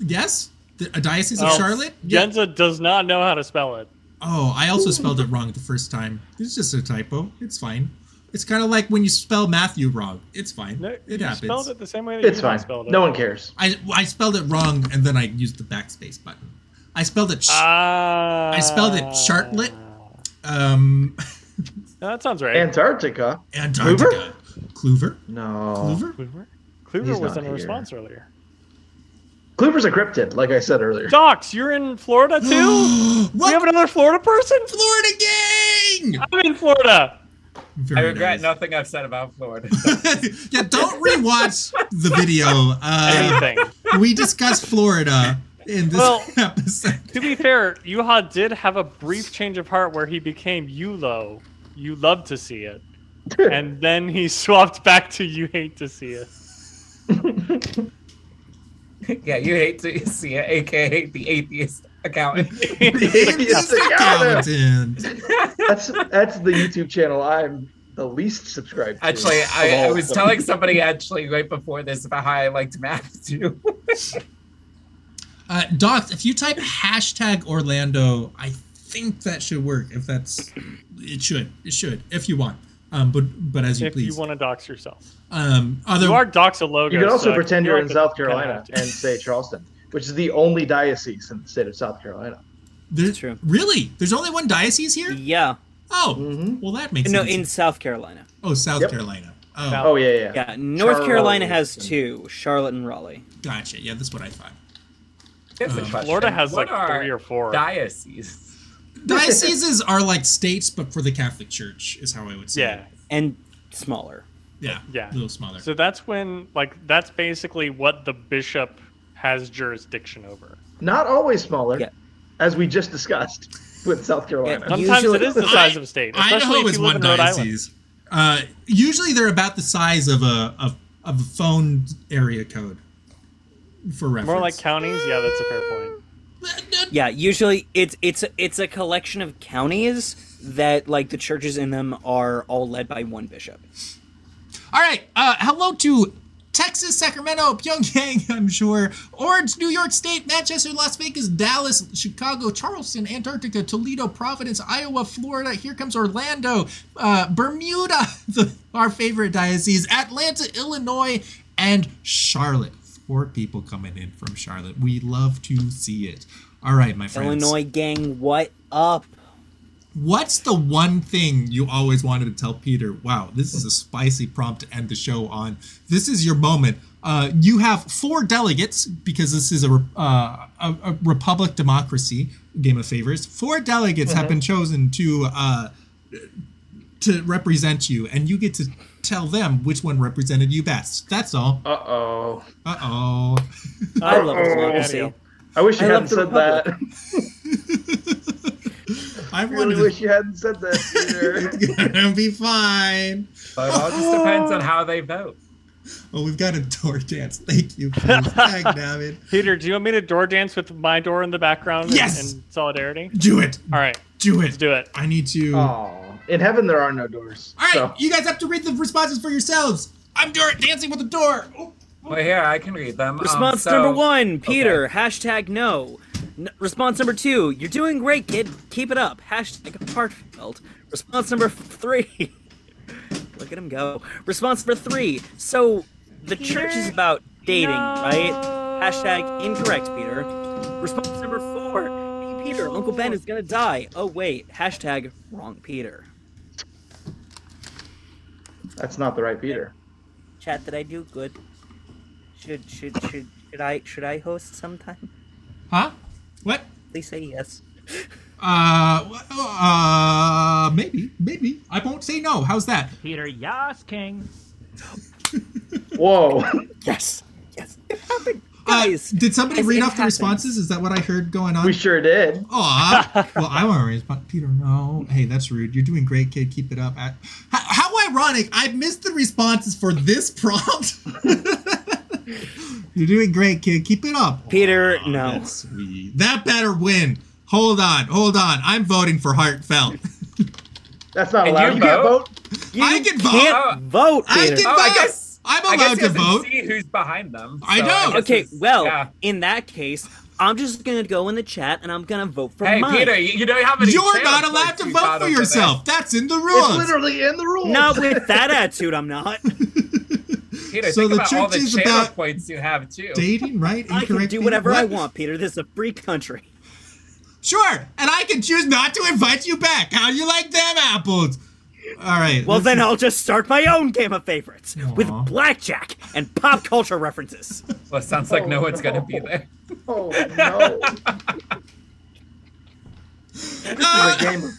Speaker 1: Yes, the, a diocese of
Speaker 4: Oh,
Speaker 1: Charlotte. Yeah.
Speaker 4: Genza does not know how to spell it.
Speaker 1: Oh, I also spelled it wrong the first time. It's just a typo. It's fine. It's kind of like when you spell Matthew wrong. It's fine.
Speaker 4: No,
Speaker 1: it
Speaker 4: you
Speaker 1: happens.
Speaker 4: spelled it the same way that
Speaker 3: it's
Speaker 4: you
Speaker 3: fine.
Speaker 4: spelled it.
Speaker 3: No one cares.
Speaker 1: I, I spelled it wrong and then I used the backspace button. I spelled it. Sh-
Speaker 4: Ah.
Speaker 1: I spelled it Chartlet. um,
Speaker 4: No, that sounds right.
Speaker 3: Antarctica.
Speaker 1: Antarctica. Clover.
Speaker 3: No.
Speaker 4: [gasps]
Speaker 1: Clover.
Speaker 4: Kluver? Kluver
Speaker 3: He's
Speaker 4: was in
Speaker 3: not
Speaker 4: a
Speaker 3: here.
Speaker 4: response earlier.
Speaker 3: Kluver's a cryptid, like I said earlier. [laughs]
Speaker 4: Docs, you're in Florida
Speaker 1: [gasps]
Speaker 4: too? we
Speaker 1: what?
Speaker 4: have another Florida person?
Speaker 1: Florida gang.
Speaker 4: I'm in Florida.
Speaker 5: [laughs] I
Speaker 1: Very
Speaker 5: regret
Speaker 1: nice.
Speaker 5: nothing I've said about Florida. [laughs]
Speaker 1: [laughs] yeah, don't rewatch the video. Uh,
Speaker 4: Anything.
Speaker 1: we discussed Florida in this
Speaker 4: Well-
Speaker 1: [laughs]
Speaker 5: [laughs]
Speaker 1: episode.
Speaker 4: to be fair, Yuha did have a brief change of heart where he became Yulo. You love to see it. And then he [laughs] swapped back to you hate to see
Speaker 3: [laughs]
Speaker 4: it.
Speaker 5: yeah, you hate to see it, aka the atheist accountant.
Speaker 1: It's
Speaker 3: Yes, yeah.
Speaker 1: accountant.
Speaker 3: That's that's the YouTube channel I'm the least subscribed to.
Speaker 5: Actually,
Speaker 3: of
Speaker 5: I, I
Speaker 3: all
Speaker 5: was
Speaker 3: of them.
Speaker 5: telling somebody actually right before this about how I liked math [laughs] too.
Speaker 1: Uh, Doc, if you type hashtag Orlando, I think that should work. If that's, it should, it should, if you want. Um, but but as you
Speaker 4: If
Speaker 1: please.
Speaker 4: you want to dox yourself.
Speaker 1: um, other
Speaker 4: You are dox a logo.
Speaker 3: You can also
Speaker 4: so I
Speaker 3: pretend
Speaker 4: feel
Speaker 3: you're
Speaker 4: like that's
Speaker 3: in South
Speaker 4: kinda
Speaker 3: Carolina
Speaker 4: have to.
Speaker 3: and say Charleston, which is the only diocese in the state of South Carolina.
Speaker 1: there-
Speaker 2: That's true.
Speaker 1: Really, there's only one diocese here.
Speaker 4: Mm-hmm.
Speaker 2: Yeah.
Speaker 1: Oh, well that makes
Speaker 2: No,
Speaker 1: sense.
Speaker 2: in South Carolina.
Speaker 1: oh, South
Speaker 3: Yep.
Speaker 1: Carolina. Oh,
Speaker 4: South-
Speaker 3: Oh yeah, yeah.
Speaker 2: Yeah, North
Speaker 3: Charlotte
Speaker 2: Carolina has
Speaker 3: and-
Speaker 2: two: Charlotte and Raleigh.
Speaker 1: gotcha. Yeah, that's what I thought.
Speaker 5: Here's a
Speaker 1: Um,
Speaker 5: question.
Speaker 4: Uh, Florida has
Speaker 5: What
Speaker 4: like
Speaker 5: are
Speaker 4: three or four.
Speaker 5: dioceses.
Speaker 4: [laughs]
Speaker 1: Dioceses are like states, but for the Catholic Church is how I would say.
Speaker 4: yeah.
Speaker 1: it.
Speaker 2: and smaller.
Speaker 1: yeah,
Speaker 4: Yeah.
Speaker 1: a little smaller.
Speaker 4: So that's when, like, that's basically what the bishop has jurisdiction over.
Speaker 3: Not always smaller,
Speaker 2: Yeah.
Speaker 3: as we just discussed with South Carolina.
Speaker 2: Yeah.
Speaker 4: Sometimes
Speaker 2: Usually-
Speaker 4: it is the size of a state, especially if
Speaker 1: Idaho is
Speaker 4: you live
Speaker 1: one
Speaker 4: in Rhode Island.
Speaker 1: diocese. Uh, usually they're about the size of a of, of a phone area code. For reference,
Speaker 4: More like counties. Yeah, that's a fair point.
Speaker 2: Yeah, usually it's it's it's a collection of counties that like the churches in them are all led by one bishop.
Speaker 1: All right. Uh, hello to Texas, Sacramento, Pyongyang, [laughs] I'm sure, Orange, New York State, Manchester, Las Vegas, Dallas, Chicago, Charleston, Antarctica, Toledo, Providence, Iowa, Florida. Here comes Orlando, uh, Bermuda, [laughs] the, our favorite diocese, Atlanta, Illinois, and Charlotte. Four people coming in from Charlotte. We love to see it. All right, my friends.
Speaker 2: Illinois gang, what up?
Speaker 1: What's the one thing you always wanted to tell Peter? Wow, this is a spicy prompt to end the show on. This is your moment. Uh, you have four delegates because this is a, re- uh, a, a republic democracy game of favors. Four delegates have been chosen to uh, to represent you, and you get to tell them which one represented you best. That's all.
Speaker 3: Uh oh.
Speaker 1: Uh oh.
Speaker 2: I love
Speaker 3: Uh-oh.
Speaker 2: democracy.
Speaker 3: I wish you
Speaker 2: I
Speaker 3: hadn't
Speaker 2: love the
Speaker 3: said that.
Speaker 1: I
Speaker 3: [laughs] I really
Speaker 1: wanted
Speaker 3: wish you hadn't said that.
Speaker 1: [laughs]
Speaker 3: Peter.
Speaker 1: to be fine.
Speaker 5: But it all just depends on how they vote.
Speaker 1: Oh, we've got a door dance. Thank you. [laughs] Please. Thank David.
Speaker 4: Peter, do you want me to door dance with my door in the background? in-
Speaker 1: Yes!
Speaker 4: In, solidarity.
Speaker 1: Do it.
Speaker 4: All right,
Speaker 1: Do it.
Speaker 4: let's do it.
Speaker 1: I need to. All
Speaker 3: Aw. In heaven, there are no doors.
Speaker 1: right,
Speaker 3: so.
Speaker 1: you guys have to read the responses for yourselves. I'm door- dancing with the door. Oh,
Speaker 5: Well, here I can read them. Um,
Speaker 2: Response
Speaker 5: so-
Speaker 2: number one, Peter. Hashtag no. N- response number two, you're doing great, kid. Keep it up. Hashtag heartfelt. Response number f- three. [laughs] Look at him go. Response number three. So the church is about dating, right? Hashtag incorrect, Peter. Response number four. Hey, Peter, Uncle Ben is gonna die. Oh wait. Hashtag wrong, Peter.
Speaker 3: That's not the right Peter.
Speaker 2: chat that I do good. Should should should should I should I host sometime?
Speaker 1: Huh? What?
Speaker 2: Please say yes.
Speaker 1: Uh, wh- uh, maybe, maybe. I won't say no. How's that?
Speaker 7: Peter, yes, King.
Speaker 3: Whoa. [laughs]
Speaker 2: Yes. Yes. It happened.
Speaker 1: Uh,
Speaker 2: Guys.
Speaker 1: did somebody
Speaker 2: Yes,
Speaker 1: read
Speaker 2: it
Speaker 1: off the
Speaker 2: happens.
Speaker 1: responses? Is that what I heard going on?
Speaker 3: we sure did.
Speaker 1: Aw. well, I want to respond. Peter, no. Hey, that's rude. You're doing great, kid. Keep it up. I, how, how ironic. I missed the responses for this prompt. [laughs] You're doing great, kid. Keep it up.
Speaker 2: Peter, no.
Speaker 1: That's sweet. That better win. Hold on. Hold on. I'm voting for heartfelt.
Speaker 3: That's not
Speaker 5: And
Speaker 3: allowed.
Speaker 5: you
Speaker 3: You can't
Speaker 5: vote?
Speaker 3: vote.
Speaker 2: You
Speaker 1: I can vote.
Speaker 2: can't vote,
Speaker 1: I
Speaker 2: Peter.
Speaker 1: can-
Speaker 5: Oh, Uh, I
Speaker 1: vote.
Speaker 5: guess
Speaker 1: I'm
Speaker 5: I guess
Speaker 1: allowed
Speaker 5: he
Speaker 1: to
Speaker 5: doesn't
Speaker 1: vote.
Speaker 5: see who's behind them.
Speaker 1: I
Speaker 5: so
Speaker 1: don't.
Speaker 5: guess
Speaker 2: Okay,
Speaker 5: it's-
Speaker 2: well,
Speaker 5: yeah.
Speaker 2: in that case, I'm just gonna go in the chat and I'm gonna vote for
Speaker 5: hey
Speaker 2: mine.
Speaker 5: Peter, you, you don't have any.
Speaker 1: You're
Speaker 5: sales
Speaker 1: not allowed
Speaker 5: votes
Speaker 1: to
Speaker 5: you
Speaker 1: vote
Speaker 5: got
Speaker 1: for
Speaker 5: over there.
Speaker 1: yourself. That's in the
Speaker 3: It's
Speaker 1: rules.
Speaker 3: literally in the rules.
Speaker 2: Not with that attitude, I'm not.
Speaker 5: Peter,
Speaker 1: So
Speaker 5: think
Speaker 1: the
Speaker 5: about all
Speaker 1: trick
Speaker 5: the
Speaker 1: is
Speaker 5: channel
Speaker 1: about-
Speaker 5: points you have too.
Speaker 1: Dating, right?
Speaker 2: I can
Speaker 1: Incorrect
Speaker 2: do
Speaker 1: dating?
Speaker 2: whatever I
Speaker 1: What?
Speaker 2: want, Peter. This is a free country.
Speaker 1: Sure, and I can choose not to invite you back. How do you like them apples? All right.
Speaker 2: Well,
Speaker 1: let's-
Speaker 2: then I'll just start my own game of favorites with
Speaker 1: Aw.
Speaker 2: blackjack and pop culture references.
Speaker 5: Well, it sounds like no
Speaker 3: Oh,
Speaker 5: one's gonna be
Speaker 3: no.
Speaker 5: there.
Speaker 3: Oh, no.
Speaker 1: Ah! Uh,
Speaker 3: It's a game of,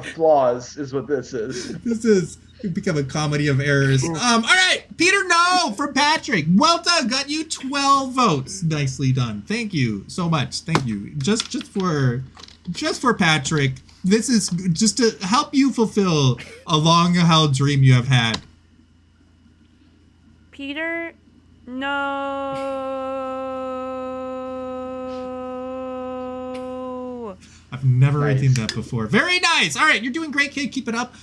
Speaker 3: of flaws, is what this is.
Speaker 1: this is it's become a comedy of errors. Um, all right, Peter, no from Patrick. Well done, got you twelve votes. Nicely done. Thank you so much. Thank you. Just just for just for Patrick. This is just to help you fulfill a long held dream you have had.
Speaker 8: Peter, no.
Speaker 1: I've never
Speaker 3: Nice.
Speaker 1: redeemed that before. Very nice. All right, you're doing great, kid. Keep it up.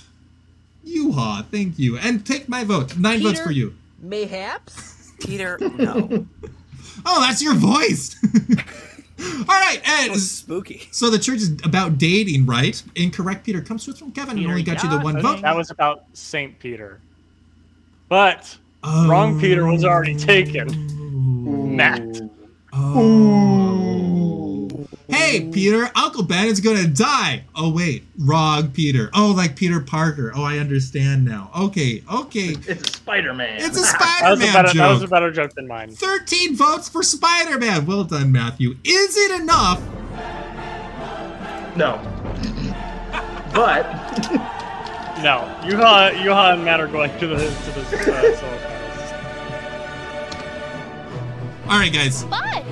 Speaker 1: Yeehaw! Thank you, and take my vote. Nine votes
Speaker 9: Peter?
Speaker 1: for you.
Speaker 9: Mayhaps? Peter,
Speaker 2: No,
Speaker 1: Oh, that's your voice. [laughs] All right, and
Speaker 2: it's spooky.
Speaker 1: so the church is about dating, right? Incorrect, Peter. Comes to us from Kevin and
Speaker 7: Peter,
Speaker 1: only got you the
Speaker 7: yeah,
Speaker 1: one
Speaker 7: okay.
Speaker 1: vote.
Speaker 4: That was about Saint Peter, but
Speaker 1: Oh.
Speaker 4: wrong Peter was already taken. Matt.
Speaker 1: Oh. Hey, Peter, Uncle Ben is gonna die. Oh wait, wrong Peter. Oh, like Peter Parker. Oh, I understand now. Okay, okay.
Speaker 3: It's a Spider Man.
Speaker 1: It's
Speaker 4: [laughs] That
Speaker 1: a
Speaker 4: was, a
Speaker 1: Spider-Man
Speaker 4: better, that was a
Speaker 1: joke.
Speaker 4: better joke than mine.
Speaker 1: 13 votes for Spider-Man. Well done, Matthew. Is it enough?
Speaker 3: no. but
Speaker 4: No, Yuha, Yuha and Matt are going to the to the uh, solo finals.
Speaker 1: All right, guys.
Speaker 8: But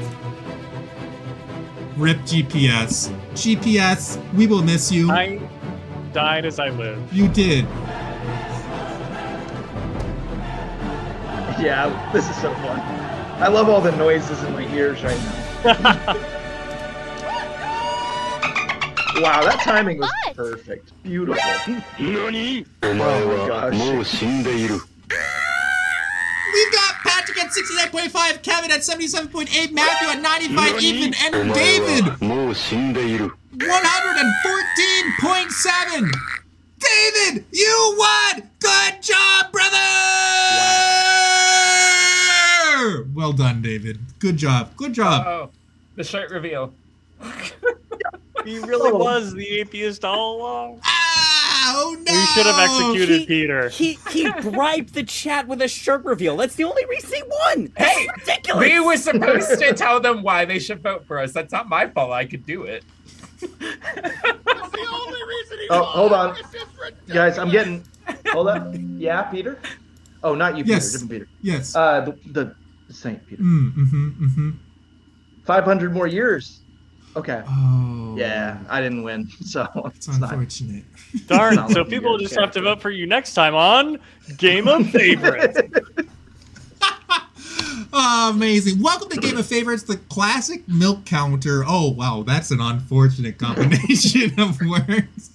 Speaker 1: Rip GPS. GPS, we will miss you.
Speaker 4: I died as I lived.
Speaker 1: You did.
Speaker 3: yeah, this is so fun. I love all the noises in my ears right now. Wow, that timing was
Speaker 8: What?
Speaker 3: perfect. Beautiful. Oh my gosh.
Speaker 1: We've got Patrick at 69.5, Kevin at 77.8, Matthew at 95 even, and David 114.7. David, you won! Good job, brother! Well done, David. Good job. Good job.
Speaker 4: Uh,
Speaker 5: Oh, the shirt reveal.
Speaker 4: He really was the atheist all along.
Speaker 1: Ah, oh no!
Speaker 4: We should have executed
Speaker 2: He-
Speaker 4: Peter.
Speaker 2: He he bribed the chat with a shirt reveal. That's the only reason he won. That's
Speaker 5: Hey,
Speaker 1: Oh,
Speaker 2: ridiculous.
Speaker 5: We were supposed
Speaker 1: [laughs]
Speaker 5: to tell them why they should vote for us. That's not my fault. I could do it.
Speaker 3: Oh, hold on. Guys, I'm getting. Hold up. Yeah, Peter? Oh, not you, Peter.
Speaker 1: Yes.
Speaker 3: Different Peter.
Speaker 1: Yes.
Speaker 3: Uh, the, the Saint Peter.
Speaker 1: mm, hmm hmm
Speaker 3: 500 more years. Okay.
Speaker 1: Oh.
Speaker 3: Yeah, I didn't win, [laughs] so
Speaker 1: It's
Speaker 3: it's not.
Speaker 1: unfortunate.
Speaker 4: Darn.
Speaker 3: Not
Speaker 4: So
Speaker 3: looking
Speaker 4: people
Speaker 3: good,
Speaker 4: just have to vote for you next time on Game of Favorites.
Speaker 1: Oh, amazing. Welcome to Game of Favorites, the classic milk counter. Oh, wow, that's an unfortunate combination [laughs] of words.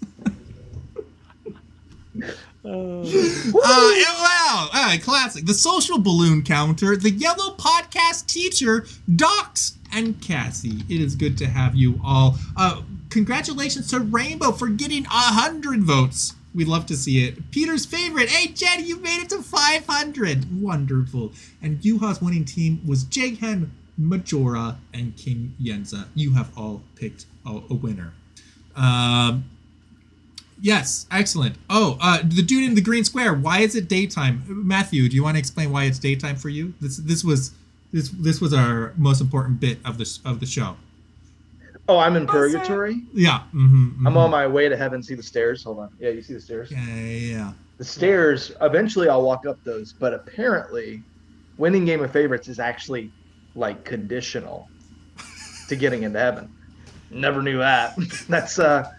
Speaker 1: Uh, and wow, uh, classic. The social balloon counter, the yellow podcast teacher, Docs, and Cassie. It is good to have you all. Uh, congratulations to Rainbow for getting 100 votes. We love to see it. Peter's favorite. Hey, Jenny, you made it to 500. Wonderful. And Yuha's winning team was Jaghen, Majora, and King Yenza. You have all picked a, a winner. Um, Yes, excellent. Oh, uh, the dude in the green square. Why is it daytime? Matthew, do you want to explain why it's daytime for you? This this was this this was our most important bit of the of the show.
Speaker 3: Oh, I'm in purgatory.
Speaker 1: Yeah. Mm-hmm,
Speaker 3: I'm on my way to heaven. See the stairs. Hold on. Yeah, you see the stairs.
Speaker 1: Yeah, yeah, yeah.
Speaker 3: The stairs. Eventually, I'll walk up those. But apparently, winning game of favorites is actually like conditional to getting into heaven. Never knew that. [laughs] That's uh,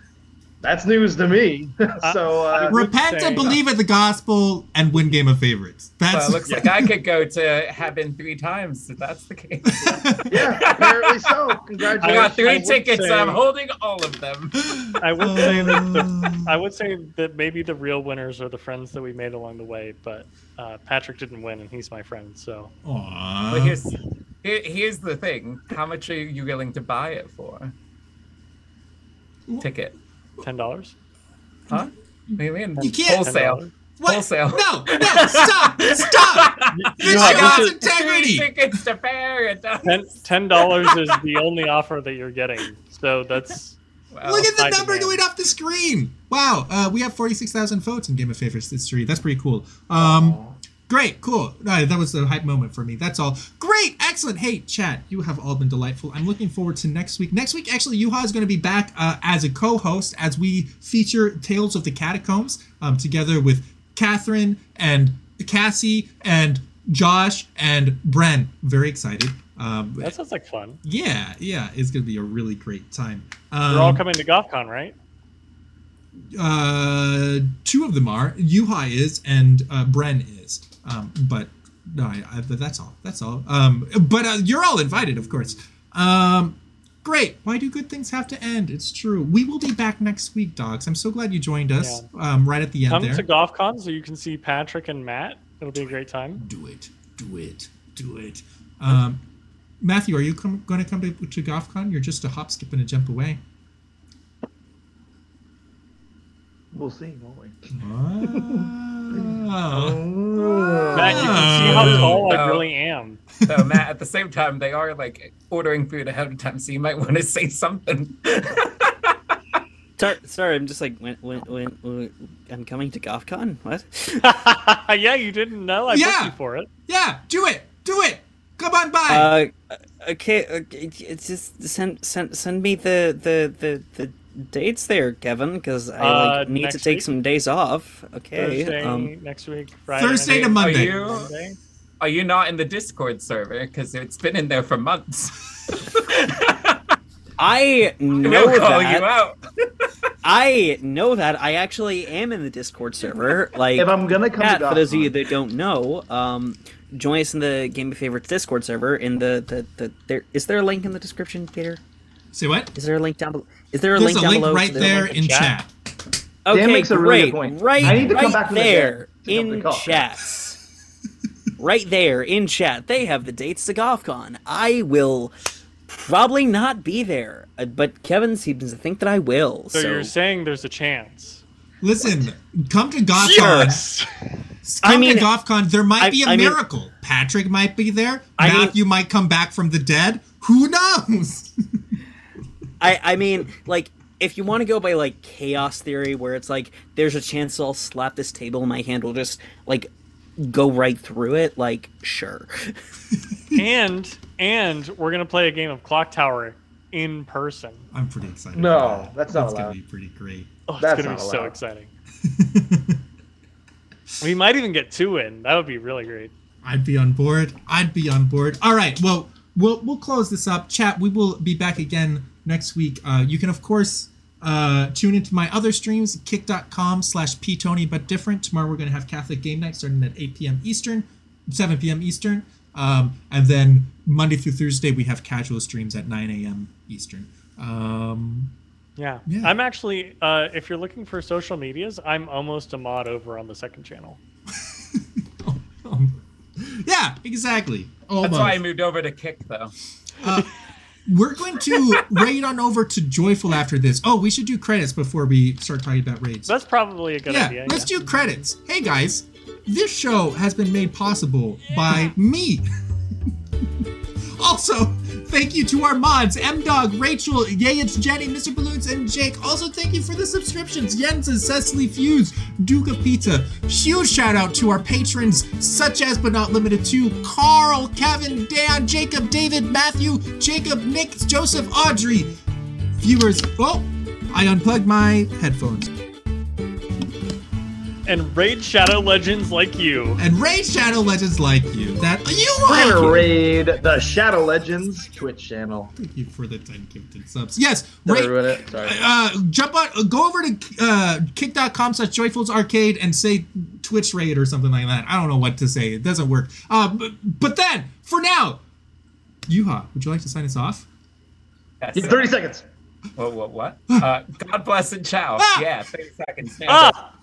Speaker 3: that's news to me. [laughs] so uh,
Speaker 1: Repent
Speaker 4: saying-
Speaker 1: and believe at the gospel and win game of favorites. That's
Speaker 5: Well, it
Speaker 1: [laughs]
Speaker 5: looks like I could go to heaven three times if that's the case.
Speaker 1: [laughs]
Speaker 3: yeah, apparently so. Congratulations.
Speaker 5: [laughs] I got
Speaker 4: I
Speaker 5: three
Speaker 4: would
Speaker 5: tickets.
Speaker 4: say-
Speaker 5: I'm holding all of them.
Speaker 4: I would say that
Speaker 1: [laughs]
Speaker 4: the, I would say that maybe the real winners are the friends that we made along the way. But uh, Patrick didn't win, and he's my friend. So
Speaker 1: Aw.
Speaker 5: But here's here, here's the thing: how much are you willing to buy it for? Ticket,
Speaker 4: ten dollars.
Speaker 5: huh? What do you mean?
Speaker 1: You can't-
Speaker 5: wholesale.
Speaker 1: What?
Speaker 5: Wholesale.
Speaker 1: No, no, stop, stop. This
Speaker 4: know what,
Speaker 1: show's
Speaker 5: [laughs]
Speaker 4: this is-
Speaker 1: integrity.
Speaker 5: Three tickets to Paradise.
Speaker 4: Ten dollars is the only offer that you're getting. So that's
Speaker 5: Well,
Speaker 1: Look at the
Speaker 4: I
Speaker 1: number
Speaker 4: demand.
Speaker 1: going off the screen. Wow, uh, we have forty-six thousand votes in Game of Favorites this three. That's pretty cool. Um, great, cool. No, that was a hype moment for me. That's all. Great, excellent. Hey, chat, you have all been delightful. I'm looking forward to next week. Next week, actually, Yuha is going to be back uh, as a co-host as we feature Tales of the Catacombs um, together with Catherine and Cassie and Josh and Bren. Very excited. Um,
Speaker 4: that sounds like fun.
Speaker 1: yeah, yeah, it's gonna be a really great time.
Speaker 4: They're all
Speaker 1: Um,
Speaker 4: coming to GothCon, right?
Speaker 1: uh, two of them are Yuhai is and uh, Bren is, um, but no, I, I, but that's all. That's all. Um, but uh, you're all invited, of course. Um, great. Why do good things have to end? It's true. We will be back next week, dogs. I'm so glad you joined us. Um, right at the end
Speaker 4: Come
Speaker 1: there.
Speaker 4: to GothCon so you can see Patrick and Matt. It'll be a great time.
Speaker 1: do it. Do it. Do it. Um, Matthew, are you com- going to come to to GothCon? You're just a hop, skip, and a jump away.
Speaker 3: We'll see, won't we?
Speaker 1: Wow.
Speaker 4: Matt, you can see how
Speaker 5: Oh.
Speaker 4: tall I
Speaker 5: Oh.
Speaker 4: really am. [laughs]
Speaker 5: So Matt, at the same time, they are like ordering food ahead of time, so you might want to [laughs] say something.
Speaker 2: Sorry, sorry, I'm just like when, when, when, when I'm coming to GothCon. What?
Speaker 4: yeah, you didn't know. I
Speaker 1: Yeah.
Speaker 4: booked you for it.
Speaker 1: Yeah, do it. Do it. Come on by.
Speaker 2: Uh, okay, okay, it's just send send send me the the the, the dates there, Kevin, because I like,
Speaker 4: Uh,
Speaker 2: need to
Speaker 4: next
Speaker 2: take
Speaker 4: week?
Speaker 2: some days off. Okay.
Speaker 4: Thursday
Speaker 2: Um,
Speaker 4: next week, Friday.
Speaker 1: Thursday
Speaker 4: night,
Speaker 1: to
Speaker 5: Are
Speaker 1: Monday.
Speaker 5: you
Speaker 4: Monday.
Speaker 5: are you not in the Discord server? Because it's been in there for months.
Speaker 2: I know
Speaker 5: [laughs] we'll call you
Speaker 2: that.
Speaker 5: out.
Speaker 2: I know that. I actually am in the Discord server. Like,
Speaker 3: If I'm gonna come
Speaker 2: Chat,
Speaker 3: to
Speaker 2: for those of you
Speaker 3: GothCon.
Speaker 2: that don't know, um, join us in the Game of Favorites Discord server. In the the, the there is there a link in the description, Peter?
Speaker 1: Say what?
Speaker 2: Is there a link down below? Is there a
Speaker 1: There's
Speaker 2: link
Speaker 1: a
Speaker 2: down
Speaker 1: link
Speaker 2: below?
Speaker 1: right
Speaker 2: to the
Speaker 1: there
Speaker 2: link?
Speaker 1: in
Speaker 4: chat?
Speaker 1: chat.
Speaker 2: Okay,
Speaker 3: makes a really
Speaker 2: great.
Speaker 3: good point.
Speaker 2: Right,
Speaker 3: I need to come
Speaker 2: right
Speaker 3: back from the
Speaker 2: there
Speaker 3: dead.
Speaker 2: in
Speaker 3: Recall.
Speaker 2: chats. right there in chat, they have the dates to GothCon. I will probably not be there, uh, but Kevin seems to think that I will.
Speaker 4: So,
Speaker 2: So,
Speaker 4: you're saying there's a chance?
Speaker 1: Listen, come to GothCon. Come
Speaker 2: I mean-
Speaker 1: to GothCon. There might
Speaker 2: I-
Speaker 1: be a
Speaker 2: I mean-
Speaker 1: miracle. Patrick might be there.
Speaker 2: I mean-
Speaker 1: Matthew might come back from the dead. Who knows?
Speaker 2: I I mean, like, if you want to go by like chaos theory, where it's like there's a chance I'll slap this table and my hand will just like go right through it. Like, sure.
Speaker 4: [laughs] and and we're gonna play a game of Clock Tower in person.
Speaker 1: I'm pretty excited.
Speaker 3: No,
Speaker 1: for that.
Speaker 3: that's not
Speaker 1: That's gonna
Speaker 3: allowed.
Speaker 1: be pretty great.
Speaker 4: Oh, it's
Speaker 3: That's
Speaker 4: gonna be
Speaker 3: not
Speaker 4: so
Speaker 1: [laughs]
Speaker 3: allowed.
Speaker 4: exciting. we might even get two in. That would be really great.
Speaker 1: I'd be on board. I'd be on board. All right. Well, we'll we'll close this up, chat. We will be back again next week. Uh, you can of course uh, tune into my other streams, kick.com slash ptony but different. Tomorrow we're going to have Catholic game night starting at 8 p.m. Eastern, 7 p.m. Eastern, um, and then Monday through Thursday we have casual streams at 9 a.m. Eastern. Um,
Speaker 4: Yeah.
Speaker 1: Yeah.
Speaker 4: I'm actually uh, if you're looking for social medias, I'm almost a mod over on the second channel.
Speaker 1: um, yeah, exactly. Almost.
Speaker 5: That's why I moved over to Kick, though.
Speaker 1: We're going to raid on over to Joyful after this. Oh, we should do credits before we start talking about raids.
Speaker 4: That's probably a good
Speaker 1: yeah,
Speaker 4: idea.
Speaker 1: let's
Speaker 4: yeah.
Speaker 1: do credits. Hey guys, this show has been made possible by me. [laughs] also, Thank you to our mods, M Dog, Rachel, Yay It's Jenny, Mr. Balloons, and Jake. Also, thank you for the subscriptions, Jens and Cecily Fuse, Duke of Pizza. Huge shout out to our patrons, such as but not limited to Carl, Kevin, Dan, Jacob, David, Matthew, Jacob, Nick, Joseph, Audrey. Viewers, oh, I unplugged my headphones.
Speaker 4: And raid Shadow Legends like you.
Speaker 1: And raid Shadow Legends like you. That you
Speaker 6: We're
Speaker 1: are.
Speaker 6: gonna raid the Shadow Legends Twitch channel.
Speaker 1: Thank you for the 10 gifted subs. Yes,
Speaker 6: Did I
Speaker 1: raid.
Speaker 6: ruin it?
Speaker 5: [laughs]
Speaker 6: Sorry.
Speaker 1: uh, jump on, uh, go over to uh, kick.com slash joyful's arcade and say Twitch raid or something like that. I don't know what to say. It doesn't work. Uh, but, but then, for now, Yuha, would you like to sign us off?
Speaker 5: Yes.
Speaker 6: Thirty seconds.
Speaker 5: Oh, What? What? What? Uh, God bless and ciao.
Speaker 1: Ah!
Speaker 5: Yeah, thirty seconds.
Speaker 4: Ah!